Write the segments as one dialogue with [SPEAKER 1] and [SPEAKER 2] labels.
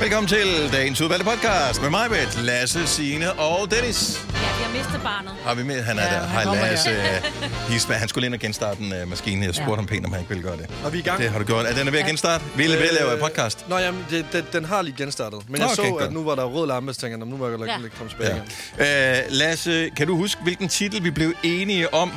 [SPEAKER 1] Velkommen til dagens udvalgte podcast med mig, Britt, Lasse, Signe og Dennis.
[SPEAKER 2] Ja, vi har mistet barnet.
[SPEAKER 1] Har vi med? Han er
[SPEAKER 3] Ja,
[SPEAKER 1] der.
[SPEAKER 3] han
[SPEAKER 1] Hej
[SPEAKER 3] kommer
[SPEAKER 1] Lasse.
[SPEAKER 3] her.
[SPEAKER 1] Hisma, han skulle ind og genstarte en uh, maskine. Jeg spurgte
[SPEAKER 2] Ja.
[SPEAKER 1] ham pænt, om han ikke ville gøre det.
[SPEAKER 3] Og vi er i gang. Øh,
[SPEAKER 1] Det har du gjort. Er den ved at genstarte? Vi er ved at lave podcast.
[SPEAKER 3] Nå, jamen, det, den, den har lige genstartet. Men jeg
[SPEAKER 1] Nå, okay,
[SPEAKER 3] okay, så,
[SPEAKER 1] godt.
[SPEAKER 3] at nu var der rød lampe, så tænkte jeg, "Nå, nu må jeg
[SPEAKER 2] Ja.
[SPEAKER 3] ja. komme tilbage ja.
[SPEAKER 1] Ja.
[SPEAKER 3] igen.
[SPEAKER 1] Uh, Lasse, kan du huske, hvilken titel vi blev enige om?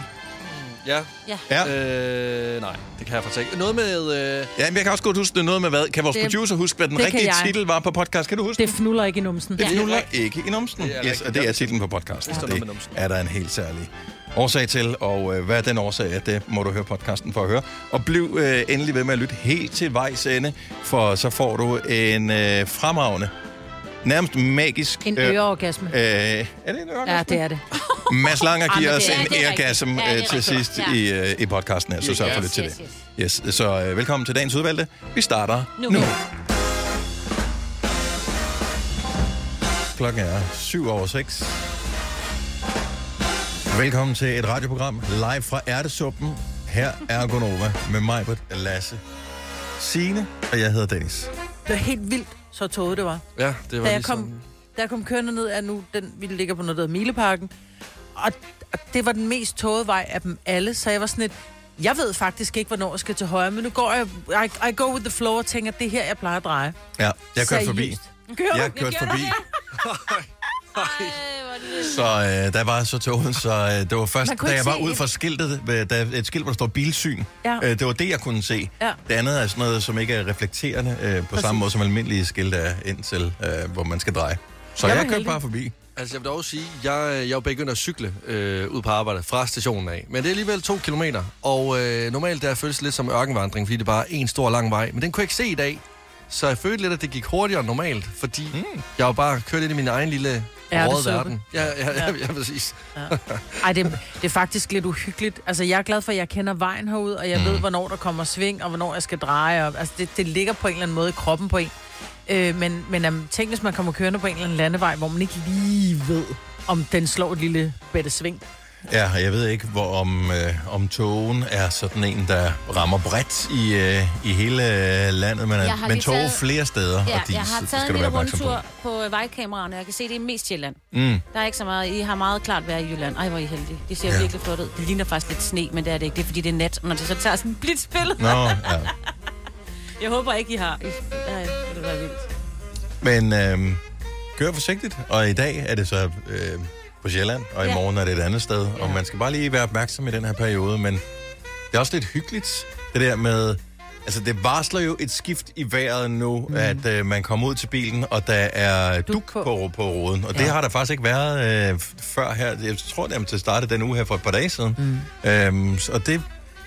[SPEAKER 3] Ja.
[SPEAKER 2] Ja.
[SPEAKER 1] Ja.
[SPEAKER 3] Øh, nej, det kan jeg faktisk ikke. Noget med... Øh,
[SPEAKER 1] Ja, men jeg kan også godt huske det er noget med hvad. Kan vores det,
[SPEAKER 4] Det-
[SPEAKER 1] producer huske, hvad den
[SPEAKER 4] det kan
[SPEAKER 1] rigtige
[SPEAKER 4] jeg.
[SPEAKER 1] titel var på podcast? Kan du huske
[SPEAKER 4] Det fnuller ikke i numsen.
[SPEAKER 1] Det
[SPEAKER 3] Ja.
[SPEAKER 1] fnuller ikke i numsen.
[SPEAKER 3] Det er
[SPEAKER 1] Yes,
[SPEAKER 3] rigtigt.
[SPEAKER 1] og det er titlen på podcasten.
[SPEAKER 3] Det står noget
[SPEAKER 1] Det
[SPEAKER 3] med numsen.
[SPEAKER 1] er der en helt særlig årsag til, og øh, hvad er den årsag er, det må du høre podcasten for at høre. Og bliv øh, endelig ved med at lytte helt til vejs ende, for så får du en øh, fremragende, nærmest magisk...
[SPEAKER 4] En
[SPEAKER 1] øh,
[SPEAKER 4] øreorgasme.
[SPEAKER 1] øh, er det en øre?
[SPEAKER 4] Ja, det er det.
[SPEAKER 1] Mads Langer
[SPEAKER 2] Ah, men
[SPEAKER 1] giver
[SPEAKER 2] det
[SPEAKER 1] os
[SPEAKER 2] er-
[SPEAKER 1] en
[SPEAKER 2] det er rigtigt.
[SPEAKER 1] æregasm
[SPEAKER 2] Ja, det er
[SPEAKER 1] øh, til
[SPEAKER 2] rigtigt.
[SPEAKER 1] sidst
[SPEAKER 2] Ja.
[SPEAKER 1] i, øh, i podcasten her, så sørg
[SPEAKER 2] Yes,
[SPEAKER 1] for lidt til
[SPEAKER 2] yes,
[SPEAKER 1] det. Yes, så øh, velkommen til dagens udvalgte. Vi starter nu.
[SPEAKER 2] Nu.
[SPEAKER 1] nu. Klokken er 7 over 6. Velkommen til et radioprogram live fra Ærtesuppen. Her er Gonova med mig, Lasse, Signe og jeg hedder Dennis.
[SPEAKER 5] Det var helt vildt, så tåget det var.
[SPEAKER 3] ja, det var ligesom-
[SPEAKER 5] Da jeg,
[SPEAKER 3] lige
[SPEAKER 5] kom,
[SPEAKER 3] sådan.
[SPEAKER 5] da jeg kom kørende ned, er nu, den, vi ligger på noget, der hedder Mileparken. Og, og det var den mest tågede vej af dem alle, så jeg var sådan lidt, jeg ved faktisk ikke, hvornår jeg skal til højre, men nu går jeg, I, I go with the flow og tænker, det er her, jeg plejer at dreje.
[SPEAKER 1] Ja, jeg kørte
[SPEAKER 5] Seriøst.
[SPEAKER 1] forbi.
[SPEAKER 5] Kører
[SPEAKER 1] Jeg
[SPEAKER 5] jeg...
[SPEAKER 1] kørte
[SPEAKER 2] gjorde
[SPEAKER 1] forbi,
[SPEAKER 2] Ej, hvor er det vildt.
[SPEAKER 1] så øh, der var så tåget, så øh, det var først,
[SPEAKER 5] Man kunne
[SPEAKER 1] da
[SPEAKER 5] ikke
[SPEAKER 1] jeg var
[SPEAKER 5] se
[SPEAKER 1] ud
[SPEAKER 5] et-
[SPEAKER 1] fra skiltet, ved- der er et skilt, hvor der står bilsyn.
[SPEAKER 5] Ja.
[SPEAKER 1] Øh, det var det, jeg kunne se.
[SPEAKER 5] Ja.
[SPEAKER 1] Det andet er sådan noget, som ikke er reflekterende øh, på samme måde som almindelige skilte er indtil, øh, hvor man skal dreje. Så
[SPEAKER 5] Jeg
[SPEAKER 1] jeg,
[SPEAKER 5] var
[SPEAKER 1] jeg kørte
[SPEAKER 5] heldig.
[SPEAKER 1] bare forbi.
[SPEAKER 3] Altså, jeg vil dog sige, jeg, øh, jeg er jo begyndt at cykle øh, ud på arbejde fra stationen af. Men det er alligevel to kilometer. Og øh, normalt der føles det lidt som ørkenvandring, fordi det bare er en stor lang vej. Men den kunne jeg ikke se i dag. Så jeg følte lidt, at det gik hurtigere end normalt, fordi
[SPEAKER 1] Hmm.
[SPEAKER 3] mm. jeg jo bare kørt ind i min egen lille råde
[SPEAKER 5] Ærtesuppe.
[SPEAKER 3] verden. Ja, ja, ja, ja, ja, præcis.
[SPEAKER 5] Ej, det, det er faktisk lidt uhyggeligt. Altså, jeg er glad for, at jeg kender vejen herude, og jeg
[SPEAKER 1] Mhm.
[SPEAKER 5] mm. ved, hvornår der kommer sving, og hvornår jeg skal dreje. Og, altså, det, det ligger på en eller anden måde i kroppen på en. Øh, men men um, tænk, hvis man kommer kørende på en eller anden landevej, hvor man ikke lige ved, om den slår et lille bedte sving.
[SPEAKER 1] Ja, og jeg ved ikke, hvor om, øh, om togen er sådan en, der rammer bredt i, øh, i hele øh, landet, men,
[SPEAKER 2] Jeg har
[SPEAKER 1] men
[SPEAKER 2] lige
[SPEAKER 1] tog
[SPEAKER 2] taget-
[SPEAKER 1] flere steder,
[SPEAKER 2] Ja,
[SPEAKER 1] og de,
[SPEAKER 2] jeg har
[SPEAKER 1] så
[SPEAKER 2] taget
[SPEAKER 1] skal
[SPEAKER 2] en
[SPEAKER 1] du
[SPEAKER 2] lille
[SPEAKER 1] være opmærksom
[SPEAKER 2] rundtur
[SPEAKER 1] på.
[SPEAKER 2] på øh, vejkameraerne. Jeg kan se, det er mest Sjælland.
[SPEAKER 1] Mm.
[SPEAKER 2] Der er ikke så meget. I har meget klart vejr i Jylland. Ej, hvor er I heldige. Det ser
[SPEAKER 1] Ja.
[SPEAKER 2] ja. virkelig flot ud. Det ligner faktisk lidt sne, men det er det ikke. Det er fordi, det er nat, og når det så tager sådan et blitzbillede.
[SPEAKER 1] Nå, ja.
[SPEAKER 2] Jeg håber ikke, I har. I... Ej, det var vildt.
[SPEAKER 1] Men øh, kør forsigtigt, og i dag er det så øh, på Sjælland, og i
[SPEAKER 2] Ja.
[SPEAKER 1] morgen er det et andet sted, og
[SPEAKER 2] Ja.
[SPEAKER 1] man skal bare lige være opmærksom i den her periode, men det er også lidt hyggeligt, det der med, altså det varsler jo et skift i vejret nu, mm. at øh, man kommer ud til bilen, og der er duk, duk
[SPEAKER 5] på.
[SPEAKER 1] på. på, på roden, og ja. det
[SPEAKER 5] Ja.
[SPEAKER 1] har der faktisk ikke været øh, f- før her, jeg tror det er til at starte den uge her for et par dage siden, mm. øhm, s- og det,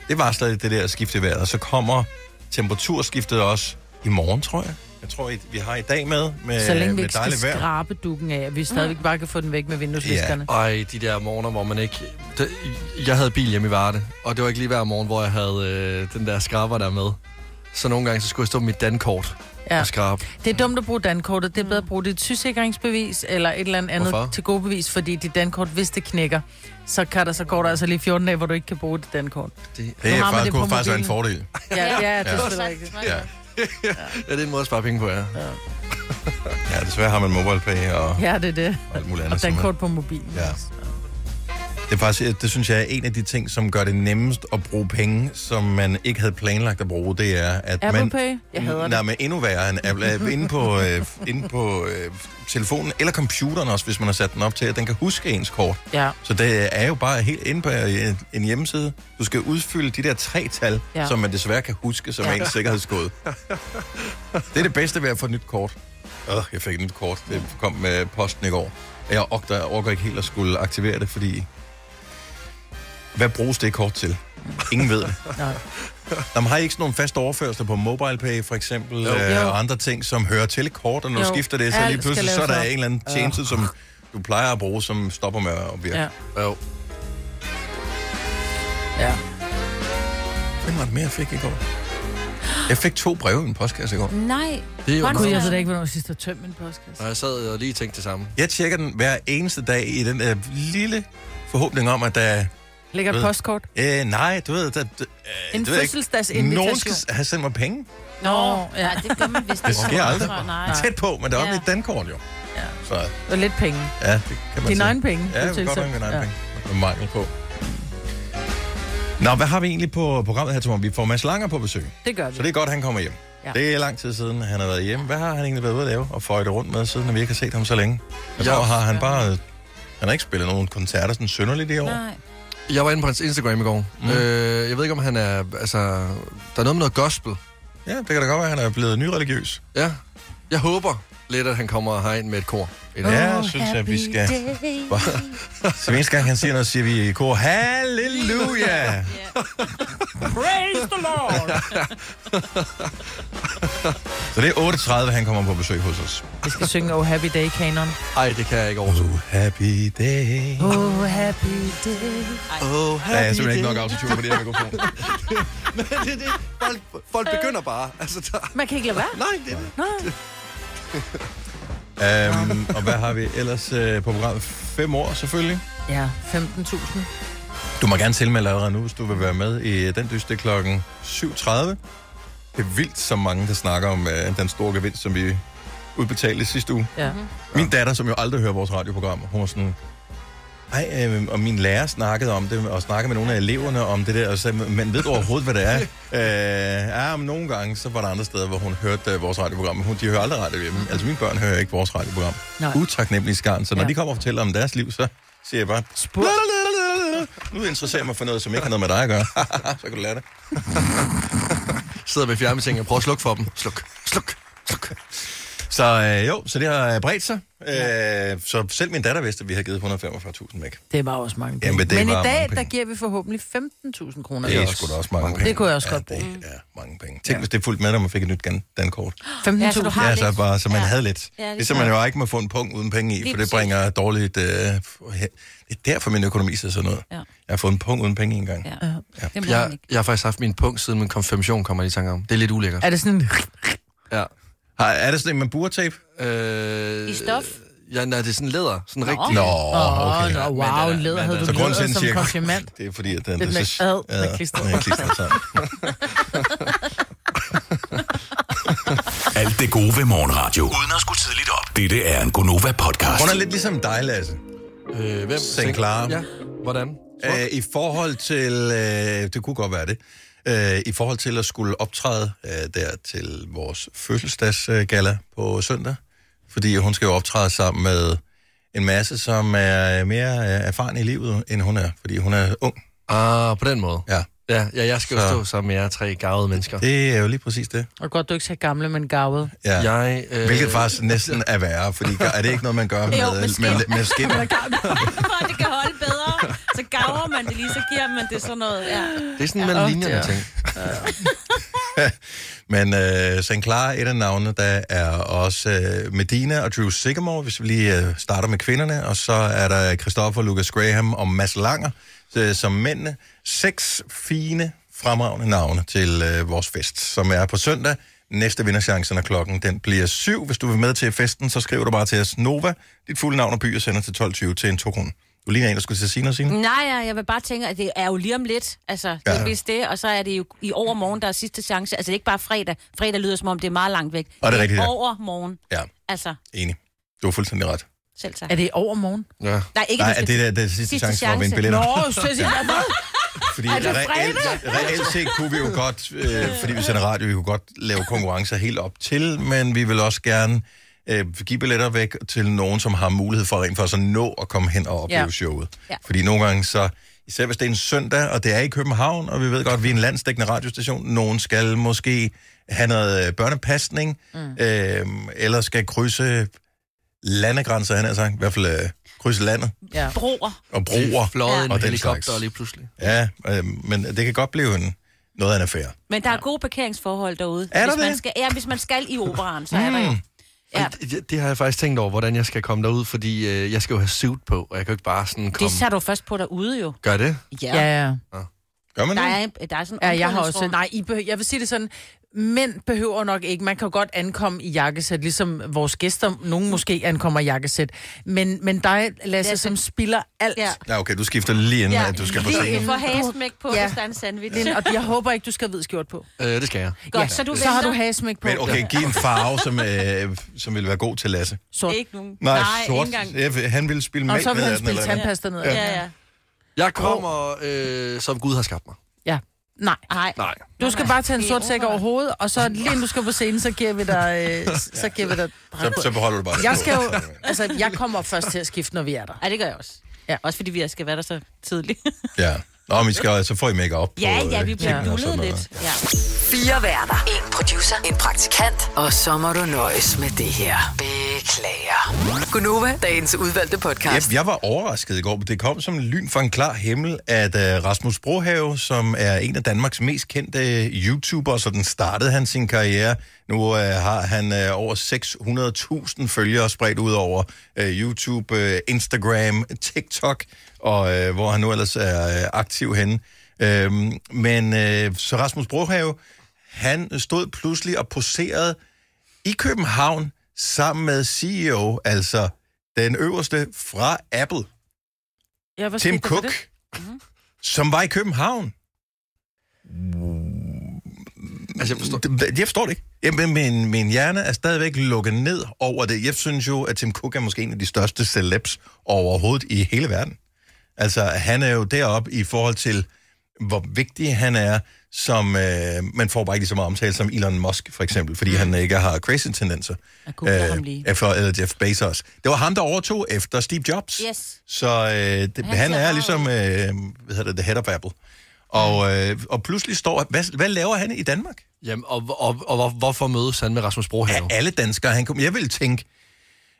[SPEAKER 1] det varsler det der skift i vejret, og så kommer temperaturskiftet også i morgen, tror jeg. Jeg tror, I- vi har i dag med, med
[SPEAKER 5] Så længe vi
[SPEAKER 1] med
[SPEAKER 5] ikke skal
[SPEAKER 1] dejligt vejr. Mhm.
[SPEAKER 5] skrabe dukken af, at vi stadigvæk bare kan få den væk med vinduesviskerne.
[SPEAKER 3] Ej, de der morgener, hvor man ikke... Det, jeg havde bil hjemme i Varde, og det var ikke lige hver morgen, hvor jeg havde øh, den der skraber der med. Så nogle gange, så skulle jeg stå med mit dankort ja.
[SPEAKER 5] Ja.
[SPEAKER 3] og skrabe.
[SPEAKER 5] Det er dumt at bruge dankortet. Det er bedre at bruge dit sygesikringsbevis eller et eller andet
[SPEAKER 3] Hvorfor?
[SPEAKER 5] andet til gode bevis, fordi dit dankort, hvis det knækker, så, kan der, så går der altså lige 14 dage, hvor du ikke kan bruge dit dankort.
[SPEAKER 3] Det,
[SPEAKER 1] Det
[SPEAKER 5] Nu
[SPEAKER 1] er
[SPEAKER 5] har man
[SPEAKER 1] faktisk,
[SPEAKER 5] det
[SPEAKER 1] kunne
[SPEAKER 5] på
[SPEAKER 1] faktisk være en
[SPEAKER 5] mobilen.
[SPEAKER 1] fordel.
[SPEAKER 5] Ja, ja, ja det
[SPEAKER 1] Ja.
[SPEAKER 5] er selvfølgelig rigtigt.
[SPEAKER 1] Ja.
[SPEAKER 3] ja, det er en måde at spare penge på, ja.
[SPEAKER 1] ja, desværre har man MobilePay og
[SPEAKER 5] Ja, det er det.
[SPEAKER 1] alt muligt andet.
[SPEAKER 5] Og
[SPEAKER 1] som man-
[SPEAKER 5] dankort på mobilen.
[SPEAKER 1] Ja. Det, er faktisk, det synes jeg er en af de ting, som gør det nemmest at bruge penge, som man ikke havde planlagt at bruge, det er, at
[SPEAKER 5] Apple
[SPEAKER 1] man... Mm.
[SPEAKER 5] Pay? Jeg hader det.
[SPEAKER 1] Nej, men endnu værre end Apple. inde på, øh, inde på øh, telefonen eller computeren også, hvis man har sat den op til, at den kan huske ens kort.
[SPEAKER 5] Ja.
[SPEAKER 1] Så det er jo bare helt inde på øh, en hjemmeside. Du skal udfylde de der tre tal, ja.
[SPEAKER 5] Ja.
[SPEAKER 1] som man desværre kan huske som ja.
[SPEAKER 5] Ja.
[SPEAKER 1] ens sikkerhedskode. Det er det bedste ved at få et nyt kort. Øh, jeg fik et nyt kort. Det kom med posten i går. Jeg orker, jeg orker ikke helt at skulle aktivere det, fordi... Hvad bruges det kort til? Ingen ved det.
[SPEAKER 5] Nej.
[SPEAKER 1] Nå, men har I ikke sådan nogle faste overførsler på MobilePay, for eksempel,
[SPEAKER 3] Jo.
[SPEAKER 1] øh,
[SPEAKER 5] Jo.
[SPEAKER 1] og andre ting, som hører til et kort, og når du
[SPEAKER 5] Jo.
[SPEAKER 1] skifter det, så
[SPEAKER 5] Alt skal
[SPEAKER 1] lige pludselig, så er
[SPEAKER 5] laves
[SPEAKER 1] der
[SPEAKER 5] om.
[SPEAKER 1] en eller anden tjeneste, som du plejer at bruge, som stopper med at virke.
[SPEAKER 5] Ja.
[SPEAKER 3] Jo.
[SPEAKER 5] ja.
[SPEAKER 1] Hvem var det mere, jeg fik i går? Jeg fik to breve i en postkasse i går.
[SPEAKER 2] Nej.
[SPEAKER 3] Det er jo
[SPEAKER 2] Godt.
[SPEAKER 5] Gud,
[SPEAKER 3] noget.
[SPEAKER 5] jeg ved da ikke, hvornår jeg sidst har tømt min postkasse.
[SPEAKER 3] Og jeg sad og lige tænkte det samme.
[SPEAKER 1] Jeg tjekker den hver eneste dag i den der lille forhåbning øh, om, at der
[SPEAKER 5] Lægger
[SPEAKER 1] Du
[SPEAKER 5] et
[SPEAKER 1] ved-
[SPEAKER 5] postkort?
[SPEAKER 1] Øh, nej, du ved... Der, der, øh,
[SPEAKER 5] En
[SPEAKER 1] du ved ikke.
[SPEAKER 5] fødselsdagsinvitation.
[SPEAKER 1] Nogen skal have sendt mig penge.
[SPEAKER 5] Nå, ja.
[SPEAKER 2] Nej, det gør man vist
[SPEAKER 1] Det
[SPEAKER 2] ikke.
[SPEAKER 1] sker aldrig.
[SPEAKER 2] Nej.
[SPEAKER 1] Tæt på, men der er også
[SPEAKER 2] Ja.
[SPEAKER 1] et dankort, jo.
[SPEAKER 5] Ja.
[SPEAKER 1] Så
[SPEAKER 5] Og lidt penge.
[SPEAKER 1] ja, det kan man
[SPEAKER 5] Dine
[SPEAKER 1] sige.
[SPEAKER 5] egne penge,
[SPEAKER 1] Ja,
[SPEAKER 5] du
[SPEAKER 1] det er godt
[SPEAKER 5] tilsætter.
[SPEAKER 1] nok mine egne
[SPEAKER 5] Ja.
[SPEAKER 1] penge. Med mangel på. Nå, hvad har vi egentlig på programmet her til morgen? Vi får Mads Langer på besøg.
[SPEAKER 5] Det gør vi.
[SPEAKER 1] Så det er godt, han kommer hjem. Ja.
[SPEAKER 5] Ja.
[SPEAKER 1] Det er lang tid siden, han har været hjemme. Hvad har han egentlig været ude at lave og føjte rundt med, siden at vi ikke har set ham så længe? Jeg
[SPEAKER 3] Ja.
[SPEAKER 1] tror, har han bare... Han har ikke spillet nogen koncerter sådan synderligt i år.
[SPEAKER 2] Nej.
[SPEAKER 3] Jeg var inde på hans Instagram i går.
[SPEAKER 1] Mhm.
[SPEAKER 3] Mm. Øh, jeg ved ikke, om han er... Altså, der er noget med noget gospel.
[SPEAKER 1] Ja, det kan da godt være, at han er blevet nyreligiøs.
[SPEAKER 3] Ja. Jeg håber lidt, at han kommer herind med et kor. Et
[SPEAKER 1] Ja, jeg synes, at vi skal... Så hver eneste gang, han siger noget, siger vi i kor, halleluja!
[SPEAKER 5] Praise the Lord!
[SPEAKER 1] Så det er 8.30, han kommer på besøg hos os.
[SPEAKER 5] Vi skal synge Oh Happy Day, kanon.
[SPEAKER 3] Ej, det kan jeg ikke overskue.
[SPEAKER 1] Oh, happy day.
[SPEAKER 5] Oh Happy Day.
[SPEAKER 3] Oh,
[SPEAKER 1] Der er simpelthen ikke nok autotune på det her mikrofon.
[SPEAKER 3] det, er det. Folk, folk begynder bare. Altså, der...
[SPEAKER 5] Man kan ikke lade være.
[SPEAKER 3] Nej, det er det.
[SPEAKER 5] Nej.
[SPEAKER 1] øhm, og hvad har vi ellers øh, på programmet? Fem år, selvfølgelig.
[SPEAKER 5] Ja, 15.000.
[SPEAKER 1] Du må gerne tilmelde allerede nu, hvis du vil være med i den dyste klokken 7.30. Det er vildt, så mange, der snakker om øh, den store gevinst, som vi udbetalte i sidste uge.
[SPEAKER 5] Ja.
[SPEAKER 1] Min datter, som jo aldrig hører vores radioprogram, hun var sådan... Ej, øh, og min lærer snakkede om det, og snakkede med nogle af eleverne om det der, og sagde, men ved du overhovedet, hvad det er? øh, ja, men nogle gange, så var der andre steder, hvor hun hørte øh, vores radioprogram, men hun, de hører aldrig radio hjemme. Altså, mine børn hører ikke vores radioprogram.
[SPEAKER 5] Nej.
[SPEAKER 1] Utaknemmelige skarn, så når ja.
[SPEAKER 5] Ja.
[SPEAKER 1] de kommer og fortæller om deres liv, så siger jeg bare...
[SPEAKER 5] Spurgt.
[SPEAKER 1] Nu interesserer jeg mig for noget, som ikke har noget med dig at gøre. så kan du lære det.
[SPEAKER 3] Sidder ved fjernbetjeningen og prøver at slukke for dem. Sluk, sluk, sluk.
[SPEAKER 1] Så øh, jo, så det har øh, bredt sig. Øh, Så selv min datter vidste, at vi havde givet 145.000 væk.
[SPEAKER 5] Det var også mange
[SPEAKER 1] Jamen,
[SPEAKER 5] penge.
[SPEAKER 1] det
[SPEAKER 5] Men i
[SPEAKER 1] var mange
[SPEAKER 5] dag,
[SPEAKER 1] penge.
[SPEAKER 5] der giver vi forhåbentlig 15.000 kroner.
[SPEAKER 1] Det er
[SPEAKER 5] også.
[SPEAKER 1] sgu da også mange penge.
[SPEAKER 5] Det kunne jeg også godt
[SPEAKER 1] ja, bruge. Det er mange penge. Tænk, hvis det fulgte med, når man fik et nyt gan- dankort.
[SPEAKER 5] 15.000.
[SPEAKER 2] Ja, så du har-
[SPEAKER 1] Ja,
[SPEAKER 2] lidt.
[SPEAKER 1] så, bare, så man
[SPEAKER 2] Ja.
[SPEAKER 1] havde lidt.
[SPEAKER 2] Ja, lige
[SPEAKER 1] ligesom man jo ikke må få en punkt uden penge i,
[SPEAKER 2] Lige
[SPEAKER 1] for det
[SPEAKER 2] præcis.
[SPEAKER 1] bringer dårligt... Øh, f- he- det er derfor, min økonomi ser sådan noget.
[SPEAKER 2] Ja.
[SPEAKER 1] Jeg har fået en punkt uden penge en gang.
[SPEAKER 2] Ja.
[SPEAKER 1] Ja.
[SPEAKER 2] Det må man
[SPEAKER 3] Jeg,
[SPEAKER 2] ikke.
[SPEAKER 3] jeg har faktisk haft min punkt siden min konfirmation, kommer jeg lige i tanke om. Det er lidt ulækkert.
[SPEAKER 5] Er det sådan...
[SPEAKER 3] Ja.
[SPEAKER 1] Har, er det sådan en med burtape?
[SPEAKER 3] Øh,
[SPEAKER 2] I stof?
[SPEAKER 3] Ja, nej, det er sådan læder. Sådan rigtig.
[SPEAKER 1] Nå,
[SPEAKER 5] Åh,
[SPEAKER 1] okay.
[SPEAKER 5] nå,
[SPEAKER 3] Men der
[SPEAKER 5] wow,
[SPEAKER 3] er-
[SPEAKER 5] leder
[SPEAKER 3] men øh,
[SPEAKER 5] havde
[SPEAKER 3] der-
[SPEAKER 5] du
[SPEAKER 1] Så grunden til,
[SPEAKER 5] leder
[SPEAKER 1] at den
[SPEAKER 5] som
[SPEAKER 1] siger-
[SPEAKER 5] kompliment.
[SPEAKER 1] Det er fordi, at den,
[SPEAKER 5] Den
[SPEAKER 1] er
[SPEAKER 5] er
[SPEAKER 1] så...
[SPEAKER 5] ad, den er
[SPEAKER 1] ja,
[SPEAKER 5] klistret.
[SPEAKER 1] den er klistret sammen.
[SPEAKER 4] Alt det gode ved morgenradio. Uden at skulle tidligt op. Dette er en Gonova-podcast.
[SPEAKER 1] Hun er lidt ligesom dig, Lasse.
[SPEAKER 3] Øh, hvem?
[SPEAKER 1] St. Clara.
[SPEAKER 3] Ja, hvordan?
[SPEAKER 1] Øh, I forhold til, øh, det kunne godt være det, øh, i forhold til at skulle optræde øh, der til vores fødselsdagsgala øh, på søndag, fordi hun skal jo optræde sammen med en masse, som er mere øh, erfaren i livet, end hun er, fordi hun er ung.
[SPEAKER 3] Ah, på den måde.
[SPEAKER 1] Ja,
[SPEAKER 3] Ja, ja jeg skal jo
[SPEAKER 1] Så-
[SPEAKER 3] stå sammen med jer tre gavede mennesker.
[SPEAKER 1] det er jo lige præcis det.
[SPEAKER 5] Og godt, du ikke sagde gamle, men gavet.
[SPEAKER 1] Ja. ja.
[SPEAKER 3] Jeg, øh,
[SPEAKER 1] Hvilket faktisk næsten er værre, fordi er det ikke noget, man gør med,
[SPEAKER 2] Jo, med skin.
[SPEAKER 1] med, med skin?
[SPEAKER 2] For at det kan holde bedre, så gaver man det lige, så giver man det sådan noget. Ja.
[SPEAKER 3] Det er sådan mellem
[SPEAKER 5] Åh,
[SPEAKER 3] linjerne,
[SPEAKER 5] det er-
[SPEAKER 3] ting.
[SPEAKER 1] Men øh, St. Clara er et af navnene. Der er også øh, Medina og Drew Sigamore, hvis vi lige øh, starter med kvinderne. Og så er der Christopher, Lucas Graham og Mads Langer øh, som mændene. Seks fine, fremragende navne til øh, vores fest, som er på søndag. Næste vinderchancen og klokken, den bliver syv. Hvis du vil med til festen, så skriver du bare til os Nova, dit fulde navn og by, og sender til 12.20 til en 2 kroner. Du ligner en, der skulle til at sige noget, Signe.
[SPEAKER 2] Nej, ja, jeg vil bare tænke, at det er jo lige om lidt. Altså, det
[SPEAKER 1] Ja.
[SPEAKER 2] er vist det, og så er det jo i overmorgen, der er sidste chance. Altså, det er ikke bare fredag. Fredag lyder, som om det er meget langt væk.
[SPEAKER 1] Og det er rigtigt, ja.
[SPEAKER 2] Overmorgen.
[SPEAKER 1] Ja,
[SPEAKER 2] Altså,
[SPEAKER 1] enig. Du har fuldstændig ret.
[SPEAKER 2] selv tak.
[SPEAKER 5] Er det i overmorgen?
[SPEAKER 3] Ja.
[SPEAKER 2] Nej, ikke
[SPEAKER 1] Nej,
[SPEAKER 2] den
[SPEAKER 1] er det der, der sidste, sidste
[SPEAKER 2] Sidste
[SPEAKER 1] chance for at vinde
[SPEAKER 2] chance.
[SPEAKER 1] billetter?
[SPEAKER 5] Åh, så siger jeg, hvad?
[SPEAKER 1] Fordi er det reelt, reelt set kunne vi jo godt, øh, fordi vi sender radio, vi kunne godt lave konkurrencer helt op til, men vi vil også gerne øh, give billetter væk til nogen, som har mulighed for rent for at nå at komme hen og opleve ja.
[SPEAKER 5] Ja.
[SPEAKER 1] showet. Ja.
[SPEAKER 2] Ja.
[SPEAKER 1] Fordi nogle gange så, især hvis det er en søndag, og det er i København, og vi ved godt, at vi er en landsdækkende radiostation, nogen skal måske have noget øh, børnepasning, mm. øh, eller skal krydse landegrænser, han har sagt, i hvert fald øh, krydse landet,
[SPEAKER 5] Ja.
[SPEAKER 2] broer.
[SPEAKER 1] og broer.
[SPEAKER 3] Fløjet
[SPEAKER 1] Ja.
[SPEAKER 3] en
[SPEAKER 1] Og den
[SPEAKER 3] helikopter
[SPEAKER 1] slags.
[SPEAKER 3] lige pludselig.
[SPEAKER 1] Ja, øh, men det kan godt blive en, noget af en affære.
[SPEAKER 2] Men der er gode parkeringsforhold derude.
[SPEAKER 1] Er der
[SPEAKER 2] hvis man
[SPEAKER 1] det? Mm.
[SPEAKER 2] skal, ja, hvis man skal i operan, så er der
[SPEAKER 1] Hmm.
[SPEAKER 2] jo. Ja.
[SPEAKER 3] Ja. Det, det har jeg faktisk tænkt over, hvordan jeg skal komme derud, fordi øh, jeg skal jo have suit på, og jeg kan jo ikke bare sådan
[SPEAKER 2] Det
[SPEAKER 3] komme...
[SPEAKER 2] tager du først på derude jo.
[SPEAKER 3] Gør det?
[SPEAKER 5] Ja, ja.
[SPEAKER 1] Gør man
[SPEAKER 2] Der
[SPEAKER 1] det?
[SPEAKER 2] er, en- der er sådan
[SPEAKER 5] ja jeg har også...
[SPEAKER 2] omklædningsrum.
[SPEAKER 5] Nej, I behøver, jeg vil sige det sådan. Mænd behøver nok ikke. Man kan jo godt ankomme i jakkesæt, ligesom vores gæster, nogen måske ankommer i jakkesæt. Men, men dig, Lasse,
[SPEAKER 2] Lasse.
[SPEAKER 5] som spiller alt.
[SPEAKER 2] Ja.
[SPEAKER 5] Ja.
[SPEAKER 1] Ja, okay, du skifter lige inden, ja, at du skal på
[SPEAKER 2] lige
[SPEAKER 1] scenen.
[SPEAKER 2] Du får hagesmæk på,
[SPEAKER 5] Ja.
[SPEAKER 2] ja. hvis der er en sandwich.
[SPEAKER 5] Og jeg håber ikke, du skal have hvid skjort på.
[SPEAKER 3] Øh, det skal jeg.
[SPEAKER 2] Godt, ja. så du
[SPEAKER 5] Så har du
[SPEAKER 2] venter.
[SPEAKER 5] hasmæk på.
[SPEAKER 1] Men okay, giv en farve, som, øh, som ville være god til Lasse.
[SPEAKER 5] Sort.
[SPEAKER 2] Ikke nogen.
[SPEAKER 1] Nej,
[SPEAKER 2] ikke
[SPEAKER 1] sort.
[SPEAKER 2] engang.
[SPEAKER 1] Jeg vil- Han ville spille
[SPEAKER 5] Og
[SPEAKER 1] mælk
[SPEAKER 5] så vil
[SPEAKER 1] ned
[SPEAKER 5] han
[SPEAKER 1] ad den,
[SPEAKER 5] spille
[SPEAKER 1] eller hvad?
[SPEAKER 5] tandpasta ned.
[SPEAKER 2] Ja, ja.
[SPEAKER 3] Jeg kommer, øh, som Gud har skabt mig.
[SPEAKER 5] ja. Nej.
[SPEAKER 2] Nej.
[SPEAKER 3] Nej.
[SPEAKER 5] Du skal bare tage en
[SPEAKER 2] Det
[SPEAKER 5] sort sæk
[SPEAKER 2] overvej.
[SPEAKER 5] over hovedet, og så lige inden du skal på scenen, så giver vi dig... Øh, så giver vi dig
[SPEAKER 1] Så, så beholder du bare det
[SPEAKER 5] jeg
[SPEAKER 1] på.
[SPEAKER 5] skal jo... Altså, jeg kommer først til at skifte, når vi er der.
[SPEAKER 2] Ej, det gør jeg også.
[SPEAKER 5] Ja.
[SPEAKER 2] Ja. Også fordi vi skal være der så tidligt.
[SPEAKER 1] Ja. Nå, men I skal, så får I make-up på...
[SPEAKER 2] ja, ja,
[SPEAKER 1] øh,
[SPEAKER 2] vi
[SPEAKER 1] tingene
[SPEAKER 2] bliver
[SPEAKER 1] og
[SPEAKER 2] bullet
[SPEAKER 1] sådan noget.
[SPEAKER 2] lidt. Ja.
[SPEAKER 6] Fire værter. En producer. En praktikant. Og så må du nøjes med det her. Beklager. Gunova, dagens udvalgte podcast.
[SPEAKER 1] Jeg, jeg var overrasket i går, men det kom som en lyn fra en klar himmel, at uh, Rasmus Brohave, som er en af Danmarks mest kendte øh, YouTubere, sådan startede han sin karriere. Nu uh, har han uh, over 600.000 følgere spredt ud over uh, YouTube, uh, Instagram, TikTok, og uh, hvor han nu ellers er uh, aktiv henne. Uh, men uh, så Rasmus Brohave, han stod pludselig og poserede i København sammen med CEO, altså den øverste fra Apple,
[SPEAKER 5] Ja, hvad
[SPEAKER 1] Tim
[SPEAKER 5] skete der for
[SPEAKER 1] Cook, Mhm.
[SPEAKER 5] det?
[SPEAKER 1] som var i København.
[SPEAKER 3] Altså, jeg forstår.
[SPEAKER 1] Det- Jeg forstår det ikke. Jamen, min, min hjerne er stadigvæk lukket ned over det. Jeg synes jo, at Tim Cook er måske en af de største celebs overhovedet i hele verden. Altså, han er jo deroppe i forhold til, hvor vigtig han er, som øh, man får bare ikke lige så meget omtale som Elon Musk, for eksempel,
[SPEAKER 5] Mm.
[SPEAKER 1] fordi han ikke har crazy tendenser.
[SPEAKER 2] Jeg googler ham lige.
[SPEAKER 1] efter, eller øh, Jeff Bezos. Det var ham, der overtog efter Steve Jobs.
[SPEAKER 2] Yes.
[SPEAKER 1] Så øh, det, han,
[SPEAKER 2] Han
[SPEAKER 1] han
[SPEAKER 2] ser
[SPEAKER 1] er
[SPEAKER 2] rar
[SPEAKER 1] ligesom, øh,
[SPEAKER 2] ud.
[SPEAKER 1] hvad hedder det, the head of Apple. Og, øh, og pludselig står, hvad, hvad laver han i Danmark?
[SPEAKER 3] Jamen, og, og, og, hvor- hvorfor mødes han med Rasmus
[SPEAKER 1] Ja,
[SPEAKER 3] Brohave?
[SPEAKER 1] alle danskere, han kom, jeg ville tænke,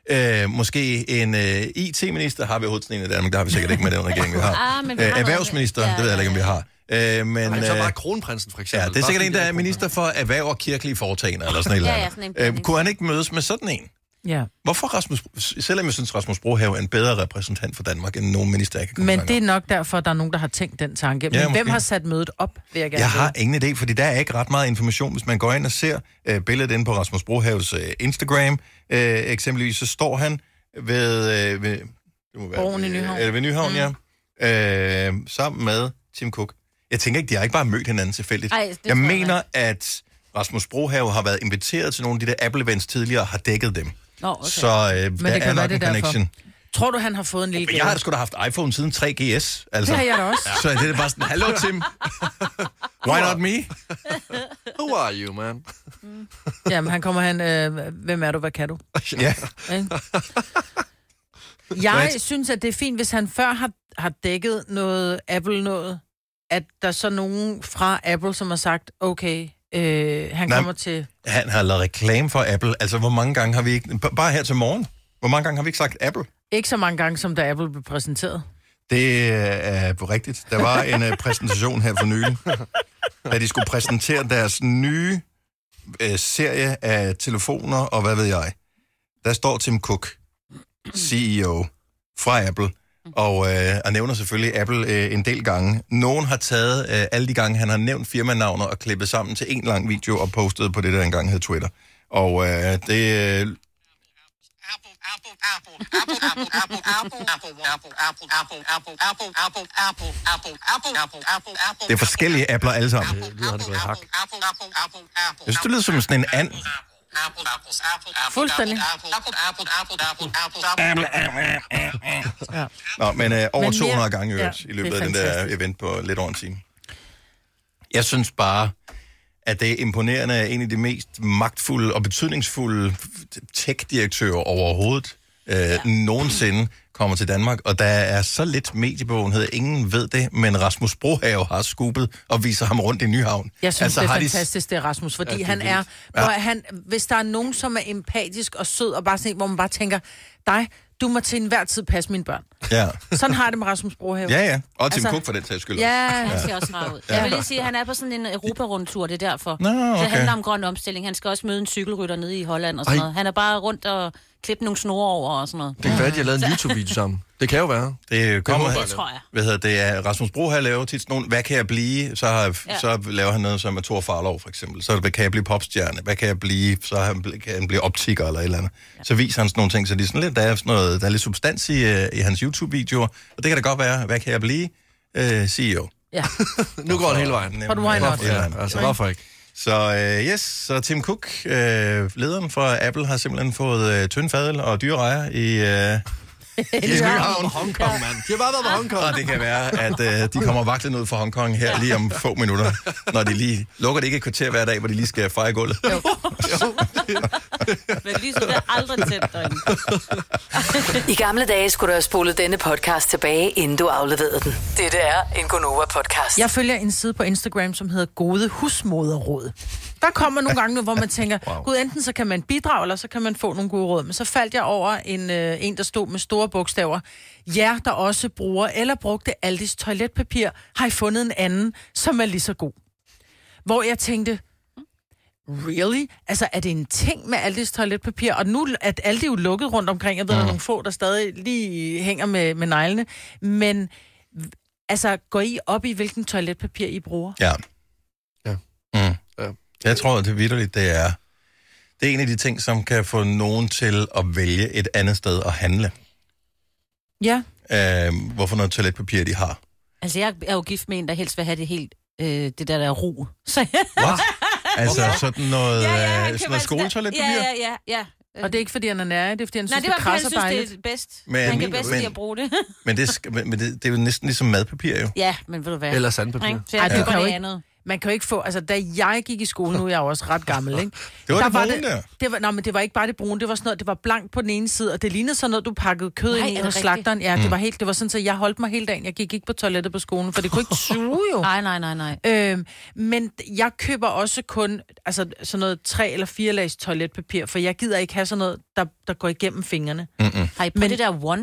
[SPEAKER 1] øh, måske en øh, IT-minister, har vi overhovedet sådan en i Danmark, der har vi sikkert ikke med den regering, vi har.
[SPEAKER 2] Ah, men vi har
[SPEAKER 1] øh,
[SPEAKER 2] noget-
[SPEAKER 1] erhvervsminister, ja,
[SPEAKER 2] ja,
[SPEAKER 1] det ved jeg ikke, om vi har. Øh, men,
[SPEAKER 3] Men så
[SPEAKER 1] øh,
[SPEAKER 3] bare kronprinsen, for eksempel.
[SPEAKER 1] ja, det er
[SPEAKER 3] Bare
[SPEAKER 1] sikkert
[SPEAKER 3] fordi
[SPEAKER 1] en, der
[SPEAKER 3] det
[SPEAKER 1] er minister for erhverv og kirkelige foretagender, eller sådan et eller
[SPEAKER 2] Ja, ja,
[SPEAKER 1] andet.
[SPEAKER 2] sådan en
[SPEAKER 1] øh,
[SPEAKER 2] kronprins.
[SPEAKER 1] kunne han ikke mødes med sådan en?
[SPEAKER 5] Ja.
[SPEAKER 1] Hvorfor Rasmus, selvom jeg synes, Rasmus Brohave er en bedre repræsentant for Danmark, end nogen minister, jeg kan komme i
[SPEAKER 5] Men
[SPEAKER 1] tanke om.
[SPEAKER 5] det er nok derfor, at der er nogen, der har tænkt den tanke. Men
[SPEAKER 1] Ja,
[SPEAKER 5] ja,
[SPEAKER 1] måske.
[SPEAKER 5] hvem har sat mødet op, vil jeg gerne
[SPEAKER 1] Jeg
[SPEAKER 5] vide.
[SPEAKER 1] har ingen idé, fordi der er ikke ret meget information. Hvis man går ind og ser øh, billedet inde på Rasmus Brohaves øh, Instagram, øh, eksempelvis, så står han ved... Øh, ved det må være,
[SPEAKER 5] Broen i Nyhavn.
[SPEAKER 1] Øh, ved Nyhavn, mm. ja. Øh, sammen med Tim Cook. Jeg tænker ikke, de har ikke bare mødt hinanden tilfældigt.
[SPEAKER 2] Ej, det tror
[SPEAKER 1] jeg
[SPEAKER 2] jeg
[SPEAKER 1] mener, at Rasmus Brohave har været inviteret til nogle af de der Apple-events tidligere og har dækket dem.
[SPEAKER 2] Nå, okay.
[SPEAKER 1] Så øh, Men der
[SPEAKER 5] kan
[SPEAKER 1] er
[SPEAKER 5] være,
[SPEAKER 1] nok
[SPEAKER 5] det
[SPEAKER 1] en
[SPEAKER 5] er derfor.
[SPEAKER 1] connection.
[SPEAKER 5] Tror du, han har fået en lille
[SPEAKER 1] Men
[SPEAKER 5] gave?
[SPEAKER 1] jeg har sgu da haft iPhone siden 3GS. Altså.
[SPEAKER 5] Det har jeg da også.
[SPEAKER 1] Så det er bare sådan, hallo Tim. Why not me?
[SPEAKER 3] Who are you, man?
[SPEAKER 5] Jamen, han kommer han, øh, hvem er du, hvad kan du?
[SPEAKER 1] Ja. Yeah.
[SPEAKER 5] Ikke? Jeg synes, at det er fint, hvis han før har, har dækket noget Apple-noget, at der er så nogen fra Apple, som har sagt, okay, øh, han
[SPEAKER 1] Nej.
[SPEAKER 5] kommer til...
[SPEAKER 1] Han har lavet reklame for Apple. Altså, hvor mange gange har vi ikke... b- Bare her til morgen. Hvor mange gange har vi ikke sagt Apple?
[SPEAKER 5] Ikke så mange gange, som da Apple blev præsenteret.
[SPEAKER 1] Det er øh, rigtigt. Der var en øh, præsentation her for nylig, da de skulle præsentere deres nye øh, serie af telefoner, og hvad ved jeg. Der står Tim Cook, CEO fra Apple, og, øh, og nævner selvfølgelig Apple øh, en del gange. Nogen har taget øh, alle de gange, han har nævnt firmanavner og klippet sammen til en lang video og postet på det, der engang hed Twitter. Og øh, det øh, Det er forskellige appler alle sammen.
[SPEAKER 3] Det lyder, han er gået i hak.
[SPEAKER 1] Jeg synes, det lyder som sådan en and.
[SPEAKER 5] Fuldstændig.
[SPEAKER 1] Nå, men øh, over
[SPEAKER 5] Men mere-
[SPEAKER 1] 200 gange i,
[SPEAKER 5] Ja,
[SPEAKER 1] øvrigt, i løbet
[SPEAKER 5] det
[SPEAKER 1] af
[SPEAKER 5] er
[SPEAKER 1] den der
[SPEAKER 5] fantastisk.
[SPEAKER 1] event på lidt over en time. Jeg synes bare, at det er imponerende, at en af de mest magtfulde og betydningsfulde tech-direktører overhovedet øh, ja. nogensinde kommer til Danmark, og der er så lidt mediebevågenhed, ingen ved det, men Rasmus Brohave har skupet og viser ham rundt i Nyhavn.
[SPEAKER 5] Jeg synes, altså, det er
[SPEAKER 1] har de-
[SPEAKER 5] fantastisk, det er Rasmus, fordi ja, han er... Ja. han, hvis der er nogen, som er empatisk og sød, og bare sådan en, hvor man bare tænker, dig, du må til enhver tid passe mine børn.
[SPEAKER 1] Ja,
[SPEAKER 5] Sådan har jeg det med Rasmus Brohave.
[SPEAKER 1] ja, ja. Og Tim altså,
[SPEAKER 5] Altså-
[SPEAKER 1] Cook for den sags skyld. også.
[SPEAKER 5] ja.
[SPEAKER 2] Han ser også rar ud. Jeg vil lige sige, at han er på sådan en Europa-rundtur, det er derfor.
[SPEAKER 1] Nå,
[SPEAKER 2] Så
[SPEAKER 1] okay.
[SPEAKER 2] det handler om grøn omstilling. Han skal også møde en cykelrytter nede i Holland og sådan
[SPEAKER 3] Ej.
[SPEAKER 2] noget. Han er bare rundt og klippe nogle snore over og sådan noget.
[SPEAKER 3] Det kan være, at de har lavet en YouTube-video sammen. Det kan jo være.
[SPEAKER 1] Det kommer...
[SPEAKER 2] håber jeg. Det tror jeg.
[SPEAKER 1] Hvad hedder det? Er Rasmus Bro her laver tit sådan nogle, hvad kan jeg blive? Så, har,
[SPEAKER 2] Ja.
[SPEAKER 1] ja. så laver han noget som er Thor Farlov, for eksempel. Så er det, hvad kan jeg blive popstjerne? Hvad kan jeg blive? Så har han, bl- kan han blive optiker eller et eller andet. Ja. Så viser han sådan nogle ting, så det er sådan lidt, der er, sådan noget, der er lidt substans i, øh, i hans YouTube-videoer. Og det kan da godt være, hvad kan jeg blive? Øh, CEO.
[SPEAKER 5] Ja.
[SPEAKER 3] Nu går det hele vejen.
[SPEAKER 1] Nemt.
[SPEAKER 5] For du har en
[SPEAKER 1] Ja,
[SPEAKER 5] not.
[SPEAKER 1] ja,
[SPEAKER 3] Altså, hvorfor ikke?
[SPEAKER 1] Så øh, yes, så Tim Cook, øh, lederen fra Apple, har simpelthen fået øh, tyndfadel og dyre rejer i, øh, i Nyhavn.
[SPEAKER 3] Hongkong, mand. De har bare
[SPEAKER 5] Ah.
[SPEAKER 3] været på Hongkong.
[SPEAKER 1] Og Ah, det kan være, at øh, de kommer vaklende ud fra Hongkong her lige om få minutter, når de lige lukker det ikke et kvarter hver dag, hvor de lige skal feje gulvet.
[SPEAKER 2] Men lige så det er aldrig tæt derinde.
[SPEAKER 6] I gamle dage skulle du have spolet denne podcast tilbage, inden du afleverede den. Dette er en Gonova-podcast.
[SPEAKER 5] Jeg følger en side på Instagram, som hedder Gode Husmoderråd. Der kommer nogle gange, hvor man tænker, wow. gud, enten så kan man bidrage, eller så kan man få nogle gode råd. Men så faldt jeg over en, øh, en der stod med store bogstaver. Jer, der også bruger eller brugte Aldis toiletpapir, har I fundet en anden, som er lige så god. Hvor jeg tænkte, really? Altså, er det en ting med Aldis toiletpapir? Og nu er Aldi jo lukket rundt omkring. Jeg ved, der er nogle få, der stadig lige hænger med, med neglene. Men Altså, går I op i, hvilken toiletpapir I bruger?
[SPEAKER 1] Ja.
[SPEAKER 3] Ja.
[SPEAKER 1] Mm.
[SPEAKER 3] Ja.
[SPEAKER 1] Jeg tror, det vidderligt, det er... Det er en af de ting, som kan få nogen til at vælge et andet sted at handle.
[SPEAKER 5] Ja.
[SPEAKER 1] Øh, hvorfor noget toiletpapir de har.
[SPEAKER 2] Altså, jeg er jo gift med en, der helst vil have det helt, øh, det der der ro. Så,
[SPEAKER 1] What? Altså sådan noget,
[SPEAKER 2] ja,
[SPEAKER 1] ja,
[SPEAKER 2] ja,
[SPEAKER 1] ja,
[SPEAKER 2] han kan
[SPEAKER 1] Øh, sådan noget
[SPEAKER 2] være-
[SPEAKER 1] skoletoiletpapir?
[SPEAKER 2] Ja, ja, ja, ja.
[SPEAKER 5] Og det er ikke, fordi han er nær, det er, fordi han
[SPEAKER 2] Nej, det
[SPEAKER 5] synes, det,
[SPEAKER 2] var, fordi han
[SPEAKER 5] krasser
[SPEAKER 2] synes,
[SPEAKER 5] dejligt.
[SPEAKER 2] det er bedst.
[SPEAKER 1] Men-
[SPEAKER 2] Men, han kan bedst
[SPEAKER 1] men-
[SPEAKER 2] lide at bruge det.
[SPEAKER 1] Men, det, skal- men det, det er jo næsten ligesom madpapir jo.
[SPEAKER 2] ja, men ved du hvad?
[SPEAKER 3] Eller sandpapir.
[SPEAKER 2] Ikke? Altså, Så
[SPEAKER 5] Ej,
[SPEAKER 2] jeg
[SPEAKER 5] du
[SPEAKER 2] køber
[SPEAKER 5] kan jo
[SPEAKER 2] det
[SPEAKER 5] ikke-
[SPEAKER 2] andet.
[SPEAKER 5] Man kan jo ikke få... Altså, da jeg gik i skole, nu er jeg jo også ret gammel, ikke?
[SPEAKER 1] Det var det
[SPEAKER 5] var
[SPEAKER 1] brune der.
[SPEAKER 5] det var, nej, men det var ikke bare det brune, det var sådan noget, det var blankt på den ene side, og det lignede sådan noget, du pakkede kød
[SPEAKER 2] Nej,
[SPEAKER 5] ind i
[SPEAKER 2] er det
[SPEAKER 5] hos
[SPEAKER 2] rigtigt?
[SPEAKER 5] slagteren. Ja,
[SPEAKER 1] Mm.
[SPEAKER 5] det var helt, det var sådan, så jeg holdt mig hele dagen. Jeg gik ikke på toilettet på skolen, for det kunne ikke suge jo.
[SPEAKER 2] Nej, nej, nej, nej.
[SPEAKER 5] Øhm, men jeg køber også kun altså, sådan noget tre eller fire lags toiletpapir, for jeg gider ikke have sådan noget, der, der går igennem fingrene.
[SPEAKER 2] Har I på
[SPEAKER 5] Men-
[SPEAKER 2] det der one?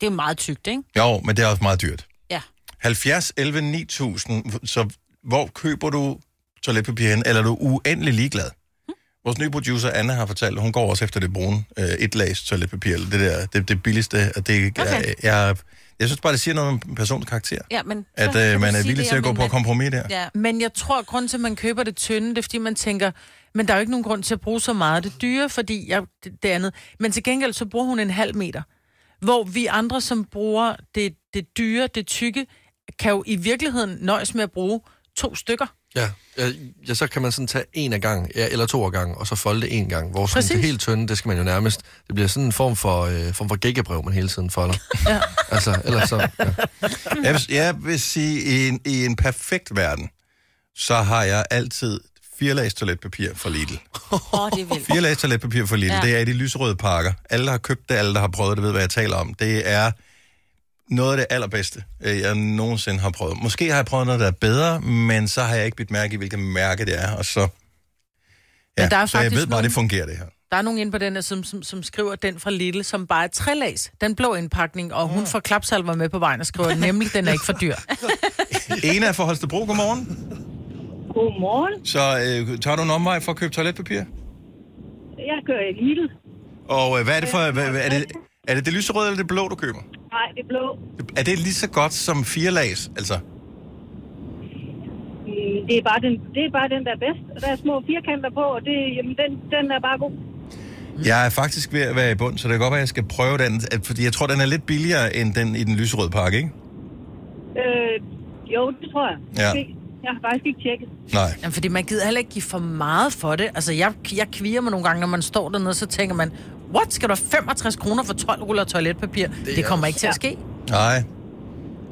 [SPEAKER 2] Det er jo meget tykt, ikke?
[SPEAKER 1] Jo, men det er også meget dyrt.
[SPEAKER 2] Ja.
[SPEAKER 1] 70, 11, 9000. Så hvor køber du toiletpapir hen? Eller er du uendelig ligeglad?
[SPEAKER 2] Hmm?
[SPEAKER 1] Vores nye producer, Anna, har fortalt, at hun går også efter det brune øh, et lags toiletpapir, eller det der, det, det billigste. Og det, okay.
[SPEAKER 2] Okay.
[SPEAKER 1] jeg, jeg, jeg synes bare, det siger noget om en persons karakter.
[SPEAKER 2] Ja, men... så
[SPEAKER 1] At
[SPEAKER 2] kan du
[SPEAKER 1] øh, man er
[SPEAKER 2] sige
[SPEAKER 1] villig
[SPEAKER 2] det
[SPEAKER 1] til
[SPEAKER 2] om
[SPEAKER 1] at gå
[SPEAKER 2] en
[SPEAKER 1] på
[SPEAKER 2] mand.
[SPEAKER 1] kompromis der.
[SPEAKER 2] Ja.
[SPEAKER 5] Men jeg tror, at grunden til, at man køber det tynde, det er, fordi man tænker, men der er jo ikke nogen grund til at bruge så meget af det dyre, fordi jeg, det, det andet. Men til gengæld, så bruger hun en halv meter. Hvor vi andre, som bruger det, det dyre, det tykke, kan jo i virkeligheden nøjes med at bruge to stykker.
[SPEAKER 3] Ja. ja. ja, så kan man sådan tage en af gang, ja, eller to af gang, og så folde det en gang. Hvor sådan
[SPEAKER 5] Præcis.
[SPEAKER 3] det helt tynde, det skal man jo nærmest... Det bliver sådan en form for, øh, form for gækkebrev, man hele tiden folder.
[SPEAKER 5] Ja.
[SPEAKER 3] Altså, ellers så... Ja.
[SPEAKER 1] Jeg vil, jeg vil sige, i en, i en perfekt verden, så har jeg altid fire lags toiletpapir fra Lidl.
[SPEAKER 2] Åh, det er vildt.
[SPEAKER 1] Fire lag toiletpapir for lille, ja.
[SPEAKER 2] Ja.
[SPEAKER 1] det er i de lyserøde pakker. Alle, der har købt det, alle, der har prøvet det, ved, hvad jeg taler om. Det er noget af det allerbedste, øh, jeg nogensinde har prøvet. Måske har jeg prøvet noget, der er bedre, men så har jeg ikke bidt mærke i, hvilket mærke det er, og så... Ja,
[SPEAKER 5] Men der er
[SPEAKER 1] så jeg
[SPEAKER 5] faktisk
[SPEAKER 1] ved bare,
[SPEAKER 5] nogen-
[SPEAKER 1] det fungerer, det her.
[SPEAKER 5] Der er nogen inde på den, her, som, som, som skriver den fra Lille, som bare er trælæs. Den blå indpakning, og
[SPEAKER 2] Mm.
[SPEAKER 5] hun får klapsalver med på vejen og skriver, nemlig, den er ikke for dyr.
[SPEAKER 1] Ena fra Holstebro, godmorgen.
[SPEAKER 7] Godmorgen.
[SPEAKER 1] Så øh, tager du en omvej for at købe toiletpapir?
[SPEAKER 7] Jeg kører i Lidl.
[SPEAKER 1] Og øh, hvad er det for... Hvad, hvad, er, det, er det det lyserøde eller det blå, du køber?
[SPEAKER 7] Nej, det blå.
[SPEAKER 1] Er det lige så godt som fire lags? Altså,
[SPEAKER 7] Mm, Det er, bare den, det er bare den, der er bedst. Og Der er små firkanter på, og det, jamen, den, den er bare god.
[SPEAKER 1] Jeg er faktisk ved at være i bund, så det kan godt være, at jeg skal prøve den, at- fordi jeg tror, den er lidt billigere end den i den lyserøde pakke, ikke?
[SPEAKER 7] Øh, jo, det tror jeg.
[SPEAKER 1] Ja.
[SPEAKER 7] Det- Jeg har faktisk ikke tjekket.
[SPEAKER 1] Nej.
[SPEAKER 5] Jamen, fordi man gider heller ikke give for meget for det. Altså, jeg, jeg kviger mig nogle gange, når man står dernede, så tænker man, what, skal du have 65 kroner for 12 ruller toiletpapir? Det, det kommer ikke til at ske.
[SPEAKER 1] Nej.
[SPEAKER 7] Men... Det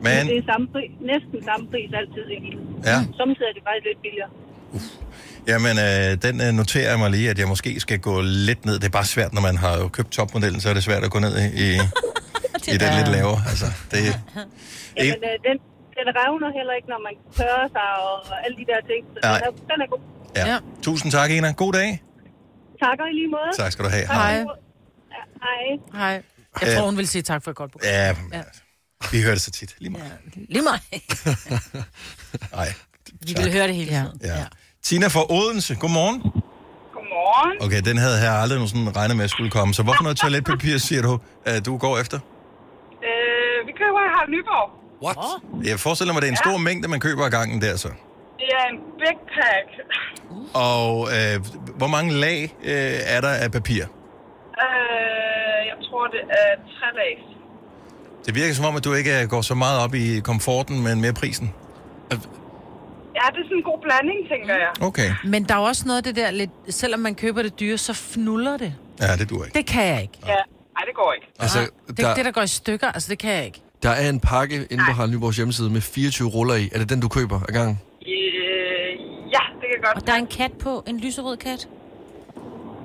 [SPEAKER 1] Men,
[SPEAKER 7] er samme pris, næsten samme pris altid i Lidl.
[SPEAKER 1] Ja.
[SPEAKER 7] Samtidig er det faktisk lidt billigere.
[SPEAKER 1] jamen, øh, den øh, noterer jeg mig lige, at jeg måske skal gå lidt ned. Det er bare svært, når man har jo købt topmodellen, så er det svært at gå ned i, i, i den lidt lavere. Altså, det,
[SPEAKER 7] Jamen, øh, den, den revner heller ikke, når man tørrer sig og alle de der ting. Så
[SPEAKER 1] Nej.
[SPEAKER 7] den, er, den er god.
[SPEAKER 1] ja.
[SPEAKER 5] Ja.
[SPEAKER 1] Tusind tak, Ena. God dag.
[SPEAKER 7] Takker i lige måde.
[SPEAKER 1] Tak skal du have.
[SPEAKER 5] Hej.
[SPEAKER 7] Ja, hej.
[SPEAKER 5] Hej. Jeg tror, hun vil sige tak for et godt program.
[SPEAKER 1] Ja, vi hører det så tit. Lige meget.
[SPEAKER 2] Lige meget.
[SPEAKER 1] Nej.
[SPEAKER 2] Vi ville høre det hele
[SPEAKER 5] Ja.
[SPEAKER 2] tiden.
[SPEAKER 1] Ja. Tina fra Odense, godmorgen.
[SPEAKER 7] Godmorgen. Godmorgen.
[SPEAKER 1] Okay, den havde jeg aldrig nogen sådan regnet med at skulle komme. Så hvorfor noget toiletpapir, siger du, at du går efter?
[SPEAKER 7] Øh, vi køber i Harald Nyborg.
[SPEAKER 1] What? Jeg forestiller mig, det er en stor mængde, man køber ad gangen der så.
[SPEAKER 7] Det er en big pack.
[SPEAKER 1] Og øh, hvor mange lag øh, er der af papir?
[SPEAKER 7] Øh, jeg tror, det er tre lag.
[SPEAKER 1] Det virker som om, at du ikke øh, går så meget op i komforten, men mere prisen.
[SPEAKER 7] Ja, det er sådan en god blanding, tænker jeg.
[SPEAKER 1] Okay.
[SPEAKER 5] Men der er jo også noget af det der lidt, selvom man køber det dyre, så fnuller det.
[SPEAKER 1] Ja, det duer ikke.
[SPEAKER 5] Det kan jeg ikke.
[SPEAKER 7] Ja, nej, det går ikke.
[SPEAKER 3] Altså,
[SPEAKER 5] Ah, Det er
[SPEAKER 3] der,
[SPEAKER 5] det, der går i stykker, altså det kan jeg ikke.
[SPEAKER 3] der er en pakke inde på Harald Nyborgs hjemmeside med 24 ruller i. Er det den, du køber ad gangen?
[SPEAKER 7] Øh, ja, det kan godt
[SPEAKER 2] Og der er en kat på, en lyserød kat.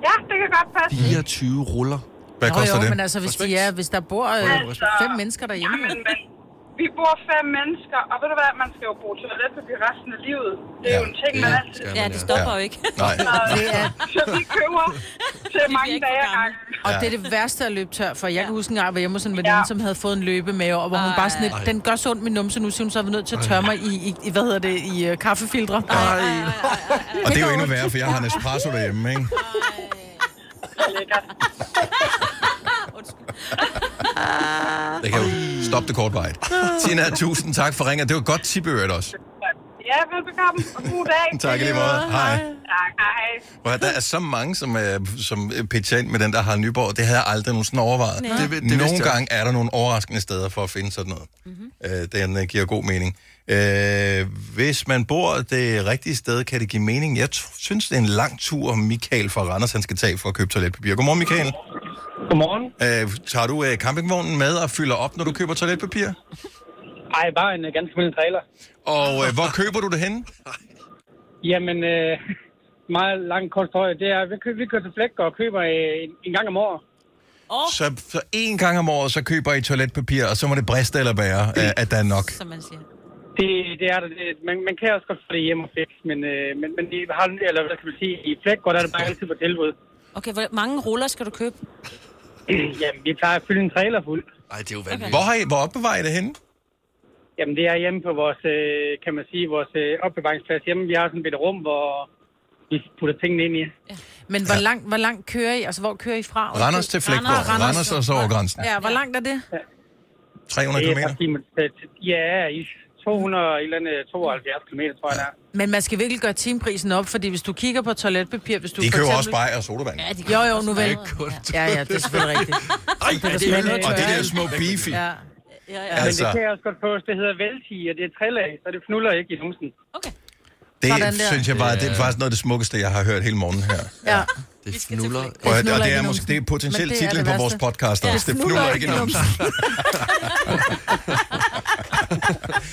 [SPEAKER 7] Ja, det kan godt passe.
[SPEAKER 3] 24 ruller.
[SPEAKER 1] Hvad
[SPEAKER 5] Nå,
[SPEAKER 1] koster
[SPEAKER 5] jo,
[SPEAKER 1] det?
[SPEAKER 5] men altså, hvis, de
[SPEAKER 3] Respekt.
[SPEAKER 5] er, hvis der bor øh,
[SPEAKER 7] Altså,
[SPEAKER 5] fem mennesker derhjemme,
[SPEAKER 7] Jamen, men, vi bor fem mennesker, og ved du hvad, man skal jo bruge toiletpapir resten af livet. Det er
[SPEAKER 1] Ja,
[SPEAKER 7] jo en ting,
[SPEAKER 3] det
[SPEAKER 7] man
[SPEAKER 3] er-
[SPEAKER 7] altid...
[SPEAKER 3] ja.
[SPEAKER 2] Ja, det stopper jo ikke.
[SPEAKER 1] Nej.
[SPEAKER 5] det er,
[SPEAKER 7] Så vi køber til
[SPEAKER 2] bliver
[SPEAKER 7] mange
[SPEAKER 2] ikke
[SPEAKER 7] dage
[SPEAKER 2] for
[SPEAKER 7] ad gangen.
[SPEAKER 5] og
[SPEAKER 1] Ja.
[SPEAKER 5] det er det værste at løbe tør for. Jeg kan huske en gang, hvor jeg var sådan en
[SPEAKER 7] Ja.
[SPEAKER 5] veninde, som havde fået en løbemave, og hvor hun bare sådan
[SPEAKER 3] Ej.
[SPEAKER 5] lidt, den gør så ondt min numse nu, så hun så var nødt til at tørre mig i, i, i hvad hedder det, i uh, kaffefiltre.
[SPEAKER 1] Og det er jo endnu værre, for jeg har en espresso derhjemme, ikke?
[SPEAKER 7] Lækkert.
[SPEAKER 1] Det kan jo stoppe det kortvarigt. Tina, tusind tak for ringen. Det var et godt tip, i øvrigt også.
[SPEAKER 7] Ja, velbekomme, og god dag.
[SPEAKER 1] Tak i lige måde. Hej.
[SPEAKER 7] Tak, hej.
[SPEAKER 1] Hvor der er så mange, som, øh, som øh, pitcher ind med den der Harald Nyborg. Det havde jeg aldrig nogensinde overvejet.
[SPEAKER 3] Det, det, det vidste
[SPEAKER 1] Nogle
[SPEAKER 3] jeg. Mhm.
[SPEAKER 1] gange er der nogle overraskende steder for at finde sådan noget. Mm-hmm. Øh, den øh, giver god mening. Øh, hvis man bor det rigtige sted, kan det give mening. Jeg t- synes, det er en lang tur, Michael fra Randers han skal tage for at købe toiletpapir. Godmorgen, Michael.
[SPEAKER 8] Godmorgen.
[SPEAKER 1] Øh, tager du øh, campingvognen med og fylder op, når du køber toiletpapir?
[SPEAKER 8] Ej, bare en øh, ganske almindelig trailer.
[SPEAKER 1] Og øh, hvor køber du det henne?
[SPEAKER 8] Jamen, øh, meget lang kort historie. Det er, vi, kø- vi kører til Flæk og køber øh, en, en gang om året.
[SPEAKER 1] Så, så en gang om året, så køber I toiletpapir, og så må det briste eller bære, øh, at der er nok.
[SPEAKER 2] Som man siger.
[SPEAKER 8] Det, det er der. Det, man, man kan også godt få det hjemme og fik, men, øh, men, men i har, eller hvad skal man sige, i Flæk, der er det bare altid på tilbud.
[SPEAKER 2] Okay, hvor mange ruller skal du købe?
[SPEAKER 8] Jamen, vi plejer at fylde en trailer fuld.
[SPEAKER 3] Ej, det er jo vanvittigt.
[SPEAKER 1] Hvor, har I, hvor opbevarer I det henne?
[SPEAKER 8] Jamen, det er hjemme på vores, øh, kan man sige, vores øh, opbevaringsplads hjemme. Vi har sådan et bitte rum, hvor vi putter tingene ind i.
[SPEAKER 5] Men hvor langt, hvor langt kører I? Altså, hvor kører I fra?
[SPEAKER 1] Randers til Flækborg. Randers, Randers og så over grænsen.
[SPEAKER 5] Ja, hvor langt er det?
[SPEAKER 1] 300
[SPEAKER 8] Det er
[SPEAKER 1] km.
[SPEAKER 8] faktisk, ja, i 200 eller andet 72 km, tror jeg, der er.
[SPEAKER 5] Men man skal virkelig gøre timeprisen op, fordi hvis du kigger på toiletpapir, hvis du
[SPEAKER 1] De
[SPEAKER 5] for
[SPEAKER 1] køber
[SPEAKER 5] eksempel...
[SPEAKER 1] også bajer og sodavand.
[SPEAKER 2] Ja, de
[SPEAKER 5] Jo, jo, nu vel. Ja, ja, det er selvfølgelig rigtigt.
[SPEAKER 3] Ej,
[SPEAKER 5] er
[SPEAKER 3] det
[SPEAKER 5] slet
[SPEAKER 3] er
[SPEAKER 5] ikke.
[SPEAKER 1] Og det der små beefy.
[SPEAKER 5] Ja.
[SPEAKER 2] Ja,
[SPEAKER 8] Men
[SPEAKER 2] ja.
[SPEAKER 8] altså...
[SPEAKER 1] Altså-
[SPEAKER 8] det kan jeg også godt forstå. Det hedder vælti, og det er trillag, så det fnuller ikke i numsen.
[SPEAKER 2] Okay.
[SPEAKER 5] Sådan
[SPEAKER 1] Det
[SPEAKER 5] der.
[SPEAKER 1] synes jeg bare, det er faktisk noget af det smukkeste, jeg har hørt hele morgenen her.
[SPEAKER 5] ja.
[SPEAKER 3] Det fnuller.
[SPEAKER 1] Og, og
[SPEAKER 5] fnuller
[SPEAKER 1] det
[SPEAKER 5] ikke
[SPEAKER 1] er,
[SPEAKER 5] i
[SPEAKER 1] måske,
[SPEAKER 5] numsen.
[SPEAKER 1] det er potentielt
[SPEAKER 5] Men det er
[SPEAKER 1] titlen
[SPEAKER 5] det
[SPEAKER 1] på vores
[SPEAKER 5] værste.
[SPEAKER 1] podcast også. Det fnuller ikke i numsen.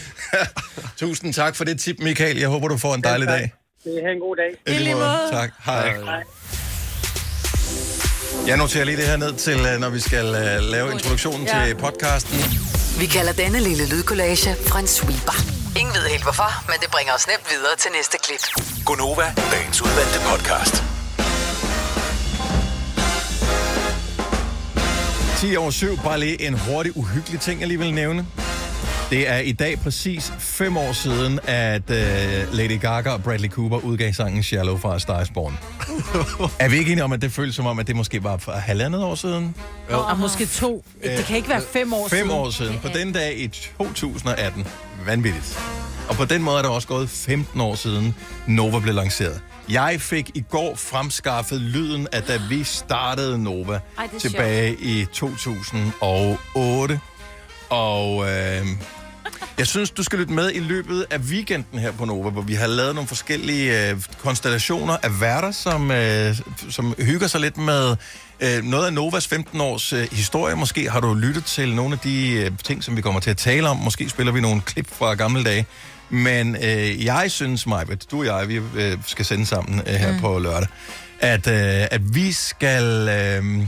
[SPEAKER 1] Tusind tak for det tip, Michael. Jeg håber, du får en dejlig dag.
[SPEAKER 8] Det er en god dag.
[SPEAKER 1] I lige måde. Tak. Hej. Jeg noterer lige det her ned til, øh, når vi skal øh, lave introduktionen til podcasten.
[SPEAKER 6] Vi kalder denne lille lydkollage en sweeper. Ingen ved helt hvorfor, men det bringer os nemt videre til næste klip.
[SPEAKER 4] Gonova, dagens udvalgte podcast.
[SPEAKER 1] 10 over 7, bare lige en hurtig, uhyggelig ting, jeg lige vil nævne. Det er i dag præcis 5 år siden, at uh, Lady Gaga og Bradley Cooper udgav sangen Shallow fra A Star Is Born. er vi ikke enige om, at det føltes som om, at det måske var for halvandet år siden?
[SPEAKER 5] Og måske to. Det kan ikke være fem år siden.
[SPEAKER 1] 5 år siden. På den dag i 2018. Vanvittigt. Og på den måde er der også gået 15 år siden Nova blev lanceret. Jeg fik i går fremskaffet lyden af, da vi startede Nova
[SPEAKER 2] Ej, det er
[SPEAKER 1] tilbage i 2008. Og øh, jeg synes, du skal lytte med i løbet af weekenden her på Nova, hvor vi har lavet nogle forskellige øh, konstellationer af værter, som, øh, som hygger sig lidt med øh, noget af Novas 15-års øh, historie. Måske har du lyttet til nogle af de øh, ting, som vi kommer til at tale om. Måske spiller vi nogle klip fra gamle dage. Men øh, jeg synes, Majbet, du og jeg, vi øh, skal sende sammen øh, her mm. på lørdag, at, øh, at vi skal... Øh,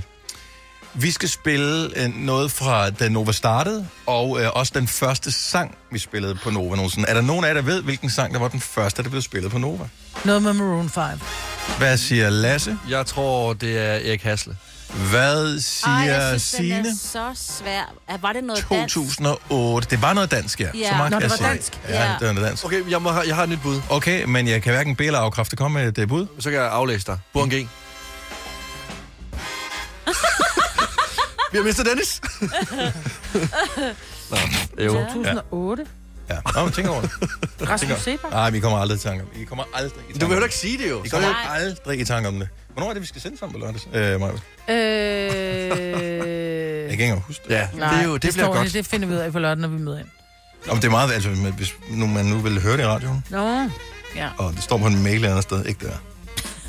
[SPEAKER 1] vi skal spille øh, noget fra, da Nova startede, og øh, også den første sang, vi spillede på Nova nogensinde. Er der nogen af jer, der ved, hvilken sang, der var den første, der blev spillet på Nova?
[SPEAKER 5] Noget med Maroon 5.
[SPEAKER 1] Hvad siger Lasse?
[SPEAKER 3] Jeg tror, det er Erik Hasle.
[SPEAKER 1] Hvad
[SPEAKER 2] Ej,
[SPEAKER 1] siger
[SPEAKER 2] jeg synes, den
[SPEAKER 1] Signe?
[SPEAKER 2] er så svær. Er- Var det noget dansk?
[SPEAKER 1] 2008. Det var noget dansk, ja.
[SPEAKER 2] Ja.
[SPEAKER 1] Så meget
[SPEAKER 2] Nå,
[SPEAKER 1] kan
[SPEAKER 5] det
[SPEAKER 1] jeg
[SPEAKER 5] var
[SPEAKER 1] sige.
[SPEAKER 5] dansk.
[SPEAKER 1] Ja,
[SPEAKER 2] Ja.
[SPEAKER 1] det var noget dansk.
[SPEAKER 3] Okay, jeg, må, have- jeg har et nyt bud.
[SPEAKER 1] Okay, men jeg kan hverken bede eller afkræfte. Kom med et øh, bud.
[SPEAKER 3] Så kan jeg aflæse dig. Burhan G. Vi har mistet Dennis. Nå, jo. Ja.
[SPEAKER 5] 2008.
[SPEAKER 1] Ja, Nå, men tænk over det.
[SPEAKER 5] Rasmus Sebak.
[SPEAKER 1] Nej, vi kommer aldrig i tanke om det. I kommer aldrig i tanke
[SPEAKER 3] Du behøver
[SPEAKER 1] om
[SPEAKER 3] ikke sige det jo.
[SPEAKER 1] det. I
[SPEAKER 3] Så
[SPEAKER 1] kommer
[SPEAKER 2] Nej.
[SPEAKER 1] aldrig i tanke om det. Hvornår er det, vi skal sende sammen på lørdag? Øh, Maja. Jeg
[SPEAKER 5] Øh...
[SPEAKER 1] kan ikke engang huske det.
[SPEAKER 3] ja, det, er jo, det, det bliver
[SPEAKER 5] står
[SPEAKER 3] godt.
[SPEAKER 5] Det, det finder vi ud af på lørdag, når vi møder ind.
[SPEAKER 1] Om det er meget, altså, men hvis nu, man nu vil høre det i radioen,
[SPEAKER 5] Nå,
[SPEAKER 1] og det står på en mail eller andet sted, ikke der.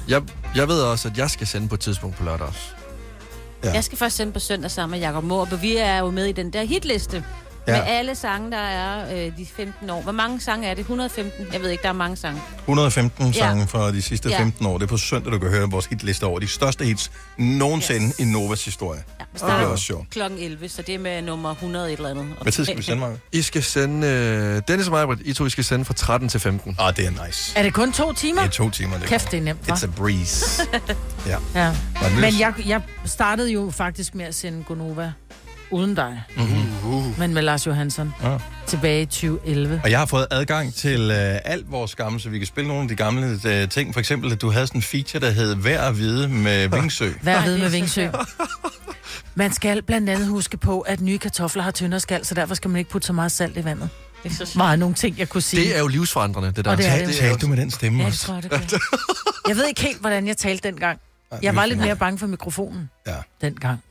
[SPEAKER 3] Jeg, jeg ved også, at jeg skal sende på et tidspunkt på lørdag også.
[SPEAKER 2] Jeg skal først sende på søndag sammen med Jacob Måb, og vi er jo med i den der hitliste. Ja.
[SPEAKER 1] Ja.
[SPEAKER 2] Med alle sange, der er øh, de 15 år. Hvor mange sange er det? 115? Jeg ved ikke, der er mange sange.
[SPEAKER 1] 115
[SPEAKER 2] Ja.
[SPEAKER 1] sange fra de sidste
[SPEAKER 2] Ja.
[SPEAKER 1] 15 år. Det er på søndag, du kan høre vores hitliste over de største hits nogensinde yes.
[SPEAKER 2] Yes.
[SPEAKER 1] i Novas historie.
[SPEAKER 2] Ja, vi
[SPEAKER 1] Det
[SPEAKER 2] starter
[SPEAKER 1] er også sjovt.
[SPEAKER 2] klokken 11, så det er med nummer 100 et eller andet.
[SPEAKER 1] Hvad tid skal vi sende, mig?
[SPEAKER 3] I skal sende... Øh, Dennis og Majbert, I to I skal sende fra 13 til 15.
[SPEAKER 1] Ah, det er nice.
[SPEAKER 5] er det kun to timer?
[SPEAKER 1] Det er to timer, det
[SPEAKER 5] Kæft, det er nemt, hva'?
[SPEAKER 1] It's a breeze. ja.
[SPEAKER 5] Ja.
[SPEAKER 1] Nå, det er-
[SPEAKER 5] Men jeg, jeg startede jo faktisk med at sende Gonova uden dig. Mm-hmm. Men med Lars Johansson.
[SPEAKER 1] Ja.
[SPEAKER 5] Ja. Tilbage i 2011.
[SPEAKER 1] Og jeg har fået adgang til øh, alt vores gamle, så vi kan spille nogle af de gamle øh, ting. For eksempel, at du havde sådan en feature, der hed Vær at vide med Vingsø.
[SPEAKER 5] Vær
[SPEAKER 2] Ej,
[SPEAKER 5] ved
[SPEAKER 2] det er
[SPEAKER 5] med
[SPEAKER 2] så
[SPEAKER 5] Vingsø. Man skal blandt andet huske på, at nye kartofler har tyndere skal, så derfor skal man ikke putte så meget salt i vandet.
[SPEAKER 2] Det er så sjovt.
[SPEAKER 5] Var nogle ting, jeg kunne sige.
[SPEAKER 3] Det er jo livsforandrende, det der.
[SPEAKER 5] Og det er
[SPEAKER 1] Tal,
[SPEAKER 5] det.
[SPEAKER 1] talte du med den stemme
[SPEAKER 2] Ja, det
[SPEAKER 1] også?
[SPEAKER 2] tror jeg, det gør.
[SPEAKER 5] Jeg ved ikke helt, hvordan jeg talte dengang.
[SPEAKER 1] Ej, det
[SPEAKER 5] Jeg
[SPEAKER 1] er
[SPEAKER 5] var lidt
[SPEAKER 1] fint.
[SPEAKER 5] mere bange for mikrofonen
[SPEAKER 1] Ja.
[SPEAKER 5] dengang.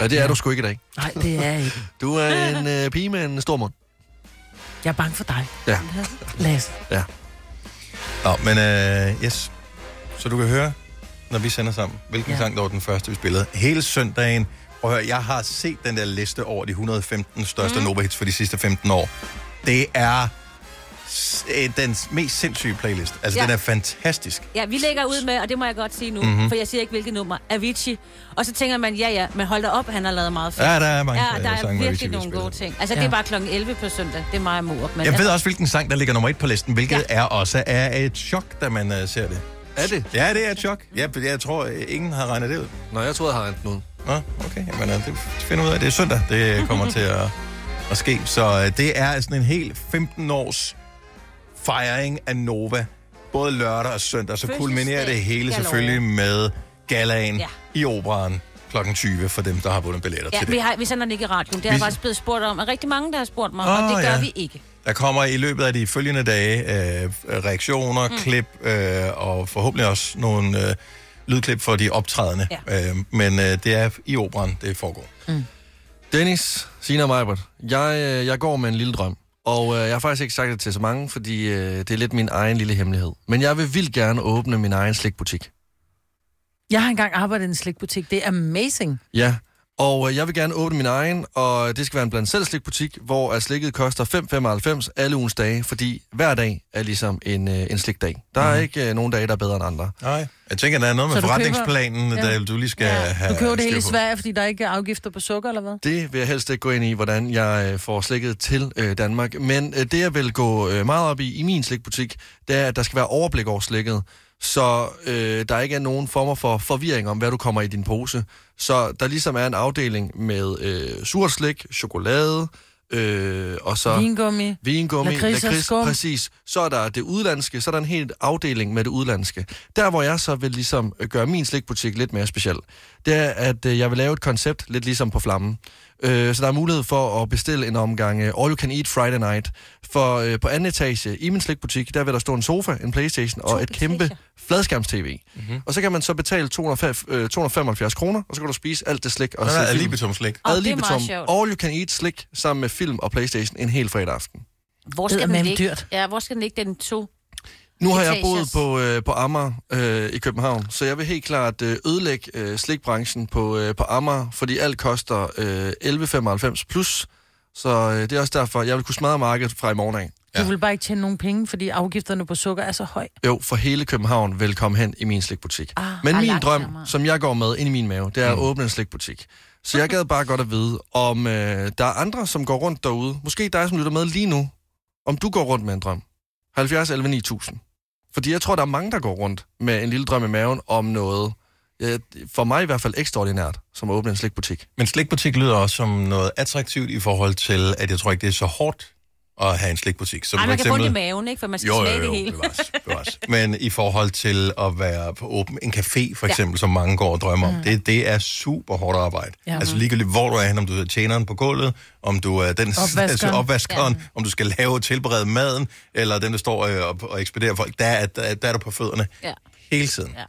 [SPEAKER 3] Ja, det er du sgu ikke i dag.
[SPEAKER 5] Nej, det er jeg ikke.
[SPEAKER 3] Du er en øh, pige med en stor mund.
[SPEAKER 5] Jeg er bange for dig,
[SPEAKER 3] Ja.
[SPEAKER 5] Lasse.
[SPEAKER 1] Nå, men øh, yes. Så du kan høre, når vi sender sammen, hvilken ja.
[SPEAKER 5] Ja.
[SPEAKER 1] sang der var den første, vi spillede. Hele søndagen. Prøv at høre, jeg har set den der liste over de 115 største mm. Nova-hits for de sidste 15 år. Det er s- øh, den mest sindssyge playlist. Altså, ja.
[SPEAKER 2] Ja.
[SPEAKER 1] den er fantastisk.
[SPEAKER 2] Ja, vi lægger ud med, og det må jeg godt sige nu,
[SPEAKER 1] Mhm.
[SPEAKER 2] mm-hmm. for jeg siger ikke, hvilket nummer, Avicii. Og så tænker man, ja ja, men hold da op, han har lavet meget fedt.
[SPEAKER 1] Ja, der er mange
[SPEAKER 2] Ja, der er
[SPEAKER 1] sange, hvor vi
[SPEAKER 2] virkelig
[SPEAKER 1] skal
[SPEAKER 2] nogle
[SPEAKER 1] spille.
[SPEAKER 2] gode ting. Altså, ja. det
[SPEAKER 5] Ja.
[SPEAKER 2] er bare klokken 11 på søndag. Det er mig og mor. Men
[SPEAKER 1] Jeg
[SPEAKER 2] altså,
[SPEAKER 1] ved også, hvilken sang, der ligger nummer et på listen, hvilket ja. er også er et chok, da man uh, ser det.
[SPEAKER 3] Er det?
[SPEAKER 1] Ja, det er et chok. Ja, for jeg tror, øh, ingen har regnet det ud.
[SPEAKER 3] Nå, jeg troede, jeg havde rent noget.
[SPEAKER 1] Nå, okay. Jamen, øh, det finder ud af. Det er søndag, det kommer til at, at ske. Så øh, det er sådan en helt 15-års fejring af Nova. Både lørdag og søndag. Så kulminerer det hele
[SPEAKER 2] Fødselsdag,
[SPEAKER 1] selvfølgelig med galaen ja.
[SPEAKER 2] Ja.
[SPEAKER 1] i operan kl. 20 for dem, der har vundet billetter
[SPEAKER 2] ja,
[SPEAKER 1] til
[SPEAKER 2] vi,
[SPEAKER 1] det.
[SPEAKER 2] har, vi sender den ikke i radioen. Det har
[SPEAKER 1] Vi-
[SPEAKER 2] jeg faktisk blevet spurgt om, og rigtig mange, der har spurgt mig,
[SPEAKER 1] Åh,
[SPEAKER 2] og det gør
[SPEAKER 1] ja.
[SPEAKER 2] vi ikke.
[SPEAKER 1] Der kommer i løbet af de følgende dage øh, reaktioner, mm. klip øh, og forhåbentlig også nogle øh, lydklip for de optrædende. Ja. Øh, men øh, det er i operan, det foregår.
[SPEAKER 3] Dennis, Sina og Majbert, jeg, øh, jeg går med en lille drøm. Og øh, jeg har faktisk ikke sagt det til så mange, fordi øh, det er lidt min egen lille hemmelighed. Men jeg vil vildt gerne åbne min egen slikbutik.
[SPEAKER 5] Jeg har engang arbejdet i en slikbutik. Det er amazing.
[SPEAKER 3] Ja, og øh, jeg vil gerne åbne min egen, og det skal være en blandt selv slikbutik, hvor at slikket koster 5,95 alle ugens dage, fordi hver dag er ligesom en, øh, en slikdag. Der er ikke øh, nogen dage, der er bedre end andre.
[SPEAKER 1] Mhm. Nej. Jeg tænker, der er noget med
[SPEAKER 5] Så du køber-
[SPEAKER 1] forretningsplanen, køber...
[SPEAKER 5] Ja.
[SPEAKER 1] der du lige skal ja.
[SPEAKER 5] Ja.
[SPEAKER 1] have
[SPEAKER 5] Du køber det hele i
[SPEAKER 1] styr på.
[SPEAKER 5] Sverige, fordi der ikke er afgifter på sukker, eller hvad?
[SPEAKER 3] Det vil jeg helst ikke gå ind i, hvordan jeg øh, får slikket til øh, Danmark. Men øh, det, jeg vil gå øh, meget op i i min slikbutik, det er, at der skal være overblik over slikket, så øh, der ikke er nogen former for forvirring om, hvad du kommer i din pose. Så der ligesom er en afdeling med øh, surt slik, chokolade, øh, og så...
[SPEAKER 5] Vingummi.
[SPEAKER 3] Vingummi,
[SPEAKER 5] Lakrids og
[SPEAKER 3] lakrids,
[SPEAKER 5] skum.
[SPEAKER 3] præcis. Så er der det udlandske, så er der en helt afdeling med det udlandske. Der, hvor jeg så vil ligesom gøre min slikbutik lidt mere speciel, det er, at øh, jeg vil lave et koncept lidt ligesom på flammen. Øh, Så der er mulighed for at bestille en omgang øh, All You Can Eat Friday Night. For øh, på anden etage i min slikbutik, der vil der stå en sofa, en Playstation og et kæmpe fladskærmstv.
[SPEAKER 1] Mhm.
[SPEAKER 3] Mm-hmm. Og så kan man så betale 205, øh, 275 kroner, og så kan du spise alt det slik. Og
[SPEAKER 1] Nå,
[SPEAKER 3] se
[SPEAKER 1] der er
[SPEAKER 3] film.
[SPEAKER 1] libitum slik.
[SPEAKER 2] Åh,
[SPEAKER 3] Ad
[SPEAKER 2] det er meget
[SPEAKER 3] libitum,
[SPEAKER 2] sjovt.
[SPEAKER 3] All You Can Eat slik sammen med film og Playstation en hel fredag aften.
[SPEAKER 2] Hvor skal den
[SPEAKER 5] Eddermame
[SPEAKER 2] ligge?
[SPEAKER 5] dyrt.
[SPEAKER 2] Ja, hvor skal den ligge? Den to.
[SPEAKER 3] Nu har jeg boet
[SPEAKER 2] Etagers.
[SPEAKER 3] på, øh, på Amager øh, i København, så jeg vil helt klart øh, ødelægge øh, slikbranchen på, øh, på Amager, fordi alt koster øh, 11,95 plus. Så øh, det er også derfor, jeg vil kunne smadre markedet fra i morgen af.
[SPEAKER 5] Du vil bare ikke tjene nogen penge, fordi afgifterne på sukker er så høj.
[SPEAKER 3] Jo, for hele København vil komme hen i min slikbutik.
[SPEAKER 2] Ah,
[SPEAKER 3] Men
[SPEAKER 2] ah,
[SPEAKER 3] min
[SPEAKER 2] langt
[SPEAKER 3] drøm,
[SPEAKER 2] nemmere.
[SPEAKER 3] som jeg går med ind i min mave, det er at åbne en slikbutik. Så jeg gad bare godt at vide, om øh, der er andre, som går rundt derude. Måske dig, som lytter med lige nu. Om du går rundt med en drøm. 70 11 9000. Fordi jeg tror, der er mange, der går rundt med en lille drøm i maven om noget. øh, For mig i hvert fald ekstraordinært, som at åbne en slikbutik.
[SPEAKER 1] Men slikbutik lyder også som noget attraktivt i forhold til, at jeg tror ikke, det er så hårdt at have en slikbutik. Som
[SPEAKER 2] Ej,
[SPEAKER 1] for
[SPEAKER 2] man kan få
[SPEAKER 1] eksempel-
[SPEAKER 2] det i maven, ikke? For man skal
[SPEAKER 1] Jo, jo,
[SPEAKER 2] smage
[SPEAKER 1] jo,
[SPEAKER 2] det hele.
[SPEAKER 1] bevares, bevares. Men i forhold til at være på åben en café, for eksempel, ja. som mange går og drømmer om, det, det er super hårdt arbejde.
[SPEAKER 2] Ja.
[SPEAKER 1] Ja. Altså ligegyldigt, hvor du er henne, om du er tjeneren på gulvet, om du er den
[SPEAKER 5] Opvaskeren.
[SPEAKER 1] altså, opvaskeren ja. om du skal lave og tilberede maden, eller den, der står øh, og, og ekspederer folk, der, er- der, der er du på fødderne
[SPEAKER 2] Ja.
[SPEAKER 1] hele tiden.
[SPEAKER 2] Ja.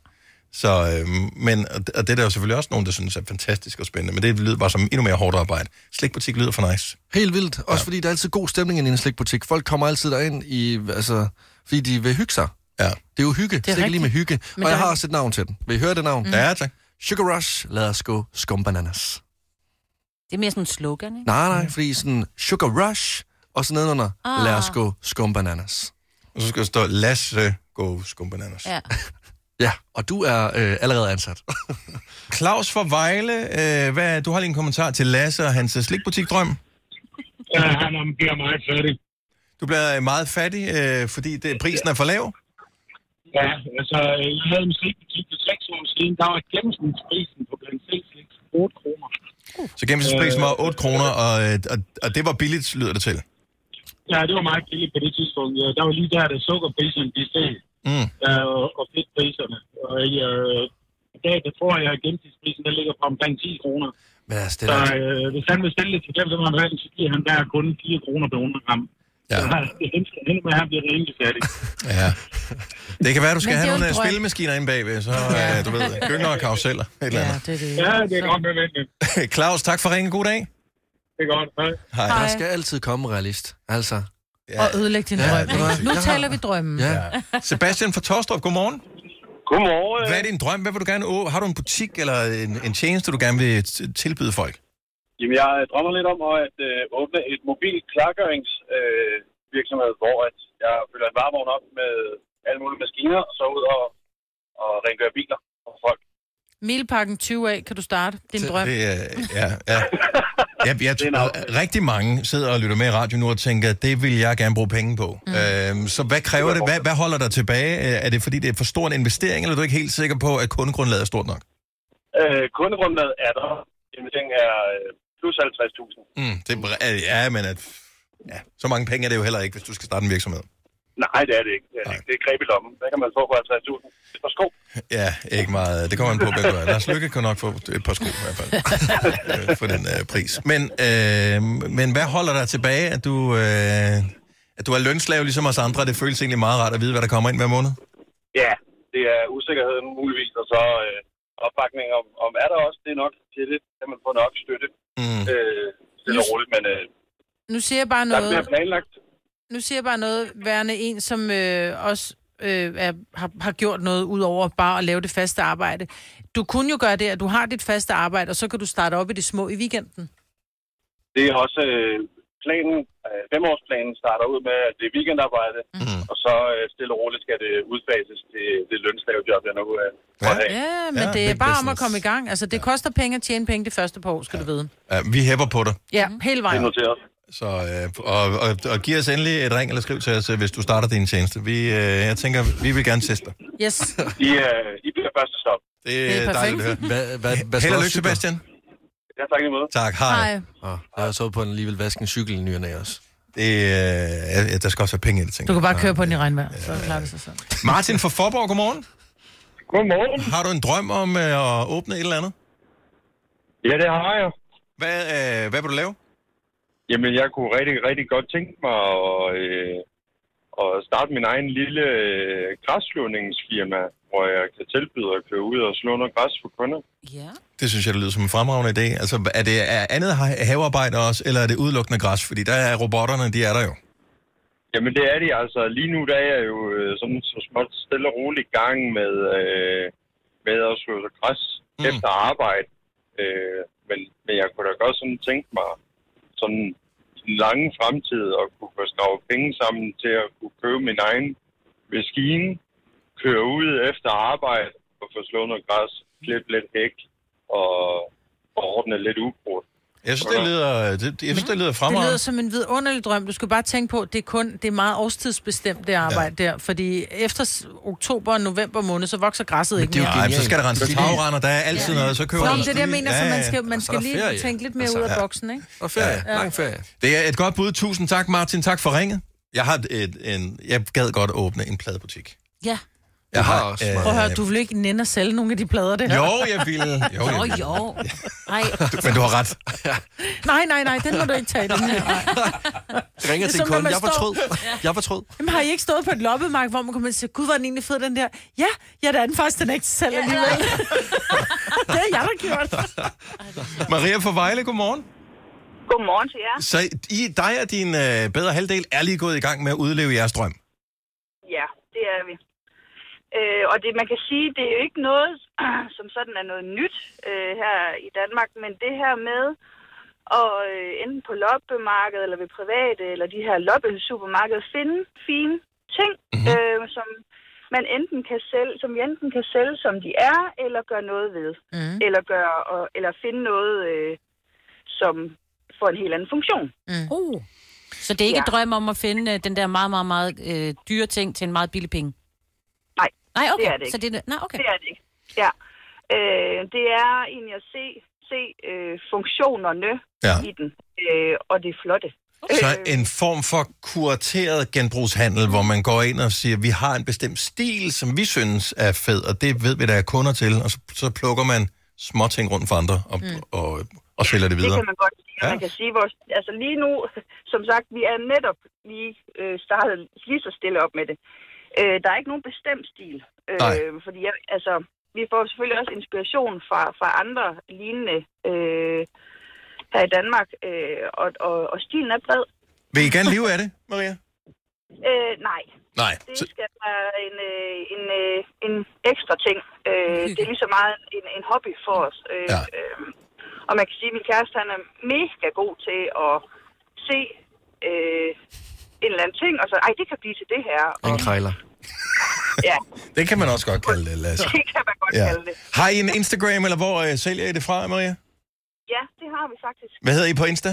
[SPEAKER 1] Så, øhm, men, og det- og det er der jo selvfølgelig også nogen, der synes er fantastisk og spændende, men det lyder bare som endnu mere hårdt arbejde. Slikbutik lyder for nice.
[SPEAKER 3] Helt vildt. Også fordi der er altid god stemning inde i en slikbutik. Folk kommer altid derind, i, altså, fordi de vil hygge sig.
[SPEAKER 1] Ja.
[SPEAKER 3] Det er jo hygge. Det er
[SPEAKER 5] rigtigt.
[SPEAKER 3] lige med hygge.
[SPEAKER 5] Men der
[SPEAKER 3] og jeg
[SPEAKER 5] er- Mhm.
[SPEAKER 3] har også et navn til den. Vil I høre det navn? Mm.
[SPEAKER 1] Ja, tak.
[SPEAKER 3] Sugar Rush, lad os gå skumbananas.
[SPEAKER 5] Mhm.
[SPEAKER 2] Det er mere sådan en slogan, ikke?
[SPEAKER 3] Nej, nej, fordi sådan Sugar Rush, og så nedenunder,
[SPEAKER 2] Ah.
[SPEAKER 3] lad os gå skumbananas.
[SPEAKER 1] Og så skal der stå, Lasse, gå skumbananas.
[SPEAKER 2] Ja.
[SPEAKER 3] Ja, og du er øh, allerede ansat.
[SPEAKER 1] Claus fra Vejle, øh, hvad, du har lige en kommentar til Lasse og hans øh, slikbutikdrøm.
[SPEAKER 9] Ja, han bliver meget fattig.
[SPEAKER 1] Du bliver øh, meget fattig, øh, fordi det, prisen er for lav.
[SPEAKER 9] Ja, altså, jeg havde en slikbutik for 6 år siden. Der var gennemsnitsprisen på blandt slik 8 kroner.
[SPEAKER 7] Uh.
[SPEAKER 1] Så gennemsnitsprisen var 8 kroner, og, øh, og, og det var billigt, lyder det til.
[SPEAKER 9] Øh, Ja, det var meget billigt på det tidspunkt. Ja, der var lige der, da sukkerpriserne blev steget.
[SPEAKER 1] Mm.
[SPEAKER 9] Ja, og, og fedtpriserne. Og jeg, øh, i dag, der tror jeg, at gennemsnitsprisen der ligger på omkring 10 kroner.
[SPEAKER 3] Men altså, det
[SPEAKER 9] Så
[SPEAKER 3] er,
[SPEAKER 9] øh, hvis han vil sælge det til dem, så må han have den, så giver han hver kunde 4 kroner per 100 gram.
[SPEAKER 1] Ja.
[SPEAKER 9] Ja. Så øh, det er hende med, at han bliver rimelig fattig.
[SPEAKER 1] Ja. Det kan være, du skal
[SPEAKER 5] Men det er
[SPEAKER 1] have
[SPEAKER 5] jo
[SPEAKER 1] nogle
[SPEAKER 5] en
[SPEAKER 1] øh,
[SPEAKER 5] drøm.
[SPEAKER 1] spillemaskiner inde bagved, så øh, du ved, gynger og karuseller, et eller
[SPEAKER 5] Ja,
[SPEAKER 1] andet.
[SPEAKER 5] det er det.
[SPEAKER 9] Ja, det er godt nødvendigt.
[SPEAKER 1] Claus, tak for ringen. God dag.
[SPEAKER 9] Det er godt. Hej.
[SPEAKER 3] der skal altid komme en realist. Altså,
[SPEAKER 1] Ja.
[SPEAKER 5] Og ødelægge din
[SPEAKER 1] Ja,
[SPEAKER 5] drøm.
[SPEAKER 1] det var-
[SPEAKER 5] ikke? Nu
[SPEAKER 3] jeg har-
[SPEAKER 5] taler vi drømmen.
[SPEAKER 3] ja.
[SPEAKER 1] Sebastian fra Tostrup, godmorgen.
[SPEAKER 9] Godmorgen.
[SPEAKER 1] Hvad er din drøm? Hvad vil du gerne åbne? Har du en butik eller en, en tjeneste, du gerne vil t- tilbyde folk?
[SPEAKER 9] Jamen, jeg øh, drømmer lidt om at øh, åbne et mobil klargøringsvirksomhed, øh, virksomhed, hvor at jeg fylder en varevogn op med alle mulige maskiner, og så ud og, og rengøre biler og folk.
[SPEAKER 5] Milpakken 20 af, kan du starte? Det er en drøm.
[SPEAKER 1] Det, øh, ja, ja. Jeg, jeg
[SPEAKER 9] er en
[SPEAKER 1] tror,
[SPEAKER 9] aftale.
[SPEAKER 1] rigtig mange sidder og lytter med i radio nu og tænker, det vil jeg gerne bruge penge på. Mm. Øhm, så hvad kræver det? Hvad, hvad holder dig tilbage? Øh, Er det fordi, det er for stor en investering, eller er du ikke helt sikker på, at kundegrundlaget er stort nok?
[SPEAKER 9] Øh, kundegrundlaget er der. Jamen, den er øh, plus 50.000.
[SPEAKER 1] Mm, det, er- øh, ja, men at, ja, så mange penge er det jo heller ikke, hvis du skal starte en virksomhed.
[SPEAKER 9] Nej, det er det ikke. Det er, det ikke. Det er greb i lommen. Hvad kan man få for 50.000? Et par sko.
[SPEAKER 1] Ja, ikke meget. Det kommer an på, hvem du er. Lars Lykke kan nok få et par sko i hvert fald øh, for den øh, pris. Men, øh, men hvad holder dig tilbage, at du, øh, at du er lønslave ligesom os andre? Det føles egentlig meget rart at vide, hvad der kommer ind hver måned.
[SPEAKER 9] Ja, det er usikkerheden muligvis, og så øh, opbakning om, om, er der også det nok til det? Kan man få nok støtte?
[SPEAKER 1] Mm.
[SPEAKER 9] Øh, stille og roligt, men øh,
[SPEAKER 5] Nu siger jeg bare
[SPEAKER 9] der
[SPEAKER 5] noget.
[SPEAKER 9] bliver planlagt.
[SPEAKER 5] nu siger jeg bare noget, værende en, som øh, også øh, er, har, har gjort noget ud over bare at lave det faste arbejde. Du kunne jo gøre det, at du har dit faste arbejde, og så kan du starte op i det små i weekenden.
[SPEAKER 9] Det er også øh, planen, øh, femårsplanen starter ud med, at det er weekendarbejde,
[SPEAKER 1] Mm.
[SPEAKER 9] og så øh, stille og roligt skal det udfases til det lønslavejob, jeg nu øh,
[SPEAKER 1] Ja.
[SPEAKER 9] ja. have.
[SPEAKER 5] Ja, men
[SPEAKER 1] Ja,
[SPEAKER 5] ja, det er
[SPEAKER 1] big
[SPEAKER 5] bare om at
[SPEAKER 1] business.
[SPEAKER 5] komme i gang. Altså, det ja. koster penge at tjene penge det første par år, skal ja. Mhm. du vide.
[SPEAKER 1] Ja, vi hæpper på dig.
[SPEAKER 5] Ja, hele
[SPEAKER 9] Det
[SPEAKER 5] vejen.
[SPEAKER 9] er noteret.
[SPEAKER 1] Så, øh, og, og, og giv os endelig et ring eller skriv til os, øh, hvis du starter din tjeneste. Vi, øh, jeg tænker, vi vil gerne teste dig.
[SPEAKER 5] Yes.
[SPEAKER 9] I, øh, I bliver første stop.
[SPEAKER 1] Det
[SPEAKER 5] Det
[SPEAKER 1] er
[SPEAKER 5] er
[SPEAKER 1] dejligt at høre.
[SPEAKER 3] Hvad, hvad, hvad
[SPEAKER 1] Held
[SPEAKER 3] slår
[SPEAKER 1] og lykke,
[SPEAKER 3] cykler?
[SPEAKER 1] Sebastian.
[SPEAKER 9] Ja, tak i måde.
[SPEAKER 1] Tak, hej.
[SPEAKER 5] Nej.
[SPEAKER 3] Åh, jeg har så på en alligevel vasken cykel i ny og næ også.
[SPEAKER 1] Det, øh, ja, der skal også være penge i det,
[SPEAKER 5] Du
[SPEAKER 1] tænker
[SPEAKER 5] kan
[SPEAKER 1] jeg.
[SPEAKER 5] bare køre på den i regnvejr, så klarer det sig sådan.
[SPEAKER 1] Martin fra Forborg, godmorgen.
[SPEAKER 9] Godmorgen.
[SPEAKER 1] Har du en drøm om øh, at åbne et eller andet?
[SPEAKER 9] Ja, det har jeg.
[SPEAKER 1] Hvad, øh, hvad vil du lave?
[SPEAKER 9] Jamen, jeg kunne rigtig, rigtig godt tænke mig at, øh, at starte min egen lille øh, græsslåningsfirma, hvor jeg kan tilbyde at køre ud og slå noget græs for kunder.
[SPEAKER 2] Ja.
[SPEAKER 1] Det synes jeg, det lyder som en fremragende idé. Altså, er det er andet ha- havearbejde også, eller er det udelukkende græs? Fordi der er robotterne, de er der jo.
[SPEAKER 9] Jamen, det er det altså. Lige nu der er jeg jo øh, sådan så småt stille og roligt i gang med, øh, med at slå græs
[SPEAKER 1] Mm.
[SPEAKER 9] mm. efter arbejde. Øh, men, men jeg kunne da godt sådan tænke mig sådan i den lange fremtid at kunne få skravet penge sammen til at kunne købe min egen maskine, køre ud efter arbejde og få slået noget græs, klippe lidt hæk og, og ordne lidt ukrudt.
[SPEAKER 1] Jeg synes, det lyder, det, jeg synes, det lyder
[SPEAKER 5] Det
[SPEAKER 1] fremragende.
[SPEAKER 5] lyder som en vidunderlig drøm. Du skal bare tænke på, at det er kun det er meget årstidsbestemt, det arbejde ja. der. Fordi efter s- oktober og november måned, så vokser græsset ikke mere.
[SPEAKER 1] Nej, men så skal der rense tagrender. Der er altid noget, så køber
[SPEAKER 5] Nå,
[SPEAKER 1] du
[SPEAKER 5] men det er det, jeg
[SPEAKER 1] stil.
[SPEAKER 5] mener, så man skal, man
[SPEAKER 3] så er
[SPEAKER 5] skal
[SPEAKER 3] der
[SPEAKER 5] lige
[SPEAKER 3] ferie.
[SPEAKER 5] tænke lidt mere
[SPEAKER 3] Altså,
[SPEAKER 5] ud af
[SPEAKER 1] ja.
[SPEAKER 5] boksen, ikke?
[SPEAKER 3] Og ferie.
[SPEAKER 5] Ja.
[SPEAKER 3] Ja. Lang ferie.
[SPEAKER 1] Det er et godt bud. Tusind tak, Martin. Tak for ringet. Jeg har et, en, jeg gad godt åbne en pladebutik.
[SPEAKER 2] Ja.
[SPEAKER 1] Jeg øh,
[SPEAKER 3] har også
[SPEAKER 5] Prøv at høre, du vil ikke nænde at sælge nogle af de plader der?
[SPEAKER 1] Jo, jeg ville. Jo,
[SPEAKER 2] Åh,
[SPEAKER 1] jeg
[SPEAKER 2] oh,
[SPEAKER 1] ville.
[SPEAKER 2] jo. Ej,
[SPEAKER 1] Du, men du har ret.
[SPEAKER 5] Nej, nej, nej, den må du ikke tage. Den her.
[SPEAKER 3] Jeg ringer
[SPEAKER 5] Det er som,
[SPEAKER 3] til en
[SPEAKER 5] når
[SPEAKER 3] kunde.
[SPEAKER 5] man
[SPEAKER 3] Jeg
[SPEAKER 5] står-
[SPEAKER 3] fortrød. Jeg fortrød.
[SPEAKER 5] Jamen, har I ikke stået på et loppemarked, hvor man kommer og siger, gud, hvor er den egentlig fed, den der? Ja, ja, det er den faktisk, den er ikke til salg alligevel. det har jeg da gjort.
[SPEAKER 1] Maria fra Vejle, godmorgen.
[SPEAKER 7] Godmorgen til jer.
[SPEAKER 1] Så I, dig og din øh, bedre halvdel er lige gået i gang med at udleve jeres drøm.
[SPEAKER 7] Ja, det er vi. Øh, og det, man kan sige, det er jo ikke noget, som sådan er noget nyt øh, her i Danmark, men det her med at øh, enten på loppemarkedet, eller ved private, eller de her loppesupermarkeder, finde fine ting, mm-hmm. øh, som man enten kan sælge, som vi enten kan sælge, som de er, eller gøre noget ved. Mm. Eller, gøre, og, eller finde noget, øh, som får en helt anden funktion.
[SPEAKER 2] oh. Så det er ikke ja.
[SPEAKER 7] Ja.
[SPEAKER 2] et drøm om at finde øh, den der meget, meget, meget øh, dyre ting til en meget billig penge?
[SPEAKER 7] Nej,
[SPEAKER 2] Nej, okay.
[SPEAKER 7] det er det ikke.
[SPEAKER 2] Så det er, nej, okay.
[SPEAKER 7] Det er det ikke. Ja. Øh, det er egentlig at se, se øh, funktionerne
[SPEAKER 1] Ja.
[SPEAKER 7] ja. i den, øh, og det er flotte.
[SPEAKER 2] Mm.
[SPEAKER 1] Så en form for kurateret genbrugshandel, hvor man går ind og siger, vi har en bestemt stil, som vi synes er fed, og det ved vi, der er kunder til, og så, så plukker man småting rundt for andre og, mm. og, og, og sælger det
[SPEAKER 7] Det
[SPEAKER 1] videre.
[SPEAKER 7] kan man godt sige.
[SPEAKER 1] Ja.
[SPEAKER 7] Ja. Man kan sige, vores, altså lige nu, som sagt, vi er netop lige øh, startet lige så stille op med det. Øh, der er ikke nogen bestemt stil.
[SPEAKER 1] Nej.
[SPEAKER 7] Øh, fordi jeg, altså, vi får selvfølgelig også inspiration fra, fra andre lignende øh, her i Danmark, øh, og, og, og stilen er bred.
[SPEAKER 1] Vil I gerne leve af det, Maria?
[SPEAKER 7] Øh, nej,
[SPEAKER 1] Nej.
[SPEAKER 7] Det
[SPEAKER 1] Så,
[SPEAKER 7] skal være en, øh, en, øh, en ekstra ting. Øh, det er lige så meget en, en hobby for os. Øh,
[SPEAKER 1] Ja.
[SPEAKER 7] ja. øh, og man kan sige, at min kæreste han er mega god til at se øh, en eller anden ting, og så, ej, det kan blive til det her. Og,
[SPEAKER 3] En krejler.
[SPEAKER 7] ja,
[SPEAKER 1] det kan man også godt kalde det, Lasse.
[SPEAKER 7] det kan man godt ja.
[SPEAKER 1] Ja.
[SPEAKER 7] kalde det.
[SPEAKER 1] Har I en Instagram, eller hvor øh, sælger I det fra, Maria?
[SPEAKER 7] Ja, det har vi faktisk.
[SPEAKER 1] Hvad hedder I på Insta?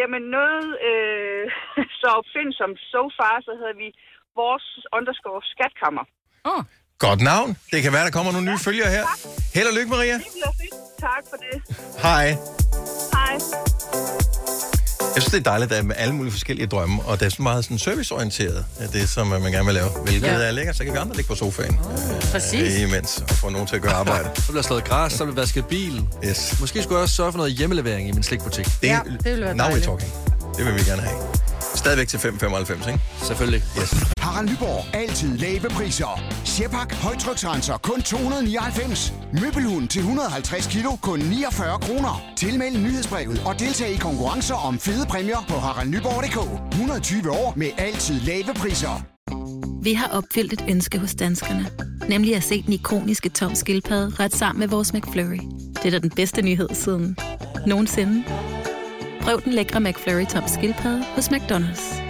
[SPEAKER 7] Jamen noget øh, så opfindsomt so far, så hedder vi vores underscore skatkammer.
[SPEAKER 1] Godt navn. Det kan være, der kommer nogle nye følgere her. Held og lykke, Maria.
[SPEAKER 7] Det bliver fedt. Tak for det.
[SPEAKER 1] Hej.
[SPEAKER 7] Hej.
[SPEAKER 1] Jeg synes, det er dejligt, at der er med alle mulige forskellige drømme, og det er så meget sådan serviceorienteret, af det, som øh, man gerne vil lave. Hvilket
[SPEAKER 5] Ja.
[SPEAKER 1] er lækkert, så kan vi andre ligge på sofaen
[SPEAKER 5] Præcis.
[SPEAKER 1] øh, imens og få nogen til at gøre arbejde.
[SPEAKER 3] Så bliver slået græs, så bliver vasket bilen.
[SPEAKER 1] Yes.
[SPEAKER 3] Måske skulle jeg også sørge for noget hjemmelevering i min slikbutik.
[SPEAKER 1] Det,
[SPEAKER 5] Ja, det ville være
[SPEAKER 1] Now we're
[SPEAKER 5] dejligt.
[SPEAKER 1] talking. Det vil vi gerne have. Stadigvæk til 5,95, ikke?
[SPEAKER 3] Selvfølgelig.
[SPEAKER 1] Yes.
[SPEAKER 10] Harald Nyborg. Altid lave priser. Sjehpak. Højtryksrenser. Kun 299. Møbelhund til 150 kilo. Kun 49 kroner. Tilmeld nyhedsbrevet og deltag i konkurrencer om fede præmier på haraldnyborg.dk. 120 år med altid lave priser.
[SPEAKER 11] Vi har opfyldt et ønske hos danskerne. Nemlig at se den ikoniske tom skildpadde ret sammen med vores McFlurry. Det er da den bedste nyhed siden nogensinde. Prøv den lækre McFlurry tom skildpadde hos McDonald's.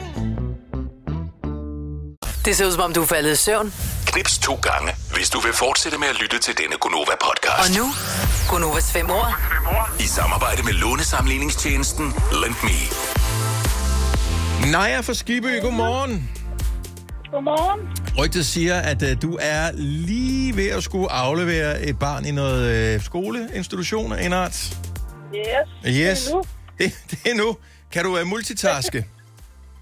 [SPEAKER 6] Det ser ud som om, du er faldet i søvn.
[SPEAKER 4] Knips to gange, hvis du vil fortsætte med at lytte til denne
[SPEAKER 6] Og
[SPEAKER 4] Gonova-podcast.
[SPEAKER 6] nu, Gunovas fem år.
[SPEAKER 4] I samarbejde med lånesamligningstjenesten Lend Me.
[SPEAKER 1] Naja fra Skibø, godmorgen.
[SPEAKER 7] Godmorgen.
[SPEAKER 1] Rygtet siger, at øh, du er lige ved at skulle aflevere et barn i noget øh, skoleinstitution af en art.
[SPEAKER 7] Yes.
[SPEAKER 1] Yes.
[SPEAKER 7] Det er nu.
[SPEAKER 1] Det, det er nu. Kan du øh, multitaske?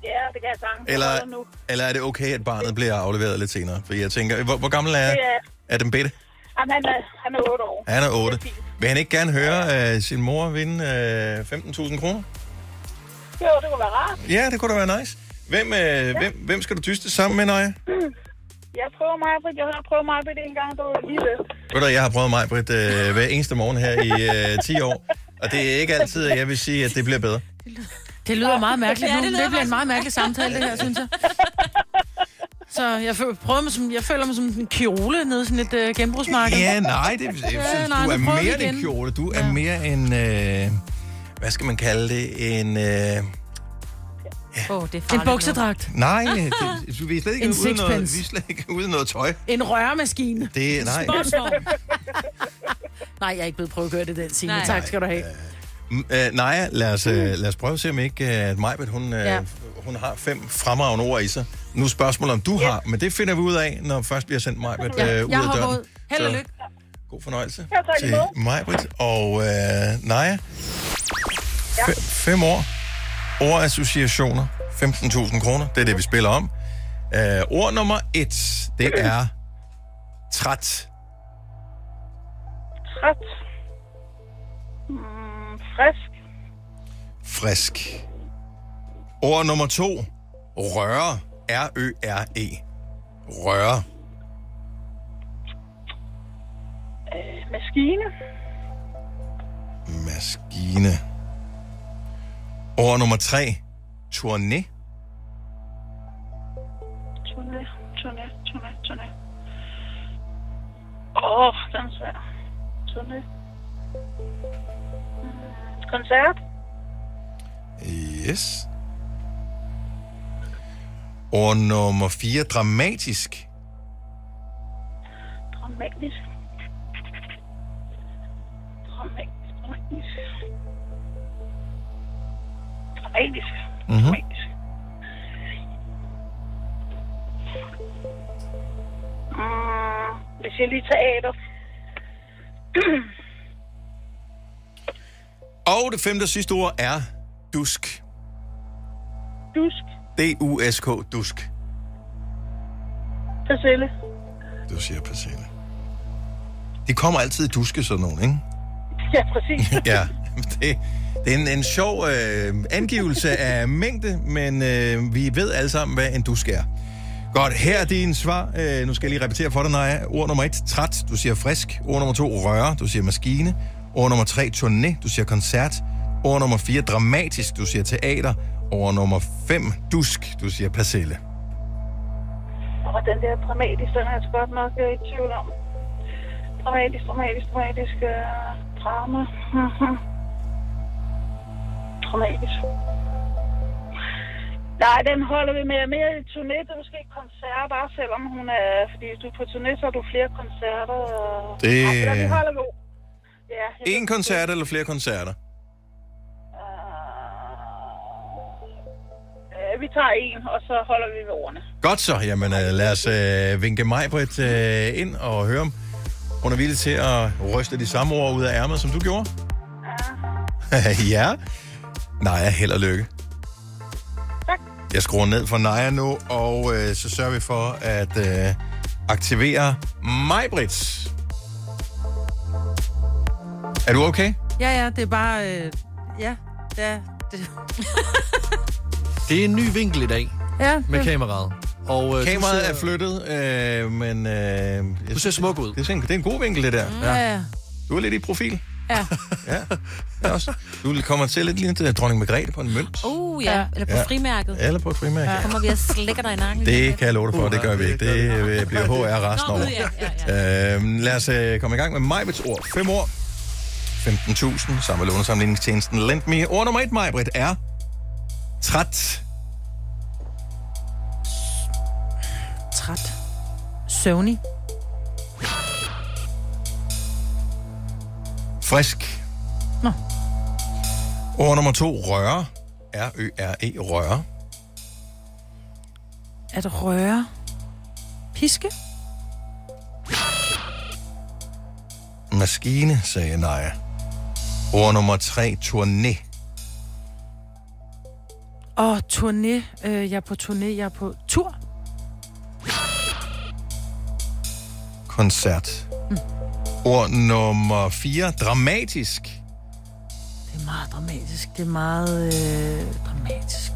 [SPEAKER 7] Ja, det kan jeg sagtens.
[SPEAKER 1] Eller,
[SPEAKER 7] Eller... Nu.
[SPEAKER 1] eller er det okay, at barnet bliver afleveret lidt senere? For jeg tænker, hvor, hvor gammel er,
[SPEAKER 7] Det er-
[SPEAKER 1] er den bedte?
[SPEAKER 7] Jamen, han, er, han er 8 år.
[SPEAKER 1] Han er
[SPEAKER 7] Det
[SPEAKER 1] 8.
[SPEAKER 7] er fint.
[SPEAKER 1] Vil han ikke gerne høre øh, sin mor vinde øh, 15.000 kroner?
[SPEAKER 7] Jo, det kunne være rart.
[SPEAKER 1] Ja, det kunne da være nice. Hvem, øh, hvem, hvem skal du dyste sammen med, Nøje?
[SPEAKER 7] Jeg prøver mig, Britt. Jeg har prøvet mig, Britt, en gang, da jeg var lille.
[SPEAKER 1] Ved du, jeg har prøvet mig, Britt, øh, hver eneste morgen her i øh, 10 år. Og det er ikke altid, at jeg vil sige, at det bliver bedre.
[SPEAKER 5] Det lyder meget mærkeligt.
[SPEAKER 2] Ja,
[SPEAKER 5] Ja,
[SPEAKER 2] det
[SPEAKER 5] det,
[SPEAKER 2] lyder
[SPEAKER 5] det bliver en meget mærkelig samtale, det her, synes jeg. Så jeg føler, prøver mig som, jeg føler mig som en kjole nede i sådan et øh, genbrugsmarked.
[SPEAKER 1] Ja, nej, det, jeg synes,
[SPEAKER 5] Ja, nej,
[SPEAKER 1] du er
[SPEAKER 5] nu prøver vi
[SPEAKER 1] mere end
[SPEAKER 5] igen.
[SPEAKER 1] en kjole. Du er mere en, øh, hvad skal man kalde det, en... Øh,
[SPEAKER 2] Åh, oh, det er farligt.
[SPEAKER 5] En
[SPEAKER 2] noget.
[SPEAKER 5] buksedragt.
[SPEAKER 1] Nej, det, vi er slet ikke
[SPEAKER 5] En
[SPEAKER 1] ude noget,
[SPEAKER 5] sixpence.
[SPEAKER 1] vi er slet ikke ude noget tøj.
[SPEAKER 5] En rørmaskine.
[SPEAKER 1] Det, nej.
[SPEAKER 5] Sportsvogn. Nej, jeg er ikke blevet prøvekørt i den, Signe.
[SPEAKER 2] Nej.
[SPEAKER 5] Tak skal du have.
[SPEAKER 1] Uh, Naja, lad os, uh, lad os prøve at se, om ikke uh, at Majbet, hun, uh,
[SPEAKER 12] Ja.
[SPEAKER 1] ja. hun har fem fremragende ord i sig. Nu er spørgsmålet, om du har, men det finder vi ud af, når først vi har sendt Majbet uh, ud af
[SPEAKER 5] jeg hopper
[SPEAKER 1] døren.
[SPEAKER 5] ud. Held og
[SPEAKER 1] Så
[SPEAKER 5] lykke.
[SPEAKER 1] God fornøjelse
[SPEAKER 5] Ja, tak, i
[SPEAKER 1] til
[SPEAKER 5] måde.
[SPEAKER 1] Majbet og uh, Naja. Fe- fem år. Ordassociationer. 15.000 kroner. Det er det, vi spiller om. Uh, ord nummer et, det er træt.
[SPEAKER 7] Træt. Mm, frisk.
[SPEAKER 1] frisk. Ord nummer to. Røre. R-Ø-R-E. Røre.
[SPEAKER 7] Maskine.
[SPEAKER 1] Maskine. Ord nummer tre. Tourné.
[SPEAKER 7] Turné, turné, turné, turné. Åh, oh, den er svær. Turné. Mm, Koncert.
[SPEAKER 1] Yes. Ord nummer fire. Dramatisk.
[SPEAKER 7] Dramatisk. Dramatisk, dramatisk. Dramatisk.
[SPEAKER 1] Mm-hmm.
[SPEAKER 7] Mm, hvis jeg lige teater.
[SPEAKER 1] Og det femte og sidste ord er dusk.
[SPEAKER 7] Dusk.
[SPEAKER 1] D-U-S-K. Dusk.
[SPEAKER 7] Persille.
[SPEAKER 1] Du siger persille. De kommer altid i duske, sådan nogen, ikke?
[SPEAKER 7] Ja, præcis.
[SPEAKER 1] ja, det, det er en, en sjov øh, angivelse af mængde, men øh, vi ved alle sammen, hvad en dusk er. Godt, her er dine svar. Øh, nu skal jeg lige repetere for dig, Naja. Ord nummer et, træt, du siger frisk. Ord nummer to, røre, du siger maskine. Ord nummer tre, turné, du siger koncert. Ord nummer fire, dramatisk, du siger teater. Ord nummer fem, dusk, du siger persille.
[SPEAKER 7] Og den der dramatisk, den er jeg altså godt nok øh, i tvivl om. Dramatisk, dramatisk, dramatisk øh, drama. Mhm. dramatisk. Nej, den holder vi med. Jeg er mere i turné, det er måske ikke koncert, bare selvom hun er... Fordi hvis du er på turné, så har du flere koncerter. Og...
[SPEAKER 1] Det-
[SPEAKER 7] Ej, men vi holder vi. Ja, jeg ved
[SPEAKER 1] En koncert eller flere koncerter?
[SPEAKER 7] Øh, vi tager en, og så holder vi ved ordene.
[SPEAKER 1] Godt så. Jamen, øh, lad os øh, vinke mig på et øh, ind og høre om hun er villig til at ryste de samme ord ud af ærmet, som du gjorde. ja. Naja, held og lykke. Tak. Jeg skruer ned for Naja nu, og øh, så sørger vi for at øh, aktivere Majbrits. Er du okay?
[SPEAKER 5] Ja, ja, det er bare... Øh, ja, ja. Det,
[SPEAKER 3] Det er en ny vinkel i dag
[SPEAKER 5] ja
[SPEAKER 3] med kameraet. Og, øh,
[SPEAKER 1] Kameraet
[SPEAKER 3] du ser-
[SPEAKER 1] er flyttet, øh, men... Øh, du ser
[SPEAKER 3] smuk ud.
[SPEAKER 1] Det er, en, det er en god vinkel, det der.
[SPEAKER 5] Mm. Ja, ja.
[SPEAKER 1] Du er lidt i profil.
[SPEAKER 5] ja.
[SPEAKER 1] Ja, også. Du kommer til lidt lignende øh, dronning Margrethe på en mønt.
[SPEAKER 2] Uh, ja. Eller på
[SPEAKER 1] Ja.
[SPEAKER 2] frimærket.
[SPEAKER 1] Eller på et frimærke.
[SPEAKER 2] Ja. Kommer vi og slikker dig i nakken.
[SPEAKER 1] Det kan jeg love dig for, det gør vi ikke. Det øh, bliver HR resten
[SPEAKER 2] Nå,
[SPEAKER 1] over.
[SPEAKER 2] ja, ja,
[SPEAKER 1] Øhm, lad os øh, komme i gang med Majbrits ord. Fem år. 15.000. Samme lånesamligningstjenesten Lendme. Ord nummer et, Majbrit, er træt.
[SPEAKER 5] Træt. Søvnig.
[SPEAKER 1] Frisk.
[SPEAKER 5] Nå.
[SPEAKER 1] Ord nummer to, røre. R-Ø-R-E, E, røre.
[SPEAKER 5] At røre. Piske.
[SPEAKER 1] Maskine, sagde Naja. Ord nummer tre, turné.
[SPEAKER 5] Og turné. Øh, jeg er på turné. Jeg er på tur.
[SPEAKER 1] koncert. Mm. Ord nummer 4, dramatisk.
[SPEAKER 5] Det er meget dramatisk. Det er meget øh, dramatisk.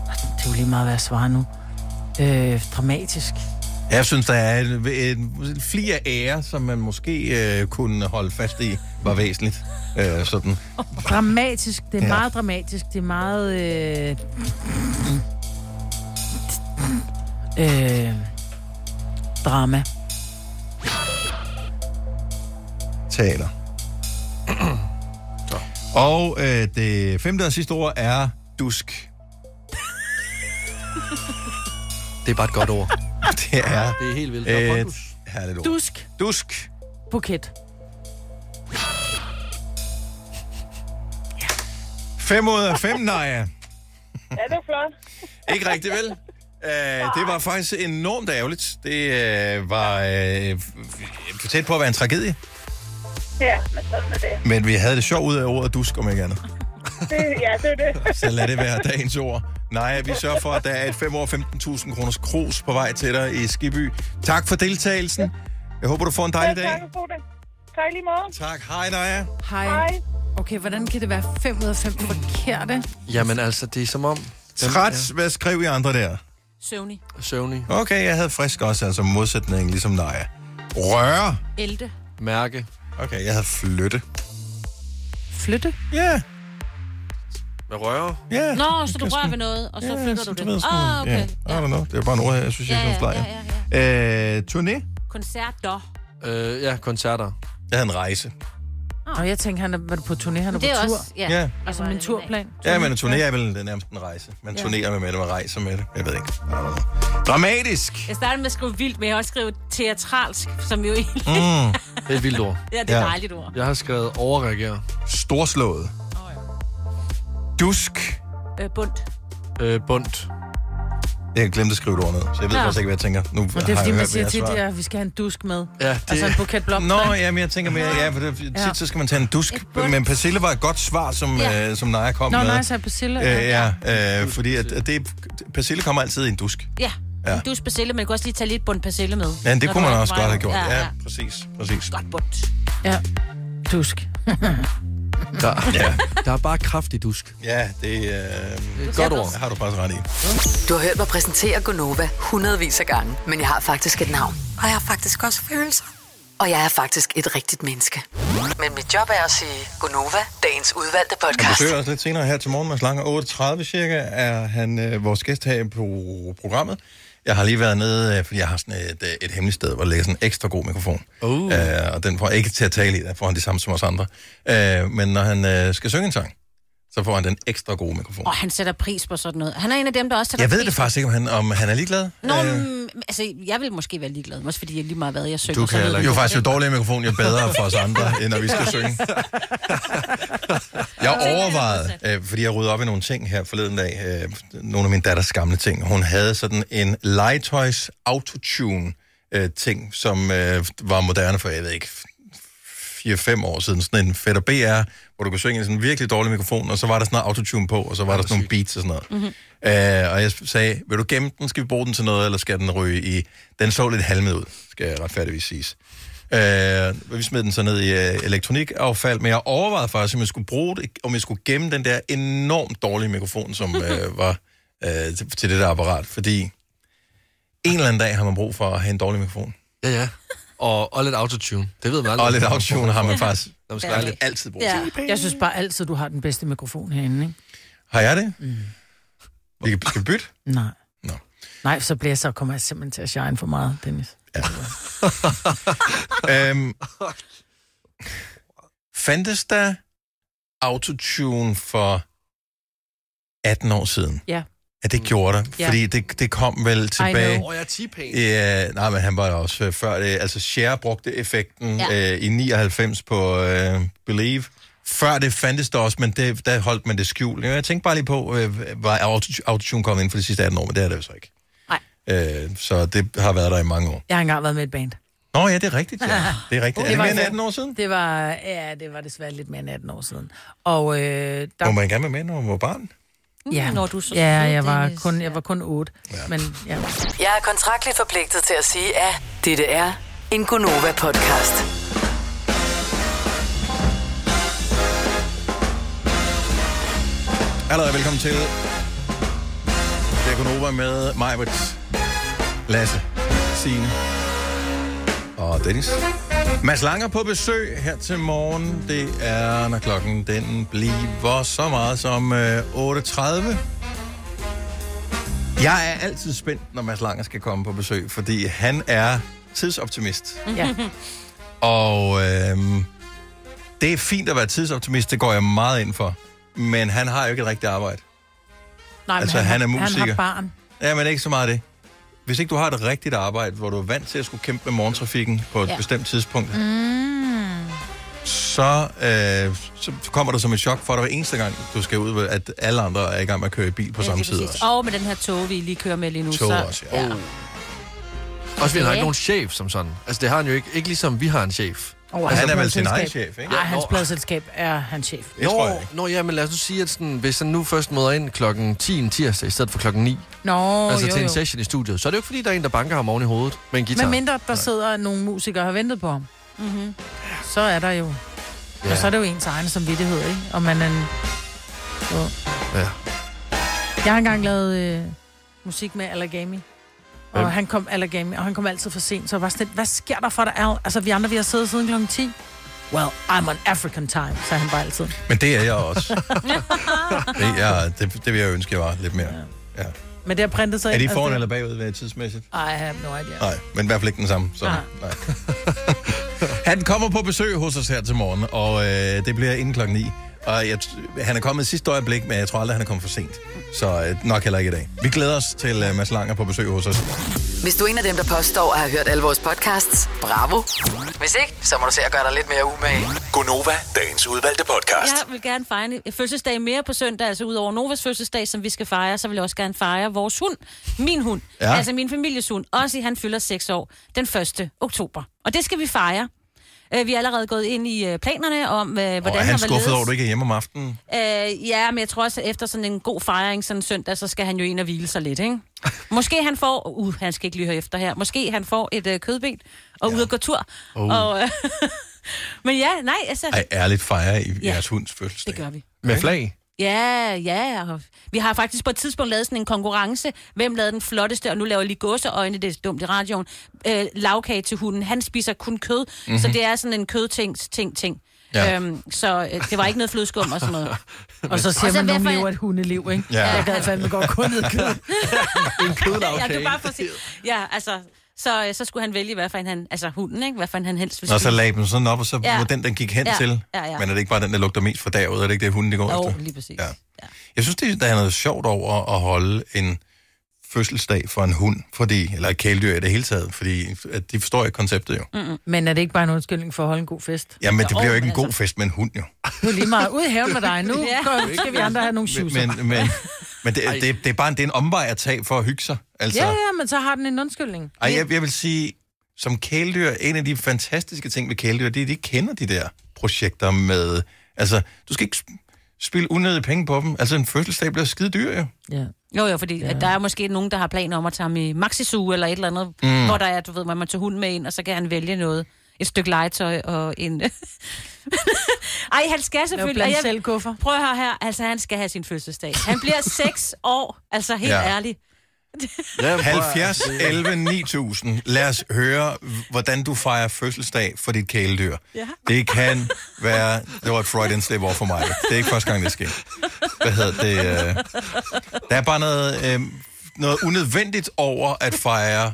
[SPEAKER 5] Det er jo lige meget, hvad jeg svarer nu. Øh, dramatisk.
[SPEAKER 1] Jeg synes, der er en, en fli af ære, som man måske øh, kunne holde fast i, var væsentligt. Øh, sådan.
[SPEAKER 5] Dramatisk. Det er
[SPEAKER 1] Ja.
[SPEAKER 5] ja. meget dramatisk. Det er meget... Øh... Øh... Drama.
[SPEAKER 1] Teater. Så. Og øh, det femte og sidste ord er dusk.
[SPEAKER 3] Det er bare et godt ord.
[SPEAKER 1] Det er,
[SPEAKER 3] Det er helt vildt. Der er
[SPEAKER 1] et
[SPEAKER 3] fokus.
[SPEAKER 1] herligt ord.
[SPEAKER 5] Dusk.
[SPEAKER 1] Dusk.
[SPEAKER 5] Buket.
[SPEAKER 1] 5 ud af 5, Naja.
[SPEAKER 7] Ja, det var flot.
[SPEAKER 1] Ikke rigtigt, vel? Uh, det var faktisk enormt ærgerligt. Det uh, var uh, tæt på at være en tragedie,
[SPEAKER 7] Ja, men sådan er det.
[SPEAKER 1] men vi havde det sjovt ud af ordet dusk, om ikke andet.
[SPEAKER 7] det ja, det er det.
[SPEAKER 1] Så lad det være dagens ord. Nej, vi sørger for, at der er et 5 år 15.000 kroners krus på vej til dig i Skiby. Tak for deltagelsen. Jeg håber, du får en
[SPEAKER 5] Ja,
[SPEAKER 1] dejlig dag.
[SPEAKER 5] tak.
[SPEAKER 7] God dag. Tak i lige måde.
[SPEAKER 1] Tak. Hej, Naja.
[SPEAKER 5] Hej. Hej. Okay, hvordan kan det være 5 ud af 5 forkerte?
[SPEAKER 3] Jamen altså, det er som om...
[SPEAKER 1] Træt, hvad skrev I andre der?
[SPEAKER 2] Søvnig.
[SPEAKER 3] Søvnig.
[SPEAKER 1] Okay, jeg havde frisk også, altså modsætningen ligesom Naja. Røre.
[SPEAKER 2] Elte.
[SPEAKER 3] Mærke.
[SPEAKER 1] Okay, jeg havde flytte.
[SPEAKER 5] Flytte?
[SPEAKER 1] Ja.
[SPEAKER 3] Med røre.
[SPEAKER 1] Ja.
[SPEAKER 2] Nå, så du rører ved noget, og så
[SPEAKER 1] Ja,
[SPEAKER 2] flytter
[SPEAKER 1] så
[SPEAKER 2] du det.
[SPEAKER 1] ved sådan-
[SPEAKER 2] Åh, okay.
[SPEAKER 1] Ja, I don't know. Det er bare en ord, jeg synes, jeg
[SPEAKER 2] Ja,
[SPEAKER 1] ikke
[SPEAKER 2] ja,
[SPEAKER 1] er
[SPEAKER 2] ja,
[SPEAKER 1] ja, ja. Øh, turné?
[SPEAKER 2] Koncert dog.
[SPEAKER 3] Øh, ja, koncerter.
[SPEAKER 1] Jeg havde en rejse.
[SPEAKER 5] Og jeg tænker, han er var du på turné, han er
[SPEAKER 2] Det er
[SPEAKER 5] på tur.
[SPEAKER 2] også- ja.
[SPEAKER 1] Ja.
[SPEAKER 5] Altså min turplan.
[SPEAKER 1] Ja, men en turné er vel det er nærmest en rejse. Man
[SPEAKER 2] Ja.
[SPEAKER 1] turnerer med det, man rejser med det. Jeg ved ikke. I don't know. Dramatisk.
[SPEAKER 2] Jeg startede med at skrive vildt, men jeg har også skrevet teatralsk, som jo egentlig...
[SPEAKER 1] Mm. det
[SPEAKER 3] er et vildt ord.
[SPEAKER 2] Ja, det er et dejligt ord.
[SPEAKER 3] Jeg har skrevet overreagere.
[SPEAKER 1] Storslået. Dusk.
[SPEAKER 2] Øh, bundt.
[SPEAKER 3] Øh, bundt.
[SPEAKER 1] Jeg glemte at skrive det ord ned, så jeg ved
[SPEAKER 5] Nå.
[SPEAKER 1] faktisk ikke, hvad jeg tænker. Nu
[SPEAKER 5] Men det er, fordi man siger tit, ja, at vi skal have en dusk med.
[SPEAKER 1] Ja, det-
[SPEAKER 5] Altså en buket blomster.
[SPEAKER 1] Nå,
[SPEAKER 5] ikke?
[SPEAKER 1] ja, men jeg tænker mere, ja, for det, tit
[SPEAKER 5] Ja.
[SPEAKER 1] så skal man tage en dusk. Men persille var et godt svar, som,
[SPEAKER 5] Ja.
[SPEAKER 1] ja. øh, som Naja kom
[SPEAKER 5] Nå,
[SPEAKER 1] med.
[SPEAKER 5] nej, så er persille.
[SPEAKER 1] Øh, ja, øh, fordi at, at det, persille kommer altid i en dusk.
[SPEAKER 2] Ja,
[SPEAKER 1] Ja.
[SPEAKER 2] ja. du er persille, men jeg kan også lige tage lidt bundt persille med.
[SPEAKER 1] Ja, det
[SPEAKER 2] Når
[SPEAKER 1] kunne
[SPEAKER 2] du
[SPEAKER 1] man
[SPEAKER 2] er
[SPEAKER 1] også
[SPEAKER 2] på
[SPEAKER 1] godt
[SPEAKER 2] vej
[SPEAKER 1] have
[SPEAKER 2] ud.
[SPEAKER 1] gjort.
[SPEAKER 2] Ja, ja.
[SPEAKER 1] præcis. præcis.
[SPEAKER 2] Godt bundt.
[SPEAKER 5] Ja. Dusk.
[SPEAKER 3] Der,
[SPEAKER 1] ja.
[SPEAKER 3] der er bare kraftig dusk.
[SPEAKER 1] Ja, det, øh, det
[SPEAKER 3] er et
[SPEAKER 6] godt
[SPEAKER 3] godt
[SPEAKER 6] ord.
[SPEAKER 3] ord.
[SPEAKER 1] har du faktisk ret i.
[SPEAKER 6] Du har hørt mig præsentere Gonova hundredvis af gange, men jeg har faktisk et navn. Og jeg har faktisk også følelser. Og jeg er faktisk et rigtigt menneske. Men mit job er at sige Gonova, dagens udvalgte
[SPEAKER 1] Han
[SPEAKER 6] podcast.
[SPEAKER 1] besøger os lidt senere her til morgen, Mads Lange. 8.30 cirka er han øh, vores gæst her på programmet. Jeg har lige været nede, øh, fordi jeg har sådan et, øh, et hemmeligt sted, hvor der ligger sådan en ekstra god mikrofon.
[SPEAKER 3] Uh.
[SPEAKER 1] Øh, og den får jeg ikke til at tale i, der får han det samme som os andre. Øh, men når han øh, skal synge en sang, så får han den ekstra gode mikrofon.
[SPEAKER 2] Og han sætter pris på sådan noget. Han er en af dem, der også sætter
[SPEAKER 1] Jeg ved
[SPEAKER 2] pris
[SPEAKER 1] det faktisk ikke, om han, om han er ligeglad. Øh,
[SPEAKER 2] Nå, men, altså, jeg vil måske være ligeglad, også fordi jeg lige meget hvad jeg synger.
[SPEAKER 1] du
[SPEAKER 2] så ved
[SPEAKER 1] kan
[SPEAKER 2] jeg
[SPEAKER 1] jo
[SPEAKER 2] godt,
[SPEAKER 1] faktisk jo
[SPEAKER 2] ikke?
[SPEAKER 1] dårligere mikrofon, jo bedre for os andre, end når vi skal synge. Jeg overvejede, øh, fordi jeg rydde op i nogle ting her forleden dag, øh, nogle af min datters gamle ting. Hun havde sådan en legetøjs autotune øh, ting, som øh, var moderne for, jeg ved ikke, 4-5 år siden. Sådan en Fætter BR, hvor du kunne synge i sådan en virkelig dårlig mikrofon, og så var der sådan noget autotune på, og så var der sådan nogle beats og sådan noget.
[SPEAKER 5] Mhm.
[SPEAKER 12] Mm-hmm.
[SPEAKER 1] Øh, og jeg sagde, vil du gemme den? Skal vi bruge den til noget, eller skal den ryge i... Den så lidt halmet ud, skal jeg retfærdigvis siges. Øh, vi smed den så ned i øh, elektronikaffald, men jeg overvejede faktisk, om jeg skulle bruge det, om jeg skulle gemme den der enormt dårlige mikrofon, som øh, var øh, til, til det der apparat, fordi en eller anden dag har man brug for at have en dårlig mikrofon.
[SPEAKER 3] Ja, ja. Og, og lidt autotune. Det ved man aldrig.
[SPEAKER 1] Og lidt autotune har man faktisk
[SPEAKER 3] Når man skal aldrig.
[SPEAKER 1] altid bruge.
[SPEAKER 5] Ja. Jeg synes bare altid, du har den bedste mikrofon herinde, ikke?
[SPEAKER 1] Har jeg det? Mm. Vi kan, skal vi bytte?
[SPEAKER 5] Nej. Nej, så bliver jeg så kommer jeg simpelthen til at shine for meget, Dennis.
[SPEAKER 1] øhm, fandtes der autotune for 18 år siden?
[SPEAKER 5] Ja.
[SPEAKER 1] Ja, det gjorde der,
[SPEAKER 5] Ja.
[SPEAKER 1] fordi det, det kom vel tilbage...
[SPEAKER 3] Åh, jeg er T-Pain.
[SPEAKER 1] Ja, nej, men han var også øh, før det. Altså, Cher brugte effekten
[SPEAKER 3] Ja.
[SPEAKER 1] ja. øh, i 99 på øh, Believe. Før det fandtes der også, men det, der holdt man det skjult. Jeg tænkte bare lige på, øh, var auto- autotune kommet ind for de sidste 18 år, men det er det jo så ikke.
[SPEAKER 5] Nej.
[SPEAKER 1] Øh, så det har været der i mange år.
[SPEAKER 5] Jeg har engang været med i et band.
[SPEAKER 1] Nå ja, det er rigtigt. Ja. Det er rigtigt. er det mere end 18 år? siden?
[SPEAKER 5] altså- Det var, ja, det var desværre lidt mere end 18 år siden. Og øh, der...
[SPEAKER 1] Må man gerne være med, når man var barn?
[SPEAKER 5] Ja,
[SPEAKER 6] Mm, Når du er så
[SPEAKER 5] ja
[SPEAKER 6] sød,
[SPEAKER 5] jeg, var
[SPEAKER 6] Dennis.
[SPEAKER 5] kun, jeg var kun 8. Ja. Men, ja.
[SPEAKER 6] Jeg er kontraktligt forpligtet til at sige, at dette er en Gonova-podcast.
[SPEAKER 1] Allerede velkommen til. Det er Gunova med Majbert, Lasse, Signe og Dennis. Mads Langer på besøg her til morgen. Det er, når klokken den bliver så meget som øh, 8.30. Jeg er altid spændt, når Mads Langer skal komme på besøg, fordi han er tidsoptimist.
[SPEAKER 13] Mhm.
[SPEAKER 5] ja.
[SPEAKER 1] Og øhm, det er fint at være tidsoptimist, det går jeg meget ind for. Men han har jo ikke et rigtigt arbejde.
[SPEAKER 5] Nej,
[SPEAKER 1] Altså,
[SPEAKER 5] men
[SPEAKER 1] han er
[SPEAKER 5] Han har
[SPEAKER 1] musiker.
[SPEAKER 5] barn.
[SPEAKER 1] Ja, men ikke så meget det. Hvis ikke du har et rigtigt arbejde, hvor du er vant til at skulle kæmpe med morgentrafikken på et
[SPEAKER 5] Ja.
[SPEAKER 1] ja. bestemt tidspunkt,
[SPEAKER 5] Mm.
[SPEAKER 1] så, øh, så kommer det som et chok for dig hver eneste gang, du skal ud, at alle andre er i gang med at køre i bil på ja, samme
[SPEAKER 2] lige
[SPEAKER 1] tid
[SPEAKER 2] præcis.
[SPEAKER 1] også.
[SPEAKER 2] Og med den her tog, vi lige kører med lige nu.
[SPEAKER 1] Tog
[SPEAKER 2] så,
[SPEAKER 1] også, ja.
[SPEAKER 2] ja.
[SPEAKER 3] Også fordi han har
[SPEAKER 2] Ja.
[SPEAKER 3] ikke nogen chef som sådan. Altså, det har han jo ikke. Ikke ligesom vi har en chef.
[SPEAKER 5] Over
[SPEAKER 3] altså,
[SPEAKER 5] hans
[SPEAKER 3] egen
[SPEAKER 5] pladselskab. Nej, hans pladselskab er hans chef.
[SPEAKER 3] Nå, nå, ja, men lad os nu sige, at sådan, hvis han nu først møder ind klokken 10 en tirsdag, i stedet for klokken 9,
[SPEAKER 5] Nå,
[SPEAKER 3] altså
[SPEAKER 5] jo,
[SPEAKER 3] til en
[SPEAKER 5] jo.
[SPEAKER 3] session i studiet, så er det jo ikke, fordi der er en, der banker ham oven i hovedet med en guitar.
[SPEAKER 5] Men mindre, der sidder nogle musikere og har ventet på ham. Mm-hmm. Så er der jo... Ja.
[SPEAKER 3] Ja.
[SPEAKER 5] Og så er det jo ens egen samvittighed, ikke? Og man er en... Jo.
[SPEAKER 3] Ja.
[SPEAKER 5] Jeg har engang lavet øh, musik med Allergami. Og
[SPEAKER 3] Hvem?
[SPEAKER 5] han kom Allergami, og han kom altid for sent. Så jeg var sådan lidt, hvad sker der for dig? Al? Altså, vi andre, vi har siddet siden klokken 10. Well, I'm on African time, sagde han bare altid.
[SPEAKER 1] Men det er jeg også. det, er, det, det vil jeg ønske, jeg var lidt mere. Ja.
[SPEAKER 5] Men det har printet sig
[SPEAKER 1] Er de
[SPEAKER 5] ind,
[SPEAKER 1] foran
[SPEAKER 5] det-
[SPEAKER 1] eller bagud hvad er tidsmæssigt?
[SPEAKER 5] I have no idea.
[SPEAKER 1] Nej, men i hvert fald ikke den samme. Så, nej.
[SPEAKER 5] Nej.
[SPEAKER 1] han kommer på besøg hos os her til morgen, og øh, det bliver inden klokken 9. Og jeg, t- han er kommet i sidste øjeblik, men jeg tror aldrig, han er kommet for sent. Så øh, nok heller ikke i dag. Vi glæder os til øh, Mads Langer på besøg hos os.
[SPEAKER 6] Hvis du er en af dem, der påstår at have hørt alle vores podcasts, bravo. Hvis ikke, så må du se at gøre dig lidt mere umage.
[SPEAKER 4] Gonova, dagens udvalgte podcast.
[SPEAKER 2] Jeg vil gerne fejre en- en fødselsdag mere på søndag, altså udover Novas fødselsdag, som vi skal fejre, så vil jeg også gerne fejre vores hund, min hund,
[SPEAKER 12] Ja.
[SPEAKER 2] ja. altså min families hund. Også han fylder 6 år den 1. oktober. Og det skal vi fejre. Øh, Vi er allerede gået ind i øh, planerne om, øh, hvordan
[SPEAKER 1] og er han
[SPEAKER 2] og hvorledes-
[SPEAKER 1] skuffet over, at du ikke er hjemme om aftenen?
[SPEAKER 2] Øh, ja, men jeg tror også, at efter sådan en god fejring sådan en søndag, så skal han jo ind og hvile sig lidt, ikke? Måske han får... Uh, han skal ikke lige høre efter her. Måske han får et øh, kødben og ja. ud og gå tur.
[SPEAKER 1] Oh.
[SPEAKER 2] Og, øh, men ja, nej, altså...
[SPEAKER 1] Ej, ærligt fejre i
[SPEAKER 2] Ja.
[SPEAKER 1] jeres hunds fødselsdag.
[SPEAKER 2] Det gør vi.
[SPEAKER 3] Med flag?
[SPEAKER 2] Ja, ja. og Vi har faktisk på et tidspunkt lavet sådan en konkurrence. Hvem lavede den flotteste? Og nu laver jeg lige gåseøjne, det er dumt i radioen. Øh, lavkage til hunden. Han spiser kun kød,
[SPEAKER 12] Mhm.
[SPEAKER 2] mm-hmm. så det er sådan en kødting, ting, ting.
[SPEAKER 12] Ja.
[SPEAKER 2] Ja. Øhm, så øh, det var ikke noget flødeskum og sådan noget.
[SPEAKER 5] Og så siger man,
[SPEAKER 2] hvad
[SPEAKER 5] nogen
[SPEAKER 2] for-
[SPEAKER 5] lever et hundeliv, ikke?
[SPEAKER 2] Ja.
[SPEAKER 5] Jeg gad fandme godt kun ned kød.
[SPEAKER 3] en
[SPEAKER 2] Ja, det er bare for at sige. Ja, altså, så, øh, så skulle han vælge, hvad for en han, altså hunden, ikke? Hvad for en han helst ville
[SPEAKER 1] Nå, så
[SPEAKER 2] spise.
[SPEAKER 1] lagde dem sådan op, og så ja.
[SPEAKER 2] Ja.
[SPEAKER 1] var den, den gik hen
[SPEAKER 2] Ja,
[SPEAKER 1] til.
[SPEAKER 2] ja, ja.
[SPEAKER 1] Men er det ikke bare den, der lugter mest for derud? Er det ikke det, hunden det går
[SPEAKER 2] Jo,
[SPEAKER 1] efter?
[SPEAKER 2] lige præcis.
[SPEAKER 1] Ja. Jeg synes, det, der er noget sjovt over at holde en fødselsdag for en hund, fordi, eller et kæledyr i det hele taget, fordi at de forstår ikke konceptet jo.
[SPEAKER 5] Mm-mm. Men er det ikke bare en undskyldning for at holde en god fest?
[SPEAKER 1] Jamen, det bliver jo ikke en
[SPEAKER 5] men
[SPEAKER 2] altså-
[SPEAKER 1] god fest med en hund jo.
[SPEAKER 5] Nu er lige meget ud i haven med dig. Nu
[SPEAKER 12] Ja.
[SPEAKER 5] går, skal vi andre have nogle shoes.
[SPEAKER 1] Men, men, men, men det, det, det, er bare en, det er en omvej at tage for at hygge sig. Altså,
[SPEAKER 5] Ja, ja, men så har den en undskyldning.
[SPEAKER 1] Ej, jeg, jeg vil sige, som kæledyr, en af de fantastiske ting ved kæledyr, det er, at de kender de der projekter med... Altså, du skal ikke sp- spille unødige penge på dem. Altså, en fødselsdag bliver skide dyr, jo.
[SPEAKER 5] Ja.
[SPEAKER 2] Jo, jo, fordi ja. at der er måske nogen, der har planer om at tage ham i Maxisu eller et eller andet,
[SPEAKER 1] Mm.
[SPEAKER 2] mm. hvor der er, du ved, man må tage hunden med ind, og så kan han vælge noget. Et stykke legetøj og en... Ej, han skal selvfølgelig...
[SPEAKER 5] blandt
[SPEAKER 2] og jeg-
[SPEAKER 5] selv kuffer.
[SPEAKER 2] Prøv at høre her, altså han skal have sin fødselsdag. Han bliver 6 år, altså helt
[SPEAKER 1] Ja.
[SPEAKER 2] ja. ærligt.
[SPEAKER 1] 70, 11, 9000. Lad os høre, hvordan du fejrer fødselsdag for dit kæledyr.
[SPEAKER 2] Ja.
[SPEAKER 1] Det kan være... Det var et Freudian over for mig. Det er ikke første gang, det sker. Hvad hedder det? øh? Der er bare noget, øh, noget unødvendigt over at fejre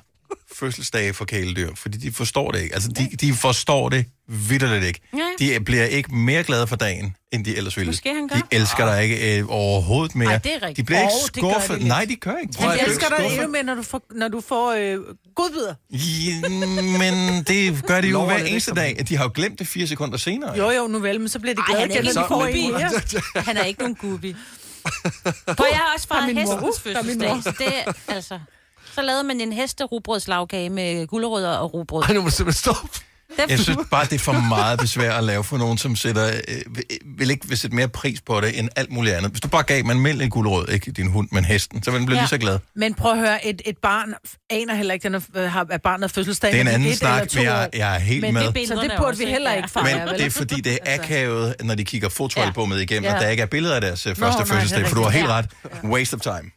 [SPEAKER 1] fødselsdage for kæledyr, fordi de forstår det ikke. Altså, de, de forstår det vidderligt ikke.
[SPEAKER 2] Nej.
[SPEAKER 1] De bliver ikke mere glade for dagen, end de ellers ville.
[SPEAKER 2] Måske han gør.
[SPEAKER 1] De elsker dig ikke øh, overhovedet mere.
[SPEAKER 2] Ej, det er rigtigt.
[SPEAKER 1] De bliver ikke
[SPEAKER 2] Åh, det gør de
[SPEAKER 1] skuffet.
[SPEAKER 2] lidt.
[SPEAKER 1] Nej, de gør ikke. Prøv at-
[SPEAKER 5] Han Altså, elsker dig
[SPEAKER 1] skuffet.
[SPEAKER 5] endnu mere, når du får, når du får øh, godbider.
[SPEAKER 1] Ja, men det gør de jo
[SPEAKER 5] Lover
[SPEAKER 1] hver
[SPEAKER 5] det ikke
[SPEAKER 1] eneste dag. at De har jo glemt det fire sekunder senere.
[SPEAKER 5] Jo, jo, nu vel, men så bliver det
[SPEAKER 2] Ej,
[SPEAKER 5] glade
[SPEAKER 2] han er
[SPEAKER 5] igen,
[SPEAKER 2] ikke
[SPEAKER 5] når de
[SPEAKER 2] en
[SPEAKER 5] får
[SPEAKER 2] gubi.
[SPEAKER 5] en mere.
[SPEAKER 2] Han er ikke nogen gubi. På jeg har også
[SPEAKER 5] Der er
[SPEAKER 2] fejret
[SPEAKER 5] min mor.
[SPEAKER 2] hestens
[SPEAKER 5] Uh, der er min mor.
[SPEAKER 2] fødselsdag. så Det, altså, så lavede man en hesterubrødslagkage med gulerødder og rugbrød.
[SPEAKER 3] Ej, nu må du simpelthen stoppe.
[SPEAKER 2] Den-
[SPEAKER 1] Jeg synes bare, det er for meget besvær at lave for nogen, som sætter, øh, vil- vil ikke vil sætte mere pris på det end alt muligt andet. Hvis du bare gav man mælk en gulerod, ikke din hund, men hesten, så ville den blive ja. lige så glad.
[SPEAKER 5] Men prøv at høre, et, et barn aner heller ikke, den er, øh, har, at barnet har fødselsdag.
[SPEAKER 1] Det er en
[SPEAKER 5] når de
[SPEAKER 1] anden
[SPEAKER 5] et
[SPEAKER 1] snak,
[SPEAKER 5] eller to
[SPEAKER 1] men jeg-
[SPEAKER 5] år.
[SPEAKER 1] jeg er helt
[SPEAKER 5] men
[SPEAKER 1] med.
[SPEAKER 5] Det, så det
[SPEAKER 2] Billederne er
[SPEAKER 5] burde
[SPEAKER 2] også
[SPEAKER 5] vi
[SPEAKER 2] ikke-
[SPEAKER 5] heller
[SPEAKER 2] ja.
[SPEAKER 5] ikke
[SPEAKER 1] Men
[SPEAKER 5] fejre, vel?
[SPEAKER 1] det er fordi, det er akavet, når de kigger fotoalbummet igennem,
[SPEAKER 5] Ja.
[SPEAKER 1] og der ikke er billeder af deres øh,
[SPEAKER 5] Nå,
[SPEAKER 1] første
[SPEAKER 5] nej, det er
[SPEAKER 1] fødselsdag, for du har
[SPEAKER 5] rigtigt.
[SPEAKER 1] helt ret. Waste of time.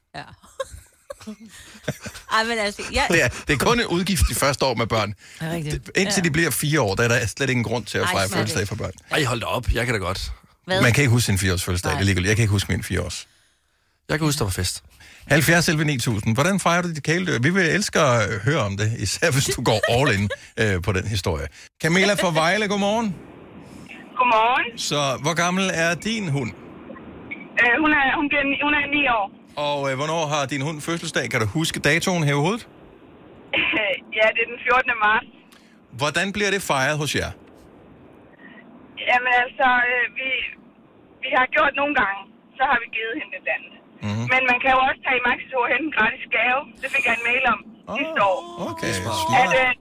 [SPEAKER 2] Ej, men altså, jeg,
[SPEAKER 1] Det er, det er kun en udgift de første år med børn. Indtil de bliver fire år, der er der slet ingen grund til at
[SPEAKER 2] Ej,
[SPEAKER 1] fejre
[SPEAKER 2] slet ikke.
[SPEAKER 1] fødselsdag for børn.
[SPEAKER 3] Ej, hold da op. Jeg kan da godt.
[SPEAKER 2] Hvad?
[SPEAKER 1] Man kan ikke huske sin 4-års fødselsdag. Det er ligegyldigt. Jeg kan ikke huske min 4-års.
[SPEAKER 3] Jeg kan huske, der var fest.
[SPEAKER 1] 70 11 9000. Hvordan fejrer du dit kæledyr? Vi vil elske at øh, høre om det, især hvis du går all in øh, på den historie. Camilla fra Vejle, godmorgen.
[SPEAKER 7] Godmorgen.
[SPEAKER 1] Så hvor gammel er din hund?
[SPEAKER 7] Øh, hun, er, hun, bliver, ni- hun er 9 år.
[SPEAKER 1] Og øh, hvornår har din hund fødselsdag? Kan du huske datoen her i hovedet?
[SPEAKER 7] ja, det er den 14. marts.
[SPEAKER 1] Hvordan bliver det fejret hos jer?
[SPEAKER 7] Jamen altså, øh, vi, vi har gjort nogle gange, så har vi givet hende et andet. Mm-hmm. Men man kan jo også tage i Maxi og hente en gratis gave. Det fik jeg en mail om oh, sidste år.
[SPEAKER 1] Okay,
[SPEAKER 7] At, øh,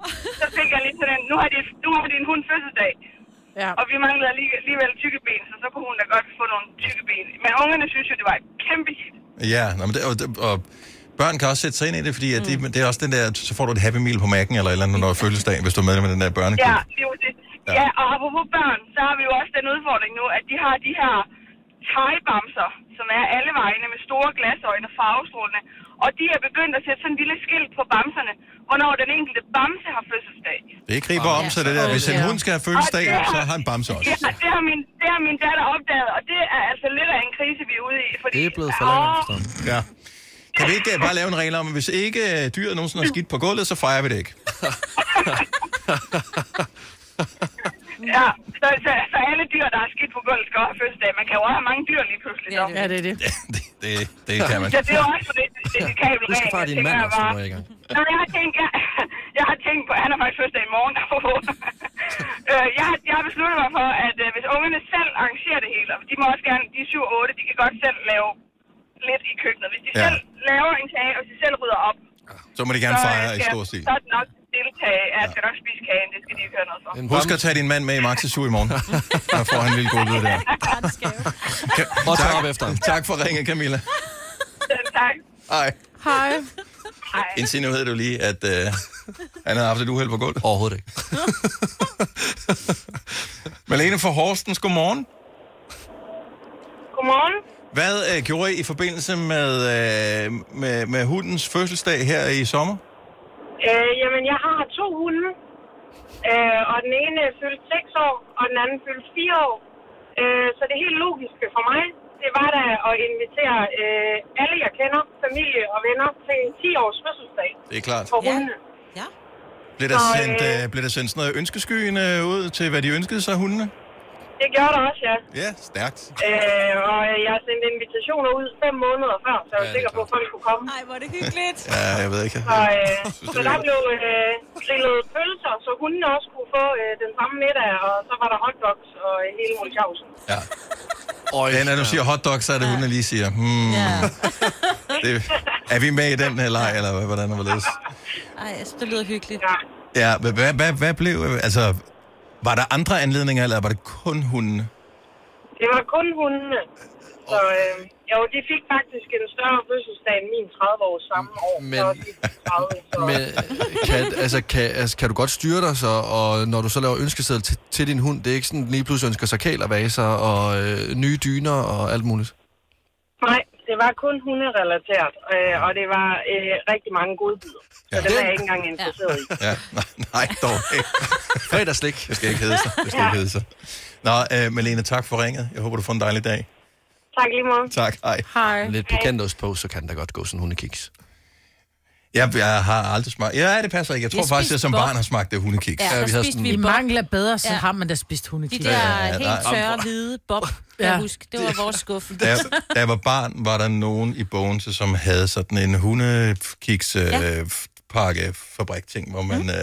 [SPEAKER 7] så fik jeg lige sådan en, nu har, de, nu har din hund fødselsdag.
[SPEAKER 5] Ja.
[SPEAKER 7] Og vi manglede lige, alligevel tykke ben, så så kunne hun da godt få nogle tykke ben. Men ungerne synes jo, det var et kæmpe hit.
[SPEAKER 1] Ja, nå, men det, og, og børn kan også sætte sig ind i det, fordi at mm. det, det er også den der, så får du et Happy Meal på mærken eller et eller andet, når du er fødselsdag, hvis du er medlem af den der børneklub.
[SPEAKER 7] Ja, det er jo det.
[SPEAKER 1] Ja.
[SPEAKER 7] Ja. ja, og apropos børn, så har vi jo også den udfordring nu, at de har de her tegbamser, som er alle vegne med store glasøjne og farvestrålende. Og de er begyndt at sætte sådan en lille skilt på bamserne, hvornår den enkelte bamse har fødselsdag.
[SPEAKER 1] Det griber om sig, det der. Hvis en hund skal have fødselsdag, så har en bamse også.
[SPEAKER 7] Ja, det har, min, det har min datter opdaget, og det er altså lidt af en krise, vi er ude i. Fordi,
[SPEAKER 1] Det er blevet for langt, Ja. Kan vi ikke øh, bare lave en regel om, at hvis ikke øh, dyret nogensinde har skidt på gulvet, så fejrer vi det ikke?
[SPEAKER 7] Ja, så, så, så, alle dyr, der har skidt på gulvet, skal også have fødselsdag. Man kan jo også have mange dyr lige pludselig. Ja,
[SPEAKER 5] det er det.
[SPEAKER 1] Det, det kan man.
[SPEAKER 7] Så det er jo også for det, det, det kan jo
[SPEAKER 1] Husk at fare din mand også, nu er jeg i gang.
[SPEAKER 7] Nå, jeg har tænkt, jeg, jeg har tænkt på, han er faktisk fødselsdag i morgen. Øh, jeg, har, jeg har besluttet mig for, at øh, hvis ungerne selv arrangerer det hele, og de må også gerne, de er 7 og 8, de kan godt selv lave lidt i køkkenet. Hvis de
[SPEAKER 1] Ja.
[SPEAKER 7] selv laver en kage, og hvis de selv rydder op,
[SPEAKER 1] Så må de gerne
[SPEAKER 7] så, øh,
[SPEAKER 1] fejre i
[SPEAKER 7] skal
[SPEAKER 1] stor
[SPEAKER 7] jeg
[SPEAKER 1] stil.
[SPEAKER 7] Så nok deltage, at jeg skal nok spise kagen, det skal de ikke høre noget for.
[SPEAKER 1] Husk at tage din mand med i Maxi Su i morgen. Der får han en lille godbid der.
[SPEAKER 3] Og tak
[SPEAKER 1] tak, efter. tak for ringen, Camilla.
[SPEAKER 7] tak.
[SPEAKER 1] Hej.
[SPEAKER 5] Hej.
[SPEAKER 1] Insinuerede du lige, at øh, han havde haft et uheld på gulvet? Overhovedet ikke. Malene fra Horstens, godmorgen.
[SPEAKER 7] Godmorgen.
[SPEAKER 1] Hvad øh, gjorde I i forbindelse med, øh, med, med hundens fødselsdag her i sommer?
[SPEAKER 12] Øh, jamen, jeg har to hunde. Øh, og den ene fyldte 6 år, og den anden fyldte 4 år. Øh, så det helt logiske for mig, det var da at invitere øh, alle, jeg kender, familie og venner, til en 10-års fødselsdag
[SPEAKER 1] Det er klart.
[SPEAKER 12] for hundene.
[SPEAKER 1] Blev der,
[SPEAKER 12] Og,
[SPEAKER 1] sendt,
[SPEAKER 12] øh,
[SPEAKER 1] øh, blev der sendt sådan noget ønskeskyen øh, ud til, hvad de ønskede sig, hundene?
[SPEAKER 12] Det gjorde der også, ja.
[SPEAKER 1] Ja, stærkt.
[SPEAKER 12] Øh, og jeg sendte invitationer ud fem måneder før, så jeg var
[SPEAKER 1] Ja, det er
[SPEAKER 12] sikker på, at folk kunne komme. Nej, hvor er det hyggeligt.
[SPEAKER 1] Ja, jeg ved ikke.
[SPEAKER 12] Så, øh,
[SPEAKER 1] Synes,
[SPEAKER 12] så
[SPEAKER 1] det
[SPEAKER 12] der
[SPEAKER 1] lyder-
[SPEAKER 12] blev øh, grillet pølser, så hundene også kunne få øh, den samme middag, og så var der hotdogs og øh, hele mulighavsen.
[SPEAKER 1] Øj, den er, du siger hotdog, så er det ja. hun, der lige siger, hmm, ja. det, er vi med i den her leg, eller hvad- hvordan er det?
[SPEAKER 2] Ej, altså, det lyder hyggeligt.
[SPEAKER 1] Ja, hvad, hvad, hvad, hvad blev, øh, altså, var der andre anledninger, eller var det kun hundene?
[SPEAKER 12] Det var kun hundene. Så øh, jo, de fik faktisk en større fødselsdag end min 30 år samme år. Men, så de fik 30, så.
[SPEAKER 3] Men Øh, kan, altså, kan, altså, kan du godt styre dig så, og når du så laver ønskeseddel til, til din hund, det er ikke sådan, den lige pludselig ønsker sig kælervaser og øh, nye dyner og alt muligt?
[SPEAKER 12] Nej, det var kun hunderelateret, øh, og det var øh, rigtig mange gode bidder. Så
[SPEAKER 1] Ja.
[SPEAKER 12] det var jeg ikke engang interesseret i.
[SPEAKER 1] Ja, nej, nej dog ikke.
[SPEAKER 3] Fredagslik.
[SPEAKER 1] Det skal ikke hedde sig. Det skal ikke hedde sig. Nå, øh, Malene, tak for ringet. Jeg håber, du får en dejlig dag.
[SPEAKER 12] Tak lige måde.
[SPEAKER 1] Tak, hej.
[SPEAKER 5] Hej.
[SPEAKER 3] Lidt pekantås på, så kan der godt gå sådan en hundekiks.
[SPEAKER 1] Jeg, jeg har aldrig smagt... Ja, det passer ikke. Jeg tror
[SPEAKER 5] Jeg
[SPEAKER 1] faktisk, jeg
[SPEAKER 5] spiste
[SPEAKER 1] som
[SPEAKER 5] bog.
[SPEAKER 1] barn har smagt det hundekiks.
[SPEAKER 5] I mangel af bedre, så har man da spist
[SPEAKER 2] De
[SPEAKER 5] hundekiks.
[SPEAKER 2] der ja, ja,
[SPEAKER 1] nej.
[SPEAKER 2] helt tørre, hvide bob, ja. jeg husker. Det var vores skuffe.
[SPEAKER 1] Da, da jeg var barn, var der nogen i Bogense, som havde sådan en hundekiks øh,
[SPEAKER 2] Ja.
[SPEAKER 1] ja. pakke fabrik ting, hvor man mm. øh,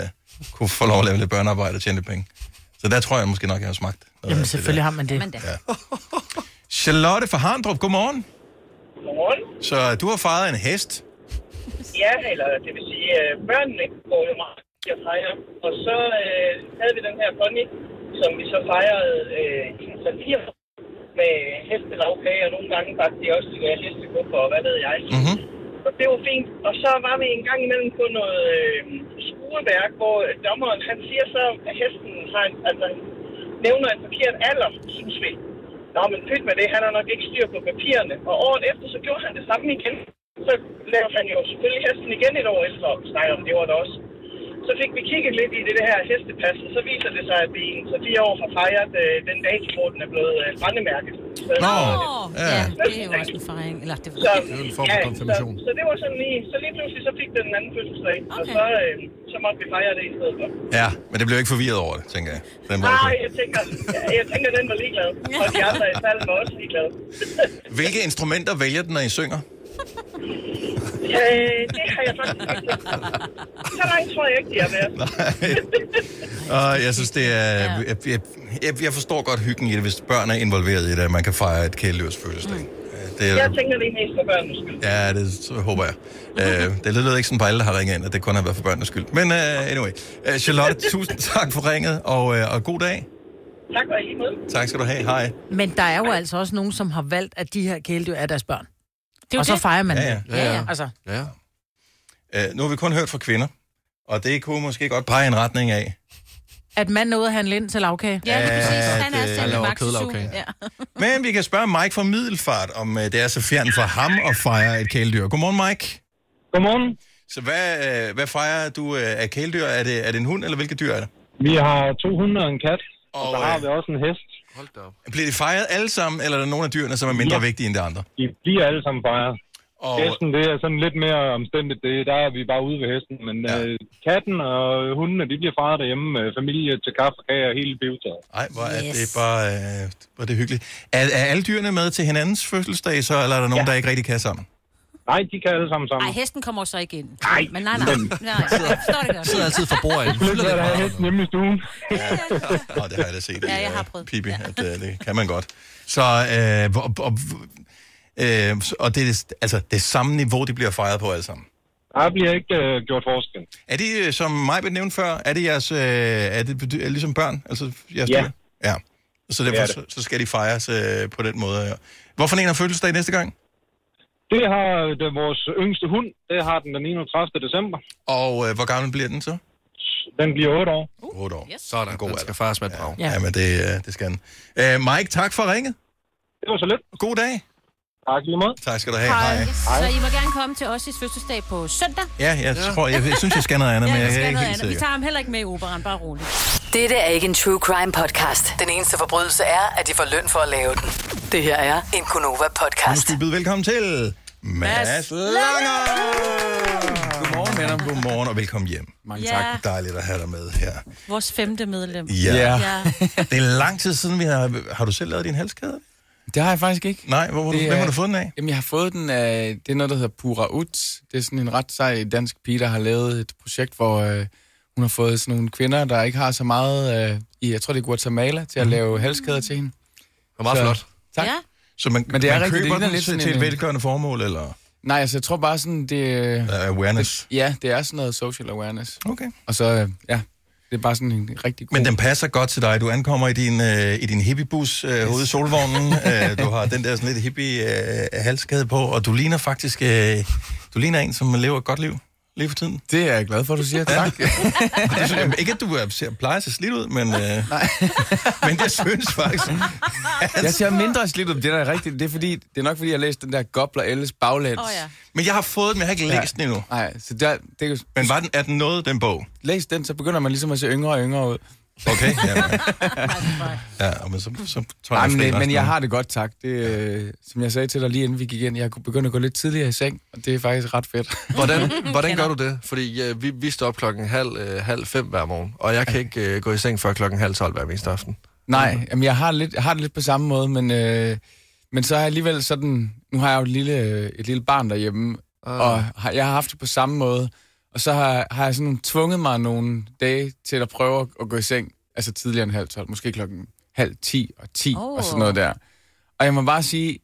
[SPEAKER 1] kunne få lov at lave lidt børnearbejde og tjene lidt penge. Så der tror jeg måske nok, jeg har smagt. noget af
[SPEAKER 5] Jamen,
[SPEAKER 1] det
[SPEAKER 5] selvfølgelig
[SPEAKER 1] der.
[SPEAKER 5] har man det.
[SPEAKER 1] Ja. Charlotte fra Harndrup, godmorgen.
[SPEAKER 14] Godmorgen.
[SPEAKER 1] Så du har fejret en hest.
[SPEAKER 14] Ja, eller det vil sige, at børnene går jo meget til at fejre. Og så øh, havde vi den her pony, som vi så fejrede øh, i en satir med hestelavkage, og nogle gange bagte de også øh, hestekuffer, og hvad ved jeg.
[SPEAKER 3] Mhm.
[SPEAKER 1] Mm-hmm.
[SPEAKER 14] Og det var fint. Og så var vi en gang imellem på noget øh, skueværk, hvor dommeren han siger så, at hesten har en, altså, han nævner en forkert alder, synes vi. Nå, men pyt med det, han har nok ikke styr på papirerne. Og året efter, så gjorde han det samme igen. Så lavede han jo selvfølgelig hesten igen et år efter, og nej, om det var det også. Så fik vi kigget lidt i det, det her hestepas, og så viser det sig, at vi i en så fire år har fejret øh, den dato, hvor den er blevet øh, brændemærket. Så,
[SPEAKER 2] Nå, ja, det er jo også en fejring. Eller, det,
[SPEAKER 14] så, ja, Så,
[SPEAKER 2] konfirmation.
[SPEAKER 14] så det var sådan lige, så lige pludselig så fik den en anden fødselsdag, okay. og så, øh, så måtte vi fejre det i stedet for.
[SPEAKER 1] Ja, men det blev ikke forvirret over det, tænker jeg. Den var
[SPEAKER 14] Nej, jeg tænker, jeg, jeg tænker, den var ligeglad, og de andre i salen var også ligeglade.
[SPEAKER 1] Hvilke instrumenter vælger den, når I synger?
[SPEAKER 14] Øh, det har jeg faktisk ikke tænkt på. Så langt tror jeg ikke, de har været.
[SPEAKER 1] Og jeg synes, det er... Jeg, jeg, jeg, jeg forstår godt hyggen i det, hvis børn er involveret i det, at man kan fejre et kæledyrs fødselsdag. Øh, Det
[SPEAKER 14] Jeg
[SPEAKER 1] er,
[SPEAKER 14] tænker, det er mest for børnenes skyld.
[SPEAKER 1] ja, det så håber jeg. Øh, det lyder ikke sådan på alle, der har ringet ind, at det kun har været for børnenes skyld. Men uh, anyway. Uh, Charlotte, tusind tak for ringet, og, uh, og god dag.
[SPEAKER 14] Tak og i lige måde.
[SPEAKER 1] Tak skal du have. Hej.
[SPEAKER 5] Men der er jo altså også nogen, som har valgt, at de her kæledyr er deres børn. Det og så fejrer man
[SPEAKER 1] ja, ja.
[SPEAKER 5] det. Altså,
[SPEAKER 1] ja. Uh, nu har vi kun hørt fra kvinder, og det kunne måske godt pege i en retning af,
[SPEAKER 5] at manden er ude at handle ind til lavkage.
[SPEAKER 1] Ja, lige præcis. Ja, Han er det- selv Han laver Max' kødlavkage.
[SPEAKER 5] kødlavkage.
[SPEAKER 1] su. Men vi kan spørge Mike fra Middelfart, om øh, det er så fjern for ham at fejre et kæledyr. Godmorgen, Mike.
[SPEAKER 15] Godmorgen.
[SPEAKER 1] Så hvad, øh, hvad fejrer du øh, af kæledyr? Er det, er det en hund, eller hvilke dyr er det?
[SPEAKER 15] Vi har to hunde og en kat, og, og så har
[SPEAKER 1] øh,
[SPEAKER 15] vi også en hest.
[SPEAKER 13] Øh,
[SPEAKER 1] Bliver de fejret alle sammen, eller er der nogle af dyrene, som er mindre ja. vigtige end de andre?
[SPEAKER 15] De bliver alle sammen fejret.
[SPEAKER 1] Og-
[SPEAKER 15] Og... Hesten, det er sådan lidt mere omstændigt. Det, der er vi bare ude ved hesten. Men ja. øh, katten og hundene, de bliver fejret derhjemme. med Familie til kaffe, kage og hele bivtaget.
[SPEAKER 1] Nej, hvor er yes. det bare øh, hvor er det hyggeligt. Er, er alle dyrene med til hinandens fødselsdag, så, eller er der nogen, ja. der ikke rigtig kan sammen?
[SPEAKER 15] Nej, de kan alle sammen
[SPEAKER 2] Nej,
[SPEAKER 15] sammen.
[SPEAKER 2] hesten kommer så ikke ind. Nej. Men nej, nej. nej jeg forstår det godt.
[SPEAKER 1] sidder altid for bordet.
[SPEAKER 15] Det er der er hesten hjemme i stuen.
[SPEAKER 1] Nå, det har jeg da set.
[SPEAKER 2] Ja, jeg har
[SPEAKER 1] prøvet. Pibi, ja. at øh, det kan man godt. Så, øh, og, og, øh, så- og det er altså, det samme niveau, de bliver fejret på alle sammen.
[SPEAKER 15] Der bliver ikke øh, gjort forskel.
[SPEAKER 1] Er det, øh, som mig blev nævnt før, er det jeres, øh, er det er det ligesom børn? Altså, jeres
[SPEAKER 15] Ja.
[SPEAKER 1] dyr? ja. Så
[SPEAKER 15] Det
[SPEAKER 1] derfor
[SPEAKER 15] er
[SPEAKER 1] så, så skal de fejres øh, på den måde. Ja. Hvorfor en har fødselsdag næste gang?
[SPEAKER 15] Det har det, vores yngste hund. Det har den den 31. december.
[SPEAKER 1] Og øh, hvor gammel bliver den så?
[SPEAKER 15] Den bliver 8 år.
[SPEAKER 1] 8
[SPEAKER 5] Uh,
[SPEAKER 1] år. Yes. Så er der en god alder. skal fejres med et brag. Ja,
[SPEAKER 15] Ja.
[SPEAKER 1] ja men det, øh, det skal den. Øh, Mike, tak for ringet.
[SPEAKER 15] Det var så lidt.
[SPEAKER 1] God dag.
[SPEAKER 15] Tak lige måde.
[SPEAKER 1] Tak skal du have. Hej.
[SPEAKER 2] Så I må gerne komme til os i fødselsdag på søndag.
[SPEAKER 1] Ja, jeg, tror, jeg, jeg synes, jeg skal noget andet,
[SPEAKER 2] Ja,
[SPEAKER 1] men
[SPEAKER 2] vi
[SPEAKER 1] jeg,
[SPEAKER 2] skal
[SPEAKER 1] er ikke
[SPEAKER 2] noget
[SPEAKER 1] helt
[SPEAKER 2] andet. Vi
[SPEAKER 1] sikker.
[SPEAKER 2] tager ham heller ikke med i operan, bare roligt.
[SPEAKER 6] Dette er ikke en true crime podcast. Den eneste forbrydelse er, at de får løn for at lave den. Det her er en
[SPEAKER 1] Nu
[SPEAKER 6] Gunova-podcast.
[SPEAKER 1] skal vi byde velkommen til Mads Langer. Godmorgen, venner. Godmorgen og velkommen hjem.
[SPEAKER 2] Mange Ja. tak.
[SPEAKER 1] Dejligt at have dig med her.
[SPEAKER 2] Vores femte medlem.
[SPEAKER 1] Ja. Det er lang tid siden, vi har... Har du selv lavet din halskæde?
[SPEAKER 16] Det har jeg faktisk ikke.
[SPEAKER 1] Nej, hvor,
[SPEAKER 16] Det
[SPEAKER 1] det, hvem
[SPEAKER 16] er-
[SPEAKER 1] har du fået den af?
[SPEAKER 16] Jamen, jeg har fået den af, det er noget, der hedder Pura Ut. Det er sådan en ret sej dansk pige, der har lavet et projekt, hvor øh, hun har fået sådan nogle kvinder, der ikke har så meget øh, i, jeg tror det er Guatemala, til at lave halskæder til hende.
[SPEAKER 1] Mhm. Hvor meget
[SPEAKER 16] så,
[SPEAKER 1] flot.
[SPEAKER 16] Tak.
[SPEAKER 2] Ja.
[SPEAKER 1] Så man,
[SPEAKER 16] Men det er
[SPEAKER 1] man
[SPEAKER 16] rigtigt, det
[SPEAKER 1] køber
[SPEAKER 16] ligner
[SPEAKER 1] den
[SPEAKER 16] lidt
[SPEAKER 1] til,
[SPEAKER 16] sådan
[SPEAKER 1] til et
[SPEAKER 16] en-
[SPEAKER 1] velgørende formål, eller?
[SPEAKER 16] Nej, altså jeg tror bare sådan, det... Uh,
[SPEAKER 1] awareness.
[SPEAKER 16] Det, ja, det er sådan noget social awareness.
[SPEAKER 1] Okay.
[SPEAKER 16] Og så, øh, ja, det er bare sådan en rigtig god...
[SPEAKER 1] Men den passer godt til dig. Du ankommer i din, øh, i din hippiebus øh, ude i solvognen. øh, du har den der sådan lidt hippie øh, halskæde på, og du ligner faktisk øh, du ligner en, som lever et godt liv lige for tiden.
[SPEAKER 16] Det er jeg glad for, at du siger. Tak.
[SPEAKER 1] det synes jeg, ikke, at du er, ser, plejer sig slidt ud, men, øh, men jeg synes faktisk... At...
[SPEAKER 16] Jeg ser mindre slidt ud, det er da rigtigt. Det er, fordi, det er nok, fordi jeg læste den der Gobler Elles baglæns.
[SPEAKER 1] Åh, ja. Men jeg har fået den, jeg har ikke læst den endnu.
[SPEAKER 16] Nej, så der, det er,
[SPEAKER 1] Men var den, er den noget, den bog?
[SPEAKER 16] Læs den, så begynder man ligesom at se yngre og yngre ud.
[SPEAKER 1] Okay, ja. ja men så, så tager
[SPEAKER 16] Nej,
[SPEAKER 1] jeg fri
[SPEAKER 16] men,
[SPEAKER 1] resten
[SPEAKER 16] men
[SPEAKER 1] af-
[SPEAKER 16] jeg har det godt, tak. Det, øh, som jeg sagde til dig lige inden vi gik ind, jeg begyndt at gå lidt tidligere i seng, og det er faktisk ret fedt.
[SPEAKER 3] Hvordan, hvordan gør du det? Fordi øh, vi, vi står op klokken halv, øh, halv fem hver morgen, og jeg kan ikke øh, gå i seng før klokken halv tolv hver eneste aften.
[SPEAKER 16] Nej, jamen jeg, har lidt, jeg har det lidt på samme måde, men, øh, men så har jeg alligevel sådan... Nu har jeg jo et lille, øh, et lille barn derhjemme,
[SPEAKER 1] Ah.
[SPEAKER 16] og har, jeg har haft det på samme måde. Og så har, har jeg sådan tvunget mig nogle dage til at prøve at, at gå i seng, altså tidligere end halv tolv, måske klokken halv ti og ti oh. og sådan noget der. Og jeg må bare sige,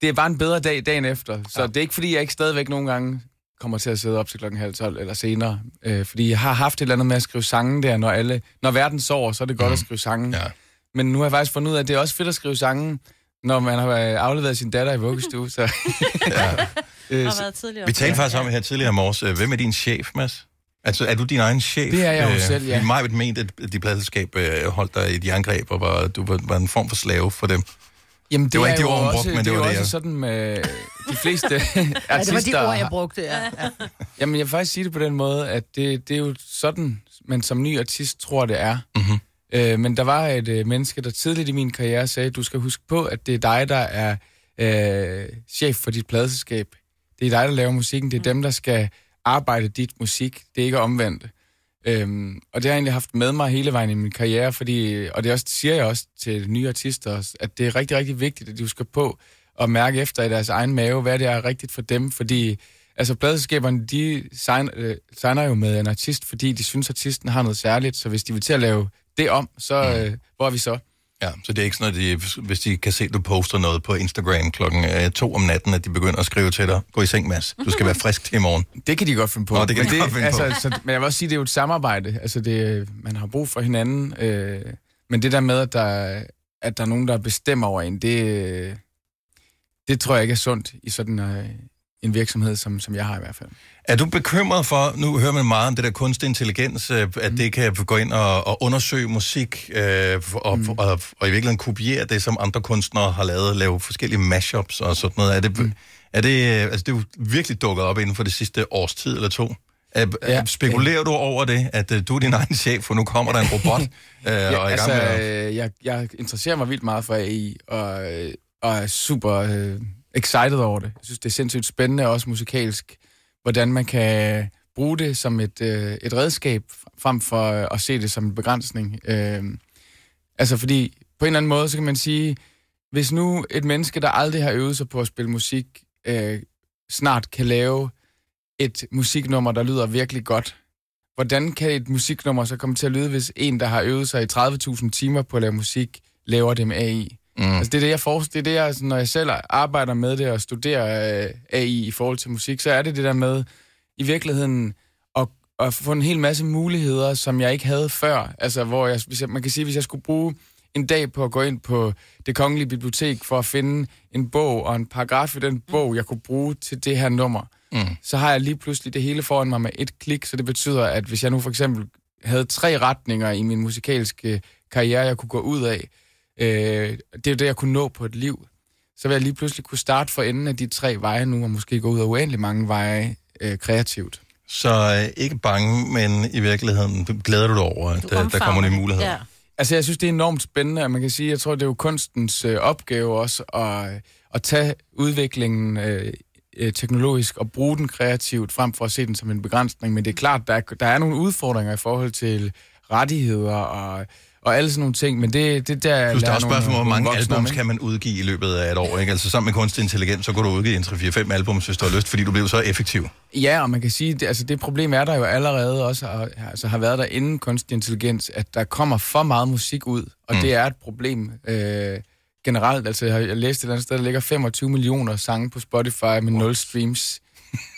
[SPEAKER 16] det er bare en bedre dag dagen efter. Så ja. det er ikke, fordi jeg ikke stadigvæk nogle gange kommer til at sidde op til klokken halv tolv eller senere. Øh, fordi jeg har haft et eller andet med at skrive sange der, når, alle, når verden sover, så er det godt mm. at skrive sange.
[SPEAKER 1] Ja.
[SPEAKER 16] Men nu har jeg faktisk fundet ud af, at det er også fedt at skrive sange, når man har øh, afleveret sin datter i vuggestue. Så, ja.
[SPEAKER 2] Har været tidligere.
[SPEAKER 1] Vi talte faktisk om her tidligere i morges. øh, Hvem er din chef, Mads? Altså, er du din egen chef? Øh,
[SPEAKER 16] Det er jeg jo selv, ja.
[SPEAKER 1] Vi meget mente, at dit pladselskab øh, holdt dig i de angreb, og var, du var, var en form for slave for dem.
[SPEAKER 16] Jamen,
[SPEAKER 1] det var ikke
[SPEAKER 16] er
[SPEAKER 1] det
[SPEAKER 16] jo
[SPEAKER 1] ord, hun
[SPEAKER 16] også-
[SPEAKER 1] brugte, men det
[SPEAKER 16] er
[SPEAKER 1] var
[SPEAKER 16] jo
[SPEAKER 1] det,
[SPEAKER 16] også
[SPEAKER 1] jeg-
[SPEAKER 16] sådan med de fleste artister.
[SPEAKER 5] Ja, det var de ord, jeg brugte. Ja. Ja.
[SPEAKER 16] Jamen, jeg vil faktisk sige det på den måde, at det, det er jo sådan, man som ny artist tror, det er.
[SPEAKER 1] Mm-hmm.
[SPEAKER 16] Øh, men der var et øh, menneske, der tidligt i min karriere sagde, du skal huske på, at det er dig, der er øh, chef for dit pladeselskab. Det er dig, der laver musikken. Det er dem, der skal arbejde dit musik. Det er ikke omvendt. Øhm, og det har jeg egentlig haft med mig hele vejen i min karriere, fordi, og det også, siger jeg også til nye artister, også, at det er rigtig, rigtig vigtigt, at de husker på at mærke efter i deres egen mave, hvad det er rigtigt for dem, fordi altså pladselskaberne, de sign, øh, signer jo med en artist, fordi de synes, artisten har noget særligt, så hvis de vil til at lave det om, så
[SPEAKER 1] Mm.
[SPEAKER 16] øh, hvor er vi så?
[SPEAKER 1] Ja, så det er ikke sådan, at de, hvis de kan se, at du poster noget på Instagram klokken 2 om natten, at de begynder at skrive til dig, gå i seng, Mads. Du skal være frisk til i morgen.
[SPEAKER 16] Det kan de godt finde på.
[SPEAKER 1] Nå, det kan
[SPEAKER 16] men
[SPEAKER 1] de godt finde
[SPEAKER 16] altså,
[SPEAKER 1] på.
[SPEAKER 16] Så, men jeg vil også sige, det er jo et samarbejde. Altså, det, man har brug for hinanden. Øh, men det der med, at der, at der er nogen, der bestemmer over en, det, øh, det tror jeg ikke er sundt i sådan øh, en virksomhed, som, som jeg har i hvert fald.
[SPEAKER 1] Er du bekymret for, nu hører man meget om det der kunstig intelligens, øh,
[SPEAKER 16] Mm.
[SPEAKER 1] at det kan gå ind og, og undersøge musik, øh, og, mm. og, og, og i virkeligheden kopiere det, som andre kunstnere har lavet, lave forskellige mashups og sådan noget. Er det, mm. er det, øh, altså det er jo virkelig dukket op inden for det sidste års tid eller to. Er, ja. Spekulerer du over det, at øh, du er din egen chef, for nu kommer der en robot øh, ja, og er i gang
[SPEAKER 16] altså,
[SPEAKER 1] med at-
[SPEAKER 16] øh, jeg, jeg interesserer mig vildt meget for AI, og, øh, og er super øh, excited over det. Jeg synes, det er sindssygt spændende, også musikalsk, hvordan man kan bruge det som et, øh, et redskab, frem for øh, at se det som en begrænsning. Øh, altså, fordi på en eller anden måde, så kan man sige, hvis nu et menneske, der aldrig har øvet sig på at spille musik, øh, snart kan lave et musiknummer, der lyder virkelig godt, hvordan kan et musiknummer så komme til at lyde, hvis en, der har øvet sig i 30.000 timer på at lave musik, laver det med AI? Mm. Altså det er det, jeg forestiller, det er det, jeg, sådan, når jeg selv arbejder med det og studerer øh, AI i forhold til musik, så er det det der med i virkeligheden at, at få en hel masse muligheder, som jeg ikke havde før. Altså hvor jeg, hvis jeg, man kan sige, hvis jeg skulle bruge en dag på at gå ind på det kongelige bibliotek for at finde en bog og en paragraf i den bog, jeg kunne bruge til det her nummer,
[SPEAKER 1] Mm.
[SPEAKER 16] så har jeg lige pludselig det hele foran mig med et klik, så det betyder, at hvis jeg nu for eksempel havde tre retninger i min musikalske øh, karriere, jeg kunne gå ud af, øh, det er jo det, jeg kunne nå på et liv, så vil jeg lige pludselig kunne starte for enden af de tre veje nu, og måske gå ud af uendelig mange veje øh, kreativt.
[SPEAKER 1] Så øh, ikke bange, men i virkeligheden du- glæder du dig over, at øh, der, der kommer nye muligheder. Ja.
[SPEAKER 16] Altså, jeg synes, det er enormt spændende, og man kan sige, jeg tror, det er jo kunstens øh, opgave også at, øh, at tage udviklingen øh, øh, teknologisk og bruge den kreativt, frem for at se den som en begrænsning. Men det er klart, der er, der er nogle udfordringer i forhold til rettigheder og, og alle sådan nogle ting, men det, det der...
[SPEAKER 1] Plus, der er
[SPEAKER 16] lærer
[SPEAKER 1] også
[SPEAKER 16] nogle-
[SPEAKER 1] spørgsmål, hvor
[SPEAKER 16] nogle
[SPEAKER 1] mange
[SPEAKER 16] voksne om,
[SPEAKER 1] albums
[SPEAKER 16] ikke?
[SPEAKER 1] kan man udgive i løbet af et år, ikke? Altså sammen med kunstig intelligens, så kan du udgive en 3-4-5 album, hvis du har lyst, fordi du bliver så effektiv.
[SPEAKER 16] Ja, og man kan sige, at det, altså det problem er der jo allerede også, og, altså har været der inden kunstig intelligens, at der kommer for meget musik ud, og
[SPEAKER 1] Mm.
[SPEAKER 16] mm. det er et problem øh, generelt. Altså jeg, har- jeg læste et eller andet sted, der ligger 25 millioner sange på Spotify med nul streams.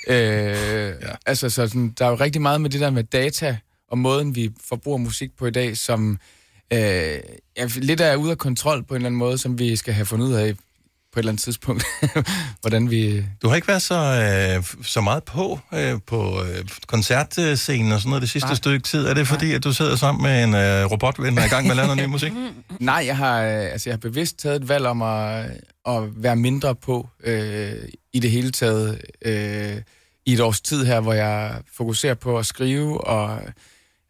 [SPEAKER 16] øh, ja. Altså så sådan, der er jo rigtig meget med det der med data, og måden vi forbruger musik på i dag, som øh, ja, lidt er ude af kontrol på en eller anden måde, som vi skal have fundet ud af på et eller andet tidspunkt, hvordan vi
[SPEAKER 1] Du har ikke været så, øh, f- så meget på øh, på øh, koncertscenen og sådan noget det sidste Nej. stykke tid. Er det fordi, at du sidder sammen med en øh, robotven og er i gang med at lave noget ny musik?
[SPEAKER 16] Nej, jeg har, øh, altså, jeg har bevidst taget et valg om at, øh, at være mindre på øh, i det hele taget øh, i et års tid her, hvor jeg fokuserer på at skrive og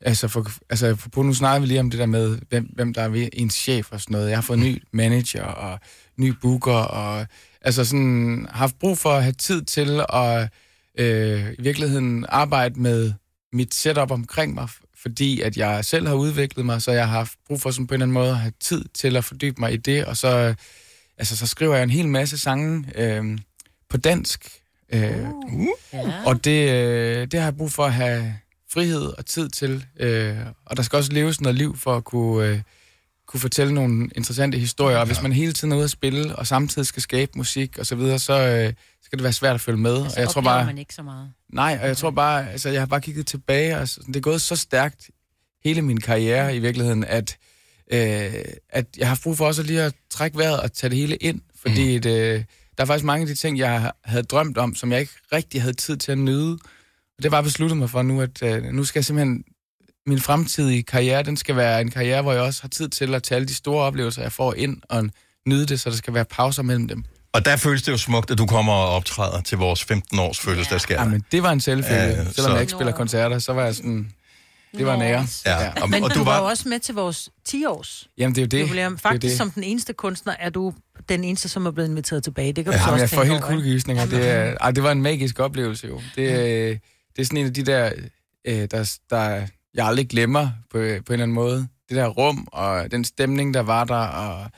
[SPEAKER 16] altså, for, altså på, nu snakker vi lige om det der med, hvem, hvem der er ved ens chef og sådan noget. Jeg har fået ny manager og ny booker og altså sådan haft brug for at have tid til at øh, i virkeligheden arbejde med mit setup omkring mig, fordi at jeg selv har udviklet mig, så jeg har haft brug for sådan på en eller anden måde at have tid til at fordybe mig i det, og så, øh, altså, så skriver jeg en hel masse sange øh, på dansk. Øh, uh. Og det, øh, det har jeg brug for at have frihed og tid til, øh, og der skal også leves noget liv for at kunne, øh, kunne fortælle nogle interessante historier, og hvis man hele tiden er ude at spille, og samtidig skal skabe musik og så videre, så øh, skal det være svært at følge med. Altså, og jeg tror
[SPEAKER 2] oplever
[SPEAKER 16] bare,
[SPEAKER 2] man ikke så meget.
[SPEAKER 16] Nej, og jeg tror bare, altså jeg har bare kigget tilbage, og sådan, det er gået så stærkt hele min karriere i virkeligheden, at, øh, at jeg har haft brug for også lige at trække vejret og tage det hele ind, fordi mm. det, der er faktisk mange af de ting, jeg havde drømt om, som jeg ikke rigtig havde tid til at nyde. Og det har jeg bare besluttet mig for nu, at øh, nu skal jeg simpelthen, min fremtidige karriere, den skal være en karriere, hvor jeg også har tid til at tage alle de store oplevelser, jeg får ind, og nyde det, så der skal være pauser mellem dem.
[SPEAKER 1] Og der føles det jo smukt, at du kommer og optræder til vores 15-års fødselsdagsgave.
[SPEAKER 16] Ja, men det var en selvfølge.
[SPEAKER 1] Ja,
[SPEAKER 16] Øh, Selvom
[SPEAKER 1] så-
[SPEAKER 16] jeg ikke spiller koncerter, så var jeg sådan... Det var en ære.
[SPEAKER 1] Ja,
[SPEAKER 16] Ja.
[SPEAKER 1] og-
[SPEAKER 5] Men
[SPEAKER 1] og
[SPEAKER 5] du, du var jo også med til vores 10-års
[SPEAKER 16] Jamen, det er jo det.
[SPEAKER 5] jubilæum.
[SPEAKER 16] Det er jo
[SPEAKER 5] Faktisk det.
[SPEAKER 16] det.
[SPEAKER 5] som den eneste kunstner er du den eneste, som er blevet inviteret tilbage. Det kan
[SPEAKER 16] Ja,
[SPEAKER 5] du så
[SPEAKER 16] Jamen,
[SPEAKER 5] også
[SPEAKER 16] jeg får
[SPEAKER 5] tænke
[SPEAKER 16] helt
[SPEAKER 5] over, ikke?
[SPEAKER 16] kuldegysninger. Det, er- ej, det var en magisk oplevelse jo. Det, øh, det er sådan en af de der, øh, der, der jeg aldrig glemmer på, på en eller anden måde. Det der rum og den stemning, der var der. Og,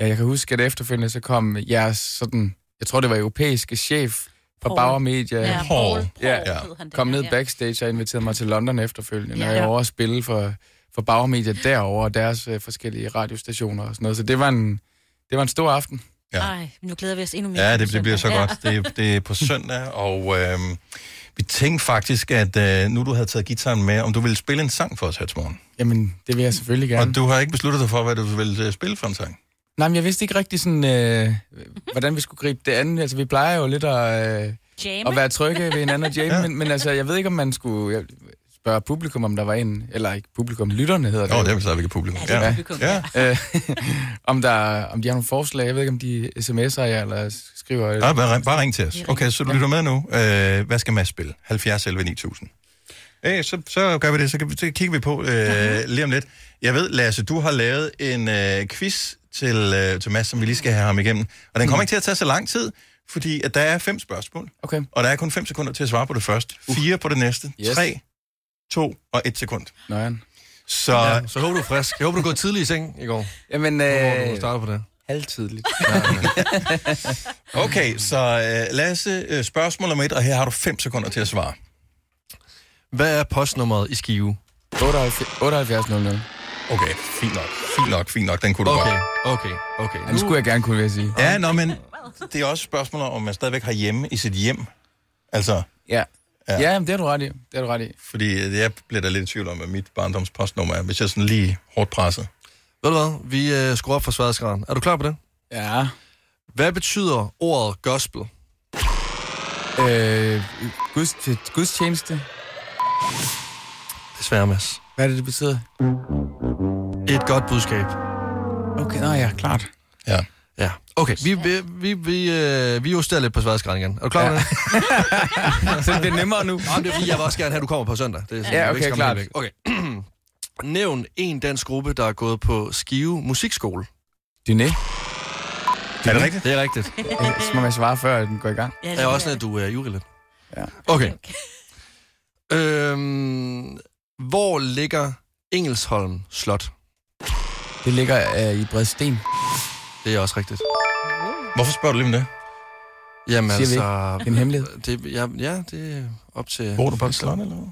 [SPEAKER 16] ja, jeg kan huske, at efterfølgende så kom jeres sådan, jeg tror det var europæiske chef, fra
[SPEAKER 2] Paul.
[SPEAKER 16] Bauer Media.
[SPEAKER 2] Ja, Paul. Paul
[SPEAKER 16] Ja,
[SPEAKER 2] hed han
[SPEAKER 16] kom ned
[SPEAKER 2] dengang, ja.
[SPEAKER 16] backstage og inviterede mig til London efterfølgende,
[SPEAKER 2] Ja.
[SPEAKER 16] ja. og jeg
[SPEAKER 2] Ja.
[SPEAKER 16] var over at spille for, for Bauer Media derovre, og deres øh, forskellige radiostationer og sådan noget. Så det var en, det var en stor aften.
[SPEAKER 2] Ja. Ej, nu glæder vi os endnu mere.
[SPEAKER 16] Ja,
[SPEAKER 1] Ja, det, det bliver så godt. Det, det er på søndag, og øh, vi tænkte faktisk, at øh, nu du havde taget gitaren med, om du ville spille en sang for os her til morgen.
[SPEAKER 16] Jamen, det vil jeg selvfølgelig gerne.
[SPEAKER 1] Og du har ikke besluttet dig for, hvad du vil øh, spille for en sang.
[SPEAKER 16] Nej, men jeg vidste ikke rigtig sådan, øh, hvordan vi skulle gribe det andet. Altså, vi plejer jo lidt at, øh,
[SPEAKER 2] Jamme.
[SPEAKER 16] at være trygge ved hinanden og jamme, ja. men, men altså, jeg ved ikke, om man skulle jeg, spørge publikum, om der var en, eller ikke publikum, lytterne hedder det.
[SPEAKER 1] Nå, det er vi stadigvæk et publikum.
[SPEAKER 16] Ja, det er
[SPEAKER 1] publikum, ja.
[SPEAKER 16] Øh, om, der, om de har nogle forslag. Jeg ved ikke, om de sms'er jer, eller skriver...
[SPEAKER 1] Ja, bare, ring, bare ring til os. Okay, så du lytter med nu. Øh, hvad skal Mads spille? 70 11 9000. Øh, så, så gør vi det, så, kan vi, så kigger vi på øh, lige om lidt. Jeg ved, Lasse, du har lavet en øh, quiz til, øh, til Mads, som vi lige skal have ham igennem. Og den kommer ikke til at tage så lang tid, fordi at der er fem spørgsmål.
[SPEAKER 16] Okay.
[SPEAKER 1] Og der er kun 5 sekunder til at svare på det første. Fire på det næste.
[SPEAKER 3] Yes.
[SPEAKER 1] 3, 2 og 1 sekund.
[SPEAKER 16] Nøjeren.
[SPEAKER 1] Så... Ja.
[SPEAKER 3] Så håber du er frisk. Jeg håber, du går tidlig i seng i går.
[SPEAKER 16] Jamen,
[SPEAKER 3] øh... Du starter på det.
[SPEAKER 16] Halvtidligt.
[SPEAKER 1] Okay, så øh, Lasse, øh, spørgsmål om et, og her har du 5 sekunder til at svare.
[SPEAKER 3] Hvad er postnummeret i Skive?
[SPEAKER 16] 78 00.
[SPEAKER 1] Okay, fint nok. Fint nok, fint nok. Den kunne du okay. godt.
[SPEAKER 3] Okay, okay.
[SPEAKER 16] Den skulle jeg gerne kunne, vil jeg sige.
[SPEAKER 1] Ja, nå, men det er også et spørgsmål om, om man stadigvæk har hjemme i sit hjem. Altså,
[SPEAKER 16] Ja. Ja, jamen, det har du ret i. Det har du ret i.
[SPEAKER 1] fordi øh, jeg bliver da lidt i tvivl om, hvad mit barndomspostnummer er, hvis jeg er sådan lige hårdt presset.
[SPEAKER 3] Ved du hvad? Vi øh, skruer op for sværdesgraden. Er du klar på det?
[SPEAKER 16] Ja.
[SPEAKER 3] Hvad betyder ordet gospel?
[SPEAKER 16] Øh, guds, til gudstjeneste.
[SPEAKER 3] Desværre, Mads.
[SPEAKER 16] Hvad er det, det betyder?
[SPEAKER 3] Et godt budskab.
[SPEAKER 16] Okay, nej, ja, klart.
[SPEAKER 1] Ja.
[SPEAKER 3] Ja. Okay, vi, vi, vi, vi, øh, vi justerer lidt på sværdesgraden igen. Er du klar ja. på det?
[SPEAKER 16] Så det bliver nemmere nu.
[SPEAKER 3] Jamen, det er fordi, jeg vil også gerne have, at du kommer på søndag. Det er
[SPEAKER 16] Ja,
[SPEAKER 3] jeg vil
[SPEAKER 16] okay,
[SPEAKER 3] ikke
[SPEAKER 16] klart.
[SPEAKER 3] skamme dig væk. Okay. Nævn en dansk gruppe, der er gået på Skive Musikskole.
[SPEAKER 16] Dyné.
[SPEAKER 1] Er det rigtigt?
[SPEAKER 3] Det er rigtigt.
[SPEAKER 16] Så må man svare, før den går i gang.
[SPEAKER 3] Ja, det er også sådan, at du er jury lidt.
[SPEAKER 16] Ja.
[SPEAKER 3] Okay. Øhm, hvor ligger Engelsholm Slot?
[SPEAKER 16] Det ligger øh, i Bredsten.
[SPEAKER 3] Det er også rigtigt.
[SPEAKER 1] Hvorfor spørger du lige om det?
[SPEAKER 3] Jamen
[SPEAKER 16] Siger vi
[SPEAKER 3] altså...
[SPEAKER 16] ikke. Det er en hemmelighed.
[SPEAKER 3] Det, ja, ja, det er op til...
[SPEAKER 1] Bor du på et slot, eller hvad?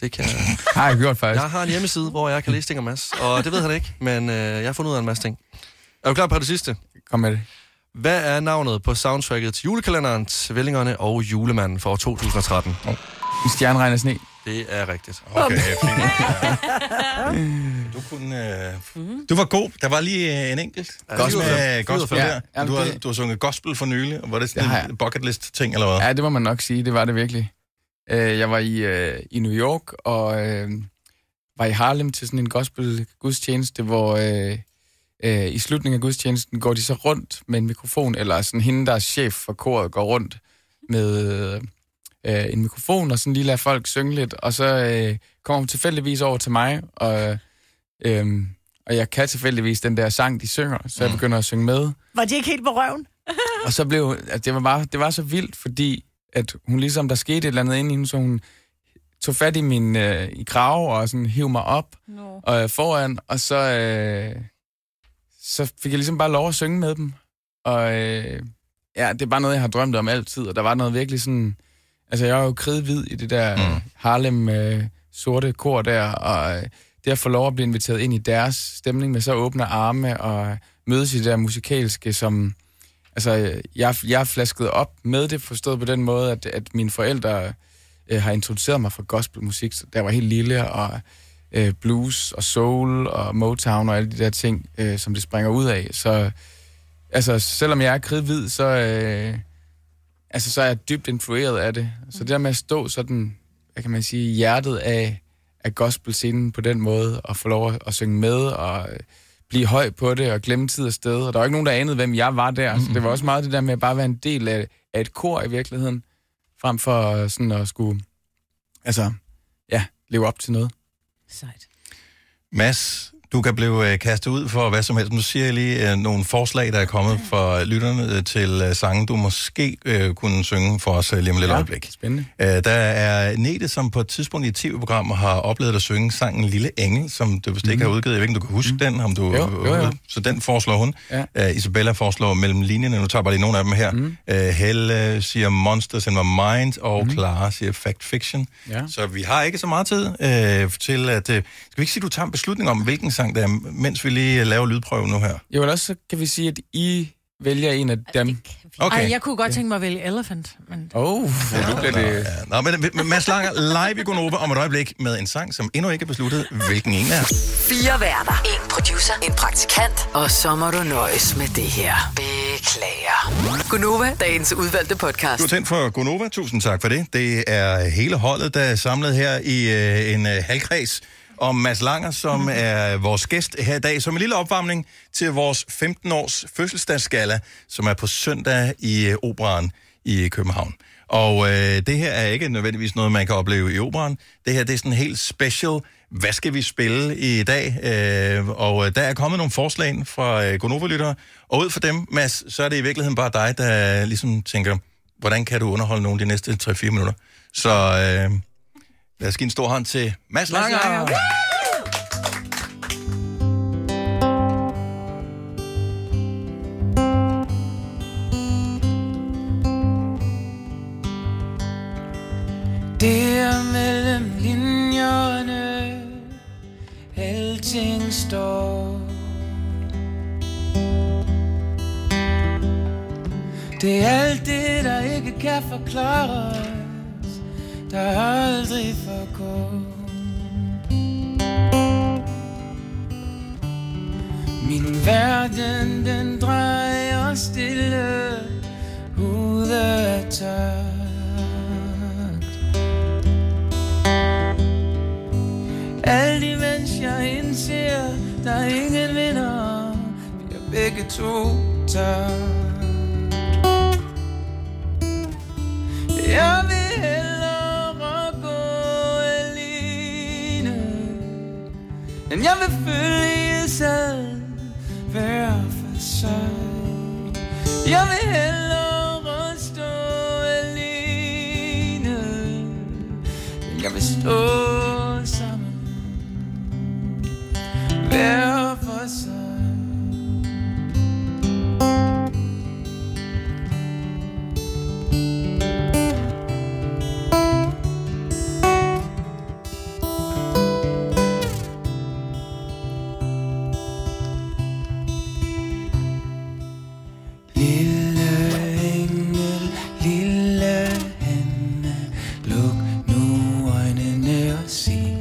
[SPEAKER 3] Det kan
[SPEAKER 16] Har jeg gjort, faktisk.
[SPEAKER 3] Jeg har en hjemmeside, hvor jeg kan læse ting om Mads, og det ved han ikke, men øh, jeg har fundet ud af en masse ting. Er du klar på det sidste?
[SPEAKER 16] Kom med det.
[SPEAKER 3] Hvad er navnet på soundtracket til julekalenderen, Tvillingerne og Julemanden for 2013?
[SPEAKER 16] Oh. En stjerneregn af sne.
[SPEAKER 3] Det er rigtigt.
[SPEAKER 1] Okay, fint. Du, kunne, øh, du var god. Der var lige øh, en enkelt.
[SPEAKER 16] Ja,
[SPEAKER 1] Gospel,
[SPEAKER 16] det var-
[SPEAKER 1] øh, gospel
[SPEAKER 16] Ja,
[SPEAKER 1] der.
[SPEAKER 16] jamen,
[SPEAKER 1] Du har,
[SPEAKER 16] det-
[SPEAKER 1] du har sunget gospel for nylig. Var det
[SPEAKER 16] Det har
[SPEAKER 1] sådan
[SPEAKER 16] jeg.
[SPEAKER 1] en bucket list ting, eller hvad?
[SPEAKER 16] Ja, det må man nok sige. Det var det virkelig. Øh, Jeg var i, øh, i New York, og øh, var i Harlem til sådan en gospel-gudstjeneste, hvor øh, øh, i slutningen af gudstjenesten går de så rundt med en mikrofon, eller sådan hende, der er chef for koret, går rundt med øh, en mikrofon, og sådan lige lader folk synge lidt, og så øh, kommer hun tilfældigvis over til mig, og, øh, og jeg kan tilfældigvis den der sang, de synger, så
[SPEAKER 1] Mm.
[SPEAKER 16] jeg begynder at synge med.
[SPEAKER 13] Var de ikke helt på røven?
[SPEAKER 16] Og så blev altså, det, var bare, det var så vildt, fordi at hun ligesom, der skete et eller andet inde i hende, så hun tog fat i min øh, i krave og sådan hiv mig op
[SPEAKER 2] Nå.
[SPEAKER 16] og, øh, foran, og så, øh, så fik jeg ligesom bare lov at synge med dem. Og øh, ja, det er bare noget, jeg har drømt om altid, og der var noget virkelig sådan... Altså, jeg var jo kridhvid i det der mm. Harlem øh, sorte kor der, og øh, det at få lov at blive inviteret ind i deres stemning med så åbne arme og mødes i det der musikalske, som... Altså, øh, jeg, jeg er flasket op med det, forstået på den måde, at, at mine forældre øh, har introduceret mig for gospelmusik, så da jeg var helt lille, og øh, blues og soul og Motown og alle de der ting, øh, som det springer ud af. Så altså, selvom jeg er kridhvid, så, øh, altså, så er jeg dybt influeret af det. Så det der med at stå sådan, hvad kan man sige, i hjertet af, af gospelscenen på den måde, og få lov at, at synge med, og øh, blive høj på det, og glemme tid og sted. Og der var ikke nogen, der anede, hvem jeg var der. Så det var også meget det der med at bare være en del af, af et kor i virkeligheden, frem for øh, sådan at skulle, altså, ja, leve op til noget.
[SPEAKER 2] Sejt.
[SPEAKER 1] Mads, Du kan blive øh, kastet ud for hvad som helst. Nu siger jeg lige øh, nogle forslag, der er kommet fra lytterne øh, til øh, sange, du måske øh, kunne synge for os øh, lige om lidt ja. øjeblik.
[SPEAKER 16] Spændende.
[SPEAKER 1] Øh, der er Nete, som på et tidspunkt i et tv-program har oplevet at synge sangen Lille Engel, som du vist ikke har udgivet. Jeg ved ikke, om du kan huske mm. den. Om du,
[SPEAKER 16] Jo, jo, jo.
[SPEAKER 1] Så den foreslår hun.
[SPEAKER 16] Ja.
[SPEAKER 1] Øh, Isabella foreslår mellem linjerne. Nu tager jeg bare lige nogle af dem her. Mm. Øh, Helle siger Monsters in My Mind, og mm. Clara siger Fact Fiction.
[SPEAKER 16] Ja.
[SPEAKER 1] Så vi har ikke så meget tid øh, til at... Øh, skal vi ikke sige, du tager en beslutning om, hvilken sang det er, mens vi lige øh, laver lydprøven nu her?
[SPEAKER 16] Jo, ellers så kan vi sige, at I vælger en af dem.
[SPEAKER 1] Okay.
[SPEAKER 5] Ej, jeg kunne godt tænke mig at vælge Elephant, men...
[SPEAKER 16] Oh, ja, nu bliver det...
[SPEAKER 1] Ja. Nå, men, men Mads Langer live i Gonova om et øjeblik med en sang, som endnu ikke er besluttet, hvilken en er.
[SPEAKER 6] Fire værter. En producer. En praktikant. Og så må du nøjes med det her. Beklager. Gunova, dagens udvalgte podcast.
[SPEAKER 1] Du er tændt for Gonova. Tusind tak for det. Det er hele holdet, der er samlet her i øh, en øh, halvkreds om Mads Langer, som mm. er vores gæst her i dag, som en lille opvarmning til vores 15-års fødselsdagsgala, som er på søndag i øh, Operan i København. Og øh, det her er ikke nødvendigvis noget, man kan opleve i Operan. Det her det er sådan helt special. Hvad skal vi spille i dag? Øh, og øh, der er kommet nogle forslag ind fra øh, Gonova-lyttere. Og ud for dem, Mads, så er det i virkeligheden bare dig, der ligesom tænker, hvordan kan du underholde nogen de næste 3-4 minutter? Så øh, lad os give en stor hånd til Mads Langer.
[SPEAKER 13] Det er mellem linjerne Alting står Det er alt det, der ikke kan forklares Der aldrig forgår Min verden, den drejer stille Ude af takt Alt imens jeg indser, der er ingen vinder, vi er begge to tabt. Jeg vil hellere gå alene, end jeg vil følge selv hver for sig. Jeg vil hellere stå alene, end jeg vil stå sammen hver for sig. Lille engel, lille henne, luk nu øjnene og se.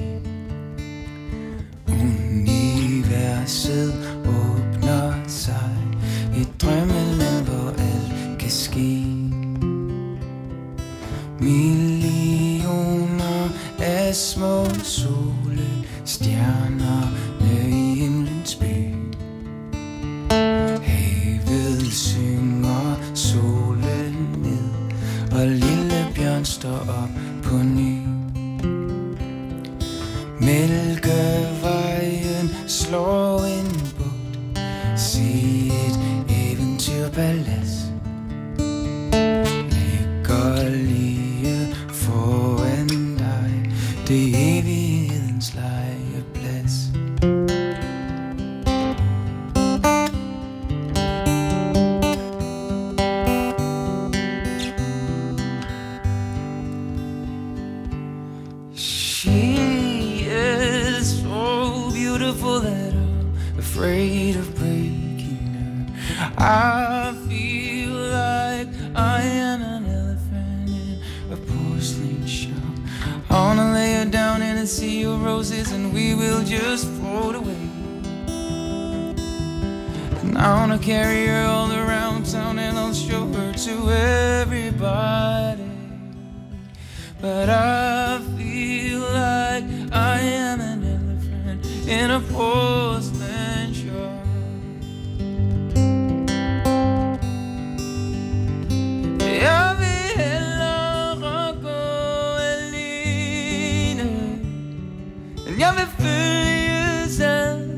[SPEAKER 13] Universet åbner sig, et drømmeland, hvor alt kan ske. Millioner af små sole, stjerner i himlens by. Havet synger solen ned, og lille bjørn står op på ny. Mælkevejen slår en bugt, se et eventyrpalads. Ligger lige foran dig, det er evighedens legeplads. She is so beautiful that I'm afraid of breaking her. I feel like I am an elephant in a porcelain shop. I wanna lay her down in a sea of roses and we will just float away. And I wanna carry her all around town and I'll show her to everybody. But I feel like I am an elephant in a porcelain shop. Jeg vil hellere gå alene, end jeg vil følge selv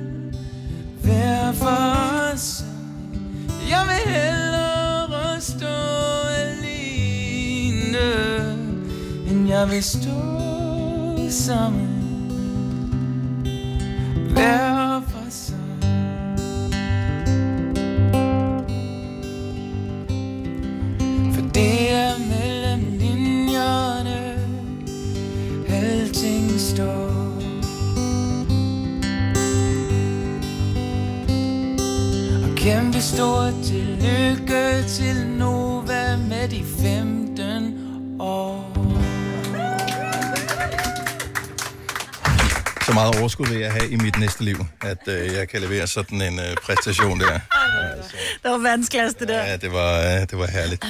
[SPEAKER 13] have a story summoned there for some. Det er mellem linjerne Alting står Og kæmpe stort tillykke til Nova med de 15 år
[SPEAKER 1] Så meget overskud vil jeg have i mit næste liv, at øh, jeg kan levere sådan en øh, præstation der.
[SPEAKER 5] Det var vanskelig, det der.
[SPEAKER 1] Ja, det var, øh, det var herligt.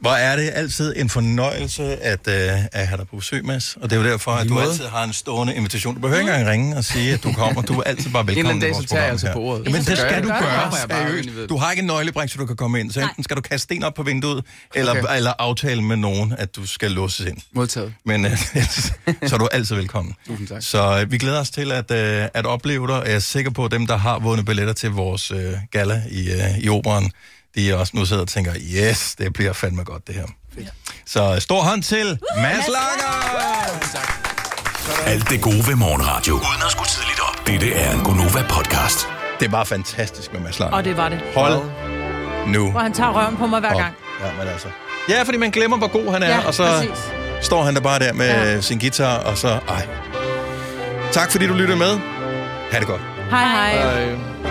[SPEAKER 1] Hvor er det altid en fornøjelse at, øh, at have dig på besøg, Mads. Og det er jo derfor, at
[SPEAKER 16] Lige
[SPEAKER 1] du
[SPEAKER 16] måde.
[SPEAKER 1] altid har en stående invitation. Du behøver ikke engang ringe og sige, at du kommer. Du er altid bare
[SPEAKER 16] En eller anden
[SPEAKER 1] velkommen
[SPEAKER 16] dag,
[SPEAKER 1] i
[SPEAKER 16] så
[SPEAKER 1] vores
[SPEAKER 16] tager jeg
[SPEAKER 1] program
[SPEAKER 16] altså
[SPEAKER 1] her.
[SPEAKER 16] på ordet.
[SPEAKER 1] Men
[SPEAKER 16] Så
[SPEAKER 1] det
[SPEAKER 16] gør
[SPEAKER 1] skal
[SPEAKER 16] jeg
[SPEAKER 1] du
[SPEAKER 16] det. Så
[SPEAKER 1] gøre,
[SPEAKER 16] kommer jeg bare, uden I ved
[SPEAKER 1] seriøst.
[SPEAKER 16] det.
[SPEAKER 1] Du har ikke en nøglebræk, så du kan komme ind. Så enten skal du kaste sten op på vinduet, eller, okay. eller aftale med nogen, at du skal låses ind.
[SPEAKER 16] Modtaget.
[SPEAKER 1] Men øh, så er du altid velkommen.
[SPEAKER 16] Tusind tak.
[SPEAKER 1] Så øh, vi glæder os til at, øh, at opleve dig. Jeg er sikker på, at dem, der har vundet billetter til vores øh, gala i, øh, i operen, de er også nu sidder og tænker, yes, det bliver fandme godt det her. Så øh, stor hånd til Mads Langer!
[SPEAKER 4] Alt det gode ved morgenradio. Uden at skulle tidligt op. Dette er en Gonova-podcast.
[SPEAKER 1] Det er bare fantastisk med Mads Langer.
[SPEAKER 5] Og det var det.
[SPEAKER 1] Hold nu.
[SPEAKER 5] Hvor han tager røven på mig hver gang.
[SPEAKER 1] Ja, men altså. Ja, fordi man glemmer, hvor god han er,
[SPEAKER 5] Ja,
[SPEAKER 1] og så
[SPEAKER 5] præcis.
[SPEAKER 1] står han der bare der med
[SPEAKER 5] Ja.
[SPEAKER 1] ja. sin guitar, og så, ej. Tak fordi du lyttede med. Ha' det godt.
[SPEAKER 5] Hej hej.
[SPEAKER 1] Hej.